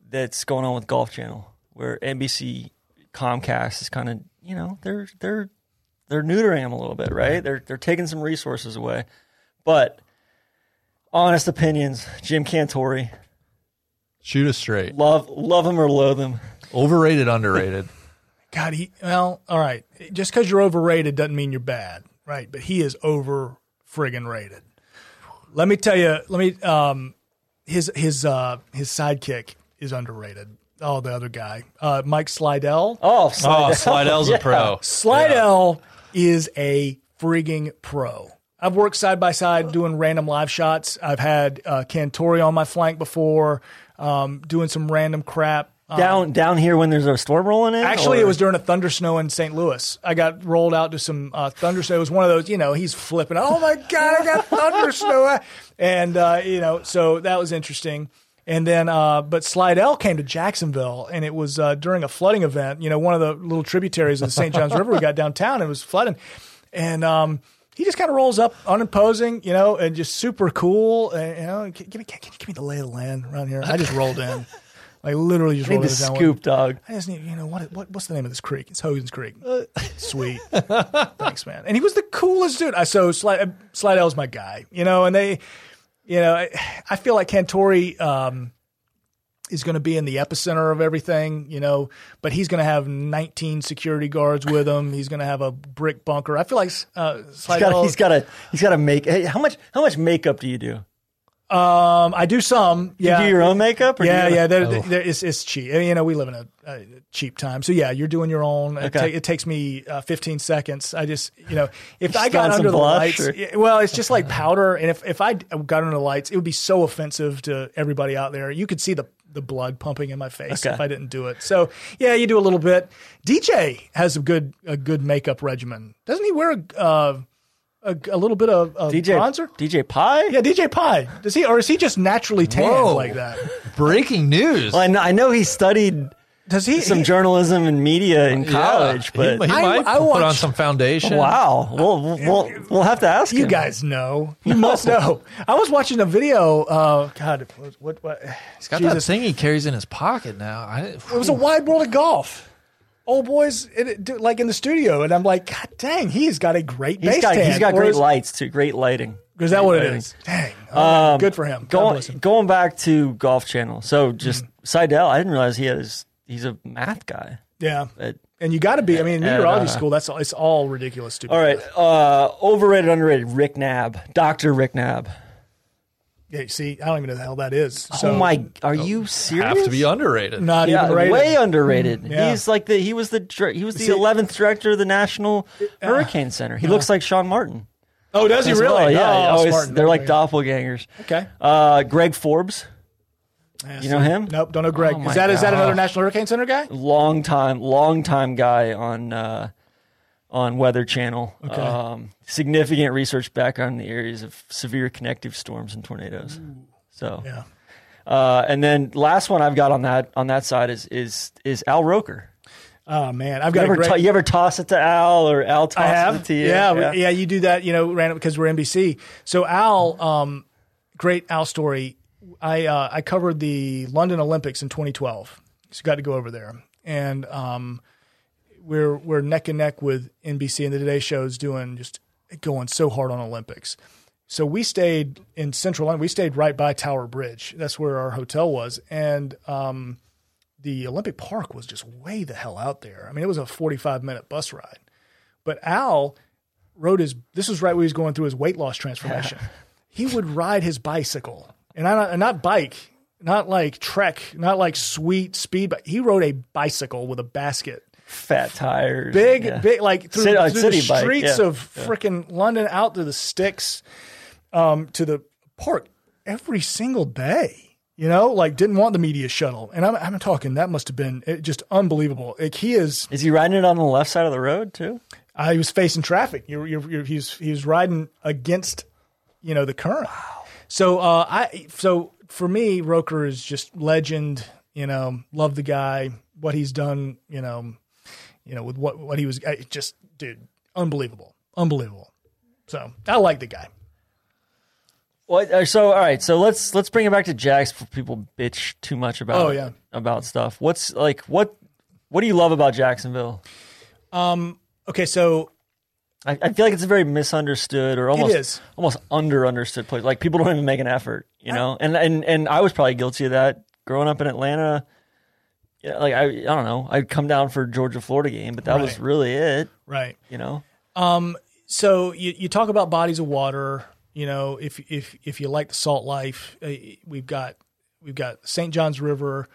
that's going on with Golf Channel, where NBC Comcast is kind of you know they're they're they're neutering them a little bit, right? They're they're taking some resources away, but honest opinions, Jim Cantori,
Shoot us straight.
love love him or loathe him.
Overrated, underrated.
God, he well, all right. Just because you're overrated doesn't mean you're bad, right? But he is over friggin' rated. Let me tell you. Let me. Um, his his uh his sidekick is underrated. Oh, the other guy, uh, Mike Slidell.
Oh, Slidell.
Oh, Slidell's
Yeah.
a pro.
Slidell is a frigging pro. I've worked side by side doing random live shots. I've had uh, Cantori on my flank before, um, doing some random crap. Um,
Down down here when there's a storm rolling in.
Actually,
or-
it was during a thunder snow in St. Louis. I got rolled out to some uh, thunder snow. It was one of those, you know, he's flipping. Oh my god, I got thunder snow! And uh, you know, so that was interesting. And then, uh, but Slidell came to Jacksonville, and it was uh, during a flooding event. You know, one of the little tributaries of the St. Johns River. We got downtown, and it was flooding, and um, he just kind of rolls up unimposing, you know, and just super cool. And, you know, can, give me, can, can you give me the lay of the land around here? I just rolled in. Like literally just
I need
rolled
the
in down one-
scoop, dog.
I just need, you know, what, what what's the name of this creek? It's Hogan's Creek.
Uh,
Sweet. Thanks, man. And he was the coolest dude. I so Slide Slidell's my guy, you know, and they, you know, I, I feel like Cantori um, is going to be in the epicenter of everything, you know, but he's going to have 19 security guards with him. He's going to have a brick bunker. I feel like uh,
He's got,
Slidell.
he's got a he's got a make. Hey, how much how much makeup do you do?
um, I do some.
Do
Yeah.
you do your own makeup? Or do
yeah,
you,
yeah, they're, they're- it's, it's cheap. And, You know, we live in a, a cheap time, so yeah, you're doing your own. It,
Okay.
ta- it takes me uh, 15 seconds. I just, you know, if I
Just
got
on some
under the
blush
lights,
or-
yeah, well, it's just like powder, and if if I d- got under the lights, it would be so offensive to everybody out there. You could see the the blood pumping in my face
Okay.
if I didn't do it. So yeah, you do a little bit. DJ has a good a good makeup regimen, doesn't he? Wear a uh, a, a little bit of, of
DJ
bronzer.
DJ Pie.
Yeah, DJ Pie. Does he or is he just naturally tan
Whoa.
like that?
Breaking news.
Well, I know, I know he studied
Does he
some
he-
journalism and media in
Yeah.
college,
He-
but
he,
I-
might
I
put on
watched-
some foundation.
wow, we'll, we'll we'll have to ask
You
him.
guys know. You must know. I was watching a video. Uh, God, what? what, what
he's got
Jesus.
that thing he carries in his pocket now. I, it
It was a wide world of golf. Old boys, in it, do- like in the studio, and I'm like, God dang, he's got a great
He's
base
got,
tan.
he's got
Or
great
is-
lights too. Great lighting.
Is that what it
lighting.
is? Dang, All right. good for him. God
Um, Going
bless him. Mm.
going back to Golf Channel. So just Seidel, I didn't realize he has. He's a math guy.
Yeah,
But,
and you got to be. I mean, in
and,
meteorology
uh,
school, that's all, it's all ridiculous. Stupid.
all right, uh, overrated, underrated. Rick Nab, Doctor Rick Nab.
Yeah, you see, I don't even know the hell that is. So uh,
oh my, are you serious?
have to be underrated.
not
yeah,
even rated.
way underrated.
Mm, yeah.
He's like the he was the dir- he was the
See-
eleventh director of the National Hurricane Center. He looks like Sean Martin.
oh, does he
as
really?
well. Yeah,
Oh,
he always-
smart.
they're like doppelgangers.
Okay.
Uh, Greg Forbes,
Yeah,
you
so-
know him?
Nope, don't know Greg.
Oh my
is that is that
God.
another National Hurricane Center guy?
long time, long time guy on uh, on Weather Channel. Okay. Um, significant research background in the areas of severe connective storms and tornadoes. So,
Yeah.
uh, and then last one I've got on that on that side is is is Al Roker.
Oh man, I've
You
got
ever,
a great.
to- you ever toss it to Al or Al
I
tosses
have.
it to you?
Yeah, we- yeah, You do that, you know, random because we're NBC. So Al, um, great Al story. I uh, I covered the London Olympics in 2012, so got to go over there, and um, we're we're neck and neck with NBC and the Today Show's doing just going so hard on Olympics. So we stayed in Central London. We stayed right by Tower Bridge. That's where our hotel was, and um, the Olympic Park was just way the hell out there. I mean, it was a 45 minute bus ride. But Al rode his. This was right when he was going through his weight loss transformation. he would ride his bicycle, and I don't- and not bike, not like trek, not like sweet speed, but he rode a bicycle with a basket.
Fat tires.
Big,
yeah.
big, like through,
City- uh,
through
city
the
bike,
streets
yeah,
of frickin' London, out through the sticks, um, to the park every single day. You know, like didn't want the media shuttle, and I'm, I'm talking. That must have been it, just unbelievable. Like he is.
Is he riding it on the left side of the road too?
Uh, he was facing traffic. You're, you're, you're, he was he was riding against, you know, the current. So uh, I so for me, Roker is just legend. You know, love the guy, what he's done. You know, you know with what what he was I- just dude, unbelievable, unbelievable. So I like the guy.
What? uh, So all right. So let's let's bring it back to Jax. Before people bitch too much about.
Oh, yeah.
About stuff. What's like what? What do you love about Jacksonville?
Okay, so
I, I feel like it's a very misunderstood or almost
is.
almost under understood place. Like people don't even make an effort, you know. and and and I was probably guilty of that growing up in Atlanta. Yeah, like I, I don't know. I'd come down for a Georgia Florida game, but that was
Right.
really it,
right.
you know.
so you, you talk about bodies of water. You know, if if if you like the salt life, uh, we've got we've got St. John's River,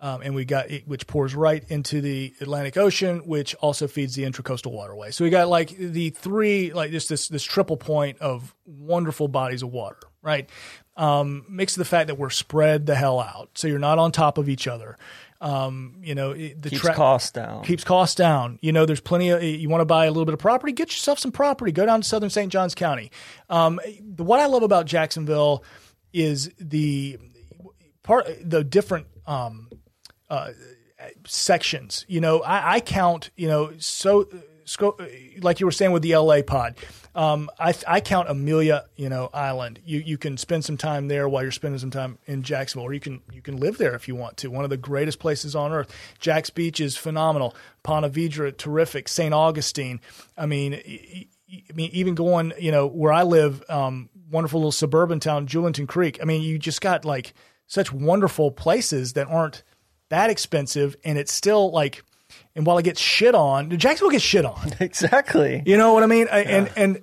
um, and we got it, which pours right into the Atlantic Ocean, which also feeds the intracoastal waterway. So we got like the three, like just this this triple point of wonderful bodies of water, right? Um, mixed with the fact that we're spread the hell out, so you're not on top of each other. Um, you know, it- the
Keeps
tra-
costs down.
keeps costs down. You know, there's plenty of you want to buy a little bit of property, get yourself some property. Go down to Southern St. Johns County. Um, the- what I love about Jacksonville is the part the different um, uh, sections. You know, I, I count. You know, so sco- like you were saying with the LA pod. Um, I, I count Amelia, you know, Island. You you can spend some time there while you're spending some time in Jacksonville, or you can you can live there if you want to. One of the greatest places on earth. Jack's Beach is phenomenal. Ponte Vedra, terrific. St. Augustine. I mean, y- y- I mean, even going, you know, where I live, um, wonderful little suburban town, Julianton Creek. I mean, you just got like such wonderful places that aren't that expensive, and it's still like. And while it gets shit on, Jacksonville gets shit on.
Exactly.
You know what I mean? I, And and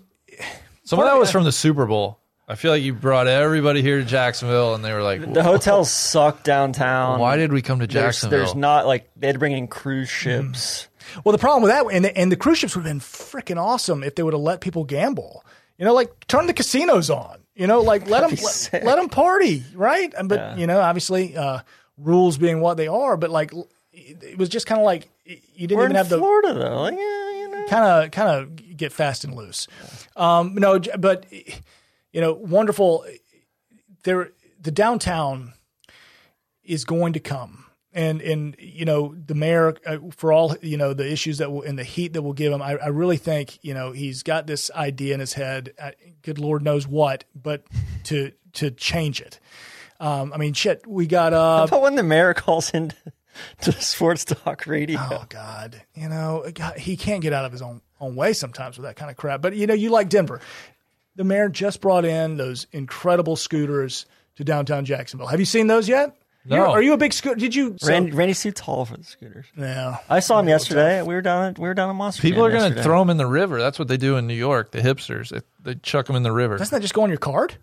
Some of that was from the Super Bowl. I feel like you brought everybody here to Jacksonville, and they were like,
The hotels suck downtown.
"Why did we come to
there's,
Jacksonville?"
there's not like they had to bring in cruise
Hmm.
ships.
well, the problem with that, and the, and the cruise ships would have been freaking awesome if they would have let people gamble. You know, like turn the casinos on. You know, like let them
be
let,
sick.
them party, right? And- But you know, obviously, uh, rules being what they are, but like l- it it was just kind of like y- you didn't
We're
even
in
have the
Florida though. Like, yeah, you know.
kind of kind of get fast and loose. Um, no, j- but you know, wonderful. There, the downtown is going to come, and and you know, the mayor uh, for all you know the issues that will and the heat that will give him. I, I really think you know he's got this idea in his head. uh good Lord knows what, but to to change it. Um, I mean, shit, we got uh,
But when the mayor calls in to, sports talk radio,
Oh God, you know God, he can't get out of his own own way sometimes with that kind of crap. But you know, you like Denver. The mayor just brought in those incredible scooters to downtown Jacksonville. Have you seen those yet?
No.
You're- are you a big scooter? Did you? so-
Randy, Randy's too tall for the scooters.
no.
I saw him yesterday. We were down. At, we were down at Monster.
People
Jam
are going to
yesterday.
throw them in the river. That's what they do in New York. The hipsters, they, they chuck them in the river.
Doesn't that just go on your card?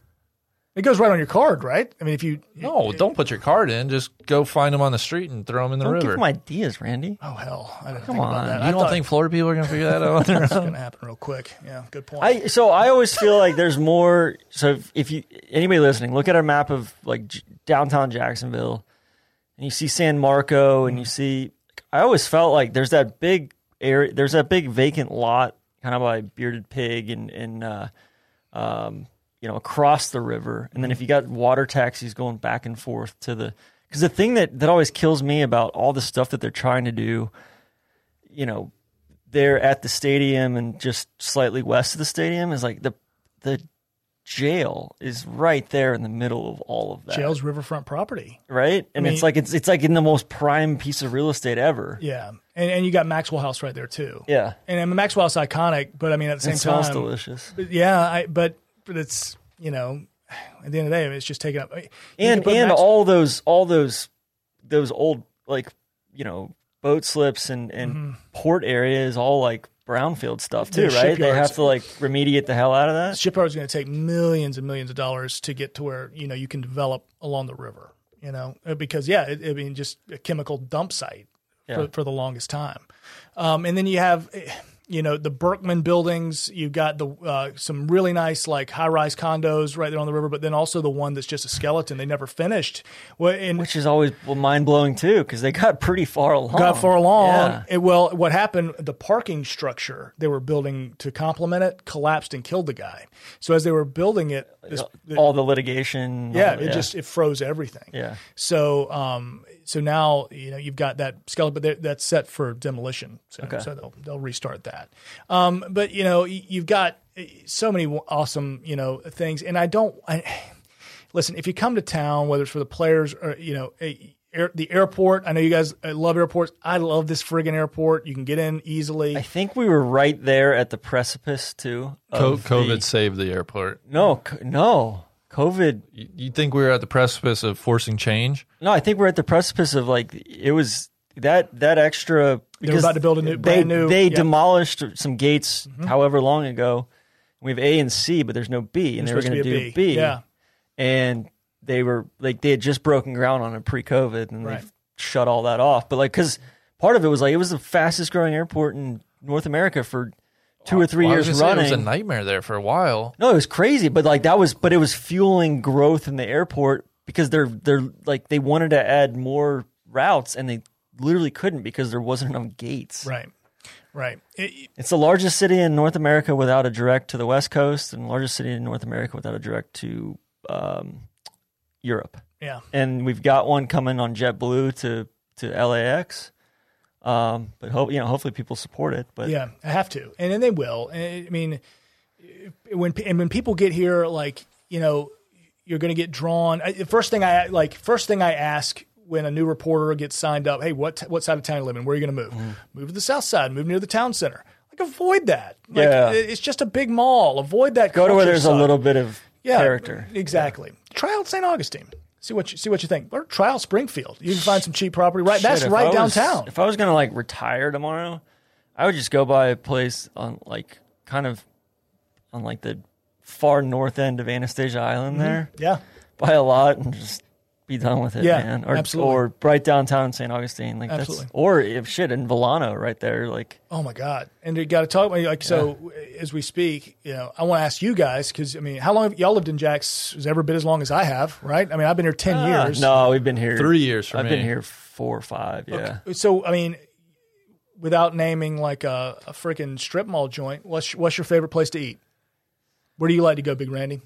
It goes right on your card, right? I mean, if you
No, don't put your card in. Just go find them on the street and throw them in the
Don't give
river.
him ideas, Randy.
oh hell, I didn't
Come
think about
on.
that.
you
I
don't
thought
think Florida people are going to figure that out on their
it's
own?
going to happen real quick? Yeah, good point.
I so I always feel like there's more. So if, if you anybody listening, look at our map of like J- downtown Jacksonville, and you see San Marco, and you see. I always felt like there's that big area. There's that big vacant lot kind of by Bearded Pig and and uh, um, you know across the river, and then if you got water taxis going back and forth to the. Because the thing that, that always kills me about all the stuff that they're trying to do, you know, there at the stadium and just slightly west of the stadium is like the the jail is right there in the middle of all of that,
Jail's riverfront property.
right? And
I mean-
it's like it's it's like in the most prime piece of real estate ever.
Yeah, and and you got Maxwell House right there too.
Yeah,
And I mean, Maxwell House iconic, but I mean at the same
it
time,
smells delicious.
But yeah, I but but it's you know at the end of the day it's just taking up you can
And
put
and
Max-
all those all those those old like you know boat slips and and
Mm-hmm.
port area is all like brownfield stuff too,
Their
right? They
shipyards.
have to like remediate the hell out of that.
shipyard's going to take millions and millions of dollars to get to where you know you can develop along the river you know Uh, because yeah it, I mean just a chemical dump site
Yeah.
for, for the longest time um, and then you have eh, you know the Berkman buildings you've got the uh, some really nice like high rise condos right there on the river but then also the one that's just a skeleton they never finished well and
Which is always well, mind blowing too, because they got pretty far along.
got far along.
Yeah.
It- well, what happened? The parking structure they were building to complement it collapsed and killed the guy. So as they were building it, this,
all the litigation.
yeah,
all-
it just it froze everything.
yeah.
So um, so now you know you've got that skeleton, but that- that's set for demolition. So, so they'll they'll restart that. Um, but you know y- you've got eh, so many awesome you know things, and I don't. I, listen, if you come to town, whether it's for the players or you know a, air, the airport, I know you guys uh, love airports. I love this friggin' airport. You can get in easily.
I think we were right there at the precipice too.
Co-
of
COVID
the-
saved the airport.
no, c- no, COVID.
You, you think we were at the precipice of forcing change?
No, I think we're at the precipice of like it was that that extra.
were about to build a new-
they,
brand new-
They
yeah. Mm-hmm.
demolished some gates however long ago. We have A and C, but there's no B, and
There's
they were going
supposed to
to
be a
do
B. Yeah.
and they were like they had just broken ground on it pre-COVID, and
Right.
they shut all that off. But like, because part of it was like it was the fastest growing airport in North America for two or three
Well, I was gonna
years
say
running.
It was a nightmare there for a while.
No, it was crazy, but like that was, but it was fueling growth in the airport because they're they're like they wanted to add more routes and they literally couldn't because there wasn't enough gates.
right, right. It-
It's the largest city in North America without a direct to the West Coast, and largest city in North America without a direct to um, Europe.
yeah.
And we've got one coming on JetBlue to to LAX. Um, but hope you know, hopefully people support it. But
Yeah, I have to, and then they will. And I mean, when and when people get here, like you know, you're going to get drawn. I, the first thing I like, first thing I ask when a new reporter gets signed up, hey, what what side of town you live in? Where are you going to move?
Mm.
Move to the south side. Move near the town center. Like avoid that. Like,
Yeah.
it- it's just a big mall. Avoid that.
go to where
culture
there's a
suck.
little bit of character.
Exactly. Try out St. Augustine. See what you see what you think. Or try out Springfield. You can find some cheap property. Right, that's
Shit, if
right
I was-
downtown.
If I was gonna like retire tomorrow, I would just go by a place on like kind of on like the far north end of Anastasia Island
Mm-hmm.
there.
yeah.
Buy a lot and just be done with it,
Yeah,
man. Or
absolutely.
or right downtown in St. Augustine. Like
Absolutely.
that's or if shit in Volano right there, like
Oh my God! And you got to talk about like so as we speak. You know, I want to ask you guys because I mean, how long have y'all lived in Jack's? Is every bit as long as I have, right? I mean, I've been here ten
Ah,
years.
No, we've been here
Three years for
I've
me.
been here four or five. Yeah.
So I mean, without naming like a, a freaking strip mall joint, what's what's your favorite place to eat? Where do you like to go, Big Randy?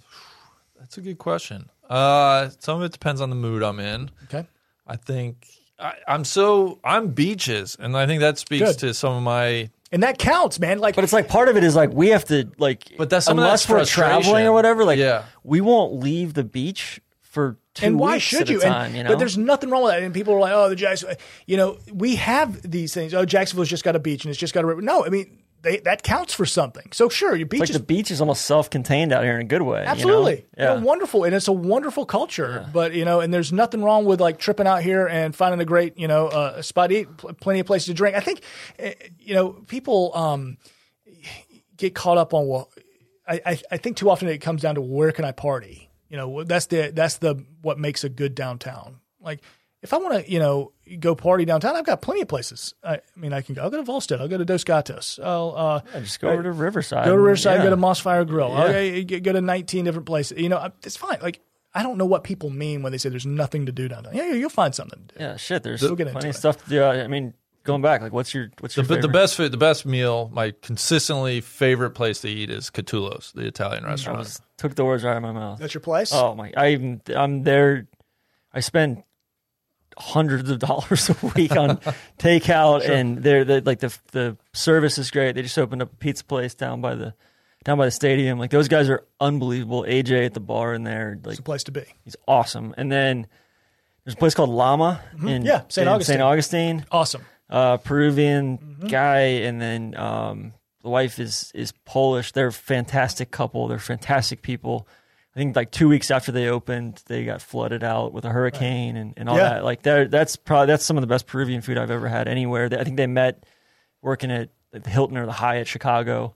That's a good question. Uh, some of it depends on the mood I'm in.
Okay,
I think I, I'm so I'm beaches, and I think that speaks
Good.
to some of my.
and that counts, man. Like,
But it's like part of it is like we have to like
But that's- some of
unless
that's
we're
frustration.
traveling or whatever, like
Yeah.
we won't leave the beach for two
and why
weeks
should
at
you?
a
And-
time, you know?
But there's nothing wrong with that. And people are like, oh, the Jacks. You know, we have these things. Oh, Jacksonville's just got a beach and it's just got a river. No, I mean. They, that counts for something. So sure, your beach
like
is
the beach is almost self contained out here in a good way. you know?
Absolutely.
Yeah.
You know, wonderful. And it's a wonderful culture. But, you know, and there's nothing wrong with like tripping out here and finding a great, you know, uh, spot to eat, pl- plenty of places to drink. I think, eh, you know, people um, get caught up on what I, I, I think too often it comes down to where can I party? You know, that's the, that's the, what makes a good downtown. Like, if I want to, you know, go party downtown, I've got plenty of places. I, I mean, I can go. I'll go to Volstead. I'll go to Dos Gatos. I'll uh,
Just go over to Riverside.
Go to
and-
Riverside,
yeah.
go to Moss Fire Grill. Okay, g- go to 19 different places. You know, I- it's fine. Like, I don't know what people mean when they say there's nothing to do downtown. Yeah, yeah, you'll find something to do.
Yeah, shit. There's
get into
plenty of
it.
stuff to do. I I mean, going back, like what's your what's your
But the
favorite?
best food, the best meal, my consistently favorite place to eat is Catullo's, the Italian
I
restaurant.
was took the words right out of my mouth.
That's your place?
Oh my! I even I'm there. I spend hundreds of dollars a week on takeout, and they're, they like the the service is great. They just opened up a pizza place down by the down by the stadium. Like those guys are unbelievable. AJ at the bar in there, like
It's a place to be.
he's awesome. And then there's a place called Llama in
Mm-hmm. Yeah, St.
in
Augustine.
St. Augustine
Awesome.
uh, Peruvian guy, and then um, the wife is is Polish. They're a fantastic couple. They're fantastic people. I think like two weeks after they opened, they got flooded out with a hurricane and, and all
Yeah.
that. Like they're- that's probably that's some of the best Peruvian food I've ever had anywhere. They- I think they met working at the Hilton or the Hyatt Chicago.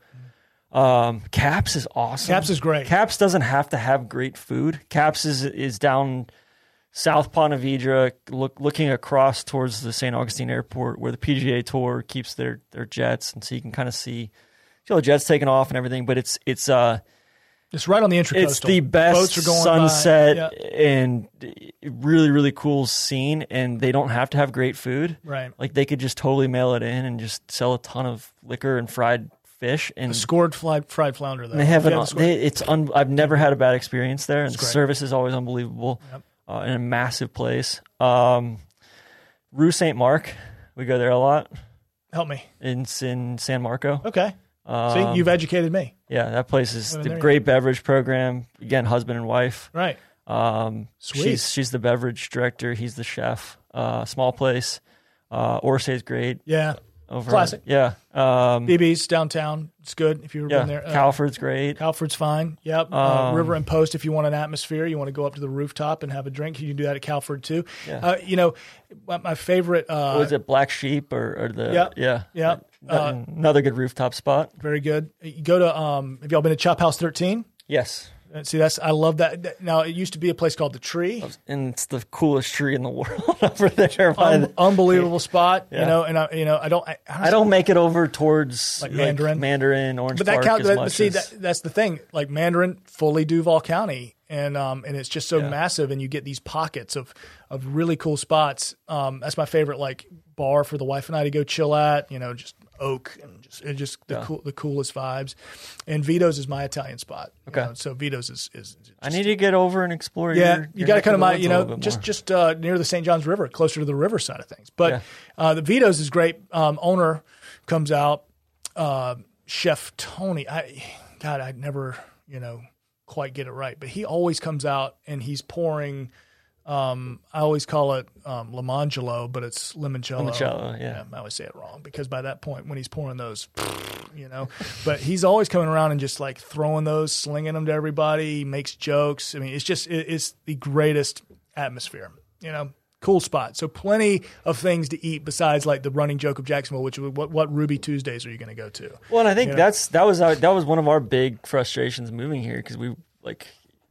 Um, Caps is awesome.
Caps is great.
Caps doesn't have to have great food. Caps is is down South Ponte Vedra, look, looking across towards the St. Augustine Airport, where the PGA Tour keeps their their jets, and so you can kind of see, you know, the jets taking off and everything. But it's it's uh
It's right on the intracoastal.
it's the best
Boats are going by.
sunset
Yeah.
and really really cool scene, and they don't have to have great food.
Right.
Like they could just totally mail it in and just sell a ton of liquor and fried fish and.
Scored fried, fried flounder, though.
They have an,
Yeah, the scored-
they, it's un, I've never had a bad experience there, and the service is always unbelievable. Uh, in a massive place, um, Rue Saint Mark, we go there a lot.
Help me.
In, in San Marco,
Okay.
Um,
See, you've educated me.
yeah, that place is
Well,
the
there you
great beverage program. Again, husband and wife.
Right.
Um,
Sweet.
She's she's the beverage director. He's the chef. Uh, small place. Uh, Orsay's great.
Yeah.
Over
Classic.
Yeah. Um,
BB's downtown. It's good if you've ever
yeah.
been there. Uh,
Calford's great.
Calford's fine. Yep.
Um,
uh, River and Post, if you want an atmosphere, you want to go up to the rooftop and have a drink, you can do that at Calford too. Uh, you know, my, my favorite. Uh,
was it Black Sheep or, or the
Yeah.
yeah
Yeah.
Uh, another good rooftop spot.
Very good. You go to um, have y'all been to Chop House Thirteen?
Yes,
Uh, See, that's I love that. That- Now it used to be a place called the Tree,
and it's the coolest tree in the world over there. by
Un-
the-
unbelievable spot. You
Yeah.
know, and I, you know, I don't, I,
I don't make it over towards
Like Mandarin?
Mandarin, Orange
but
Park
that count.
as
That,
much
but see,
as-
that, that's the thing. Like Mandarin, fully Duval County, and um, and it's just so massive, and you get these pockets of of really cool spots. Um, that's my favorite, like bar for the wife and I to go chill at. You know, just oak and just it just the cool the coolest vibes. And Vito's is my Italian spot. you
Okay.
know, so Vito's is is
I need to get over and explore.
yeah,
your,
you
your
got to
neck
kind
the
of my,
woods
you
a
know,
little bit
just
more.
just uh, near the St. Johns River, closer to the river side of things. But
Yeah.
uh, the Vito's is great. Um, owner comes out, uh, Chef Tony. I, God, I never, you know, quite get it right, but he always comes out and he's pouring. Um, I always call it um, Limangelo, but it's limoncello.
Limoncello, yeah.
I always say it wrong because by that point, when he's pouring those, you know, but he's always coming around and just like throwing those, slinging them to everybody. He makes jokes. I mean, it's just it, it's the greatest atmosphere. You know, cool spot. So plenty of things to eat besides like the running joke of Jacksonville, which was, what what Ruby Tuesdays are you going to go to?
Well, and I think
Yeah.
that's that was our, that was one of our big frustrations moving here because we like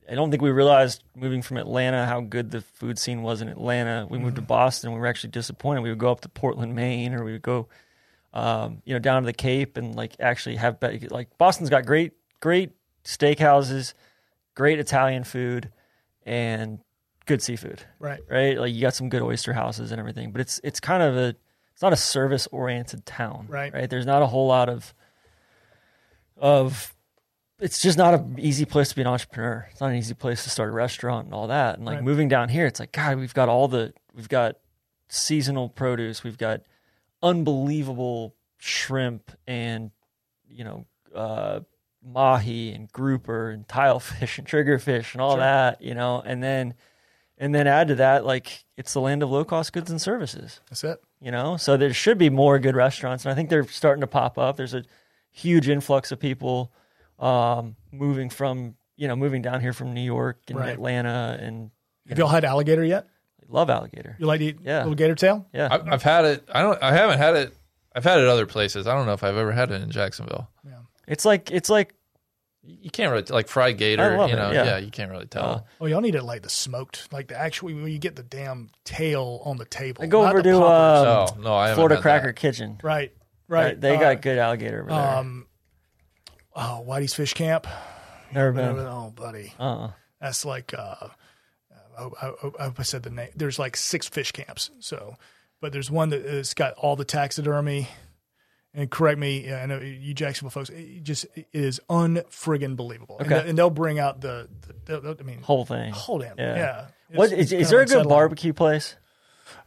I don't think we realized moving from Atlanta how good the food scene was in Atlanta. We moved to Boston, we were actually disappointed. We would go up to Portland, Maine, or we would go um, you know down to the Cape and like actually have bet- like Boston's got great great steakhouses, great Italian food, and good seafood
Right.
right? Like you got some good oyster houses and everything, but it's it's kind of a it's not a service oriented town,
Right.
Right? There's not a whole lot of of it's just not an easy place to be an entrepreneur. It's not an easy place to start a restaurant and all that. And like
Right.
moving down here, it's like God, we've got all the we've got seasonal produce, we've got unbelievable shrimp and you know uh, mahi and grouper and tilefish and triggerfish and all that, you know, and then and then add to that like it's the land of low cost goods and services
That's it.
you know so there should be more good restaurants and i think they're starting to pop up there's a huge influx of people um, moving from you know moving down here from new york and
Right.
atlanta and
Have y'all had alligator yet?
love alligator
You like to eat
Yeah.
little gator tail?
yeah
I've, I've had it. I don't. I haven't had it. I've had it other places. I don't know if I've ever had it in Jacksonville.
it's like it's like
You can't really like fried gator.
I love
you
it,
know,
yeah. Uh, um,
you can't really tell.
Oh, y'all need to like the smoked, like the actual when you get the damn tail on the table.
I go
not
over
the
to
popper.
um,
no, no, I Oh, haven't
florida
had
cracker
that.
kitchen
right,
right,
right.
they
Uh,
got good alligator over there
um, oh, Whitey's Fish Camp.
never
Whatever.
been
Oh, buddy,
uh
that's like uh, I, I, I hope I said the name. There's like six fish camps. So, but there's one that has got all the taxidermy. And correct me, I know you Jacksonville folks. It just it is unfriggin' believable. And,
Okay.
they- and they'll bring out the, the, the I mean,
whole thing
hold him.
yeah.
Yeah.
what
It's-
is,
it's
is there a
kinda
good
unsettling.
barbecue place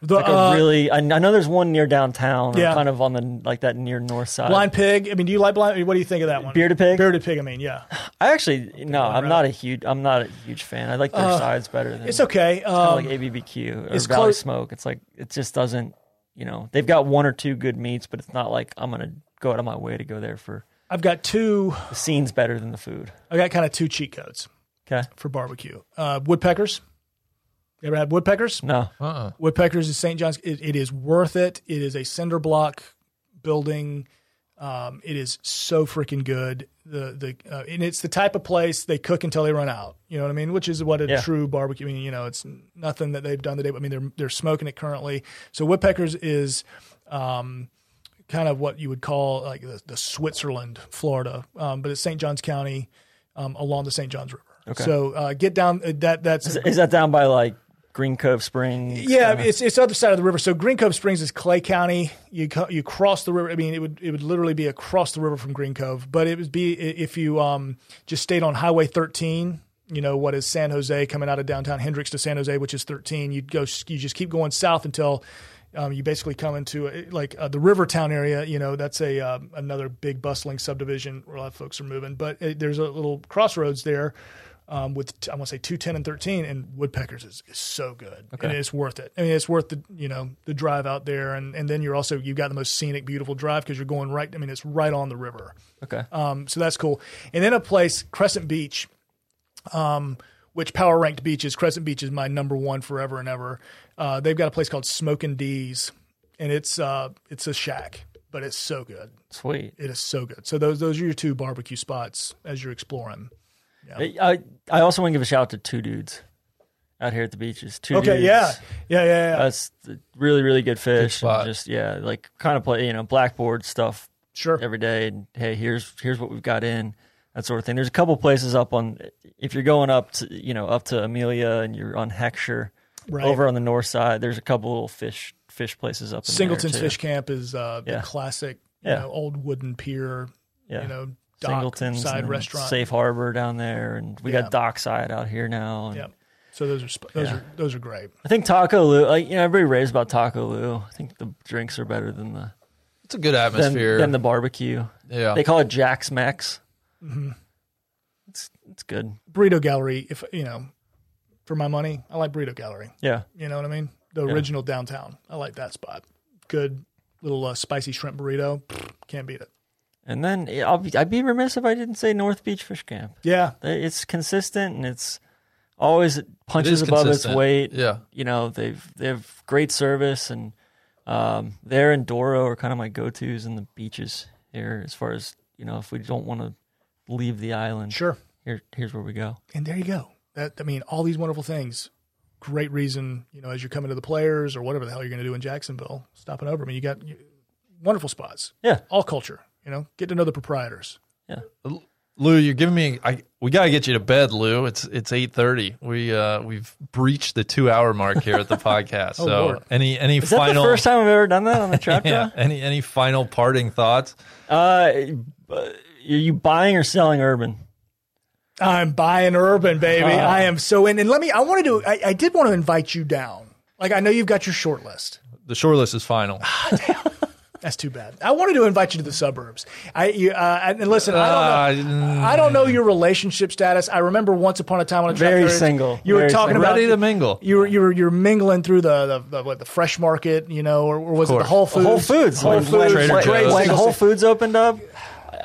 The,
like a
uh,
really I, I know there's one near downtown or
Yeah.
kind of on the like that near north side
blind pig? I mean, do you like blind? What do you think of that one?
Bearded pig?
Bearded pig. I mean, yeah,
I actually no, I'm
around.
not a huge I'm not a huge fan. I like their sides better than
it's okay.
kinda
Um,
like ABBQ or
it's
Valley
close-
Smoke. It's like it just doesn't, you know. They've got one or two good meats, but it's not like I'm gonna go out of my way to go there for
I've got two.
the scene's better than the food.
I got kind of two cheat codes
Okay,
for barbecue. Uh, woodpeckers. You ever had woodpeckers?
no,
Uh-uh.
Woodpeckers is St. John's. It, it is worth it. It is a cinder block building. Um, it is so freaking good. The the uh, and it's the type of place they cook until they run out. You know what I mean? Which is what a
Yeah.
true barbecue. I mean, you know, it's nothing that they've done today. But I mean, they're they're smoking it currently. So woodpeckers is. Um, kind of what you would call like the, the Switzerland, Florida, um, but it's St. Johns County um, along the St. Johns River.
Okay.
So uh, get down. uh, That that's
is, is that down by like Green Cove Spring?
yeah, it's it's other side of the river. So Green Cove Springs is Clay County. You co- you cross the river. I mean, it would it would literally be across the river from Green Cove, but it would be i- if you um just stayed on Highway 13. You know what is San Jose coming out of downtown Hendricks to San Jose, which is 13. You'd go. s- You just keep going south until. Um, you basically come into uh, like uh, the Rivertown area. You know that's a um another big bustling subdivision where a lot of folks are moving. But uh there's a little crossroads there um, with t- I want to say two ten and thirteen, and woodpeckers is, is so good, and it's worth it. I mean, it's worth the you know the drive out there, and and then you're also you've got the most scenic, beautiful drive because you're going right. I mean, it's right on the river,
okay.
um, so that's cool. And then a place Crescent Beach, um, which power ranked beaches. Crescent Beach is my number one forever and ever. Uh, they've got a place called Smoking D's, and it's uh it's a shack, but it's so good.
Sweet.
It is so good. So those those are your two barbecue spots as you're exploring.
I I also want to give a shout out to two dudes out here at the beaches. Two
Okay,
dudes. Uh,
yeah, yeah, yeah, yeah.
That's the- really, really good fish. and
spot.
just yeah, like kind of play, you know, blackboard stuff
sure.
every day. And hey, here's here's what we've got in that sort of thing. There's a couple places up on if you're going up to you know up to Amelia and you're on Heckscher
Right.
over on the north side. There's a couple little fish fish places up in there,
Singleton's
too.
Fish Camp is uh,
Yeah.
the classic you
Yeah.
know, old wooden pier,
Yeah.
you know, dock
Singleton's
side
and
restaurant.
Safe Harbor down there, and we
Yeah.
got Dockside out here now. and-
Yeah. So those are sp- those
Yeah.
are those are great.
I think Taco Lou, like you know, everybody raves about Taco Lou. I think the drinks are better than the
It's a good
than,
atmosphere.
than the barbecue.
yeah.
They call it Jack's Max.
Mm-hmm.
It's it's good.
Burrito Gallery, if you know, for my money, I like Burrito Gallery.
Yeah,
You know what I mean? The original downtown. I like that spot. Good little uh, spicy shrimp burrito. Pfft, Can't beat it.
and then eh, I'll be, I'd be remiss if I didn't say North Beach Fish Camp.
Yeah.
They- It's consistent and it's always punches
is
above
consistent.
its weight.
Yeah.
you know they've they have great service and um, there and Doro are kind of my go tos in the beaches here as far as you know if we don't want to leave the island.
Sure.
here here's where we go.
And there you go. That I mean, all these wonderful things. Great reason, you know, as you're coming to the players or whatever the hell you're going to do in Jacksonville, stopping over. I mean, you got you- wonderful spots.
Yeah.
All culture. You know, get to know the proprietors.
Lou, you're giving me. I we gotta get you to bed, Lou. It's it's eight thirty. We uh we've breached the two hour mark here at the podcast.
Oh,
so
Lord.
any any
Is that
final
the first time I've ever done that on the trap
yeah
draw?
any any final parting thoughts?
Uh, are you buying or selling urban?
I'm buying urban, baby. I am so in. And let me, I wanted to, I, I did want to invite you down. Like, I know you've got your short list.
The shore list is final.
That's too bad. I wanted to invite you to the suburbs. I, you, uh, and listen, I don't know.
Uh,
I don't know your relationship status. I remember once upon a time on a trip,
Very
there is-
single.
You were
Very
talking
single.
about
ready to mingle.
You were you were you're mingling through the the, the, what, the fresh market, you know, or, or was it the
course.
Whole Foods?
Whole Foods.
Whole
Like,
Foods.
when-
Trader
when-
Joe's.
When Whole Foods opened up,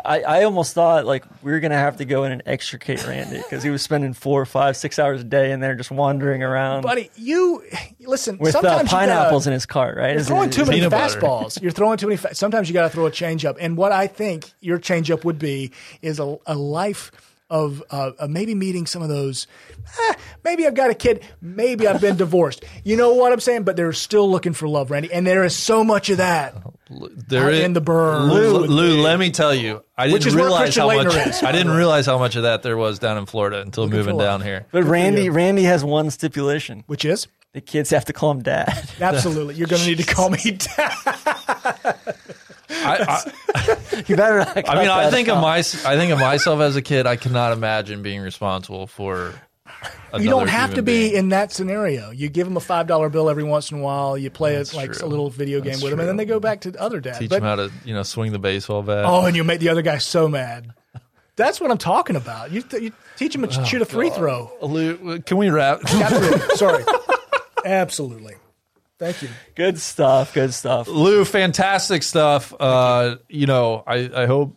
I, I almost thought like we were gonna have to go in and extricate Randy because he was spending four, five, six hours a day in there just wandering around
Buddy, you listen.
with uh,
sometimes
pineapples
you
in his cart. Right?
are throwing too many
Peanut butter.
fastballs. You're throwing too many. Fa- sometimes you got to throw a changeup. And what I think your changeup would be is a, a life of uh, uh, maybe meeting some of those. "Ah, maybe I've got a kid. Maybe I've been divorced. You know what I'm saying? But they're still looking for love, Randy. And there is so much of that.
There
Out
is-
in the burn.
Lou,
Would
Lou, let me tell you, I didn't
Which is where
realize
Christian
how
Laettner
much
is.
I didn't realize how much of that there was down in Florida until moving
for
down here.
But Randy,
you.
Randy has one stipulation:
Which is
the kids have to call him dad.
absolutely. You're going to need to call me dad.
I,
you better. Not cut
I, I mean, I
that
think
out.
of my I think of myself as a kid. I cannot imagine being responsible for.
You
another
don't have
human
to be
being.
in that scenario. You give them a five dollar bill every once in a while. You play it like
true.
a little video game with them, and then they go back to the other dad.
teach
But-
them how to you know swing the baseball bat.
oh, and you make the other guy so mad. That's what I'm talking about. You, th- you teach him to shoot a free throw.
Lou, can we wrap?
Oh, Absolutely. Sorry. Absolutely. Thank you.
good stuff. Good stuff.
Lou, fantastic stuff. Uh, you know, I, I hope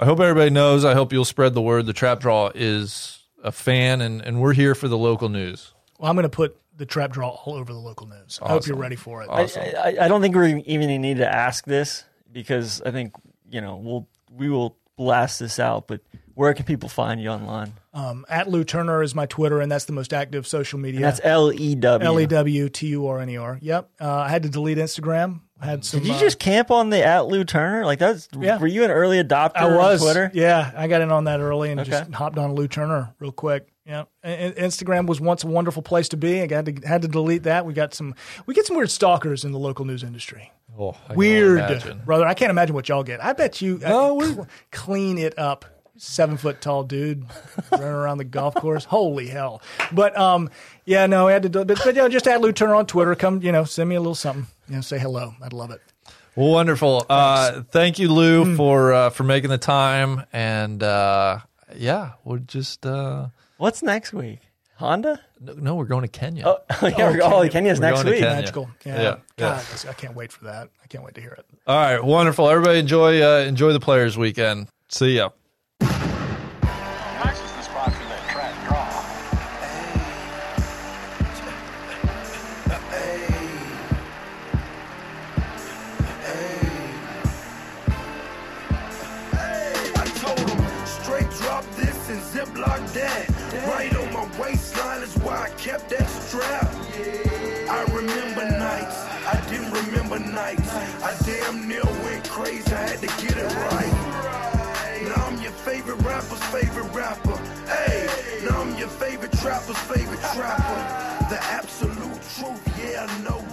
I hope everybody knows. I hope you'll spread the word. The Trap Draw is a fan, and, and we're here for the local news.
Well, I'm going to put the trap draw all over the local news. I hope you're ready for it.
Awesome.
I, I- I don't think we even need to ask this because I think you know we'll we will blast this out. But where can people find you online?
Um, at Lou Turner is my Twitter, and that's the most active social media.
That's L E W.
L e w t u r n e r. Yep. Uh, I had to delete Instagram. I had some.
Did you
uh,
just camp on the at Lou Turner? Like that's
Yeah.
were you an early adopter?
I was.
on Twitter.
Yeah, I got in on that early and just
Okay.
hopped on Lou Turner real quick. Yeah, and, and Instagram was once a wonderful place to be. I got to had to delete that. We got some we get some weird stalkers in the local news industry.
Oh, I can imagine.
Weird, brother. I can't imagine what y'all get. I bet you
No,
uh,
we-
cl- clean it up. Seven foot tall dude running around the golf course. Holy hell! But um, yeah, no, I had to. do- But, but you know, just add Lou Turner on Twitter. Come, you know, send me a little something. You know, say hello. I'd love it.
Well, wonderful. Uh, thank you, Lou, for uh, for making the time. And uh, yeah, we're just uh,
What's next week? Honda?
no, no, we're going to Kenya.
Oh, yeah, we're- oh Kenya's
We're
next
going to
week.
Kenya.
Magical.
Yeah.
Yeah.
Yeah.
God, I can't wait for that. I can't wait to hear it.
All right, wonderful. Everybody enjoy uh, enjoy the Players Weekend. See ya.
Matches the spot for that trap draw.
I told him, straight drop this and ziploc that. Right on my waistline is why I kept that strap. I remember nights, I didn't remember nights. I damn near went crazy, I had to get it right. Now I'm your favorite rapper's favorite rapper. Hey, now I'm your favorite trapper's favorite trapper. The absolute truth, yeah, I know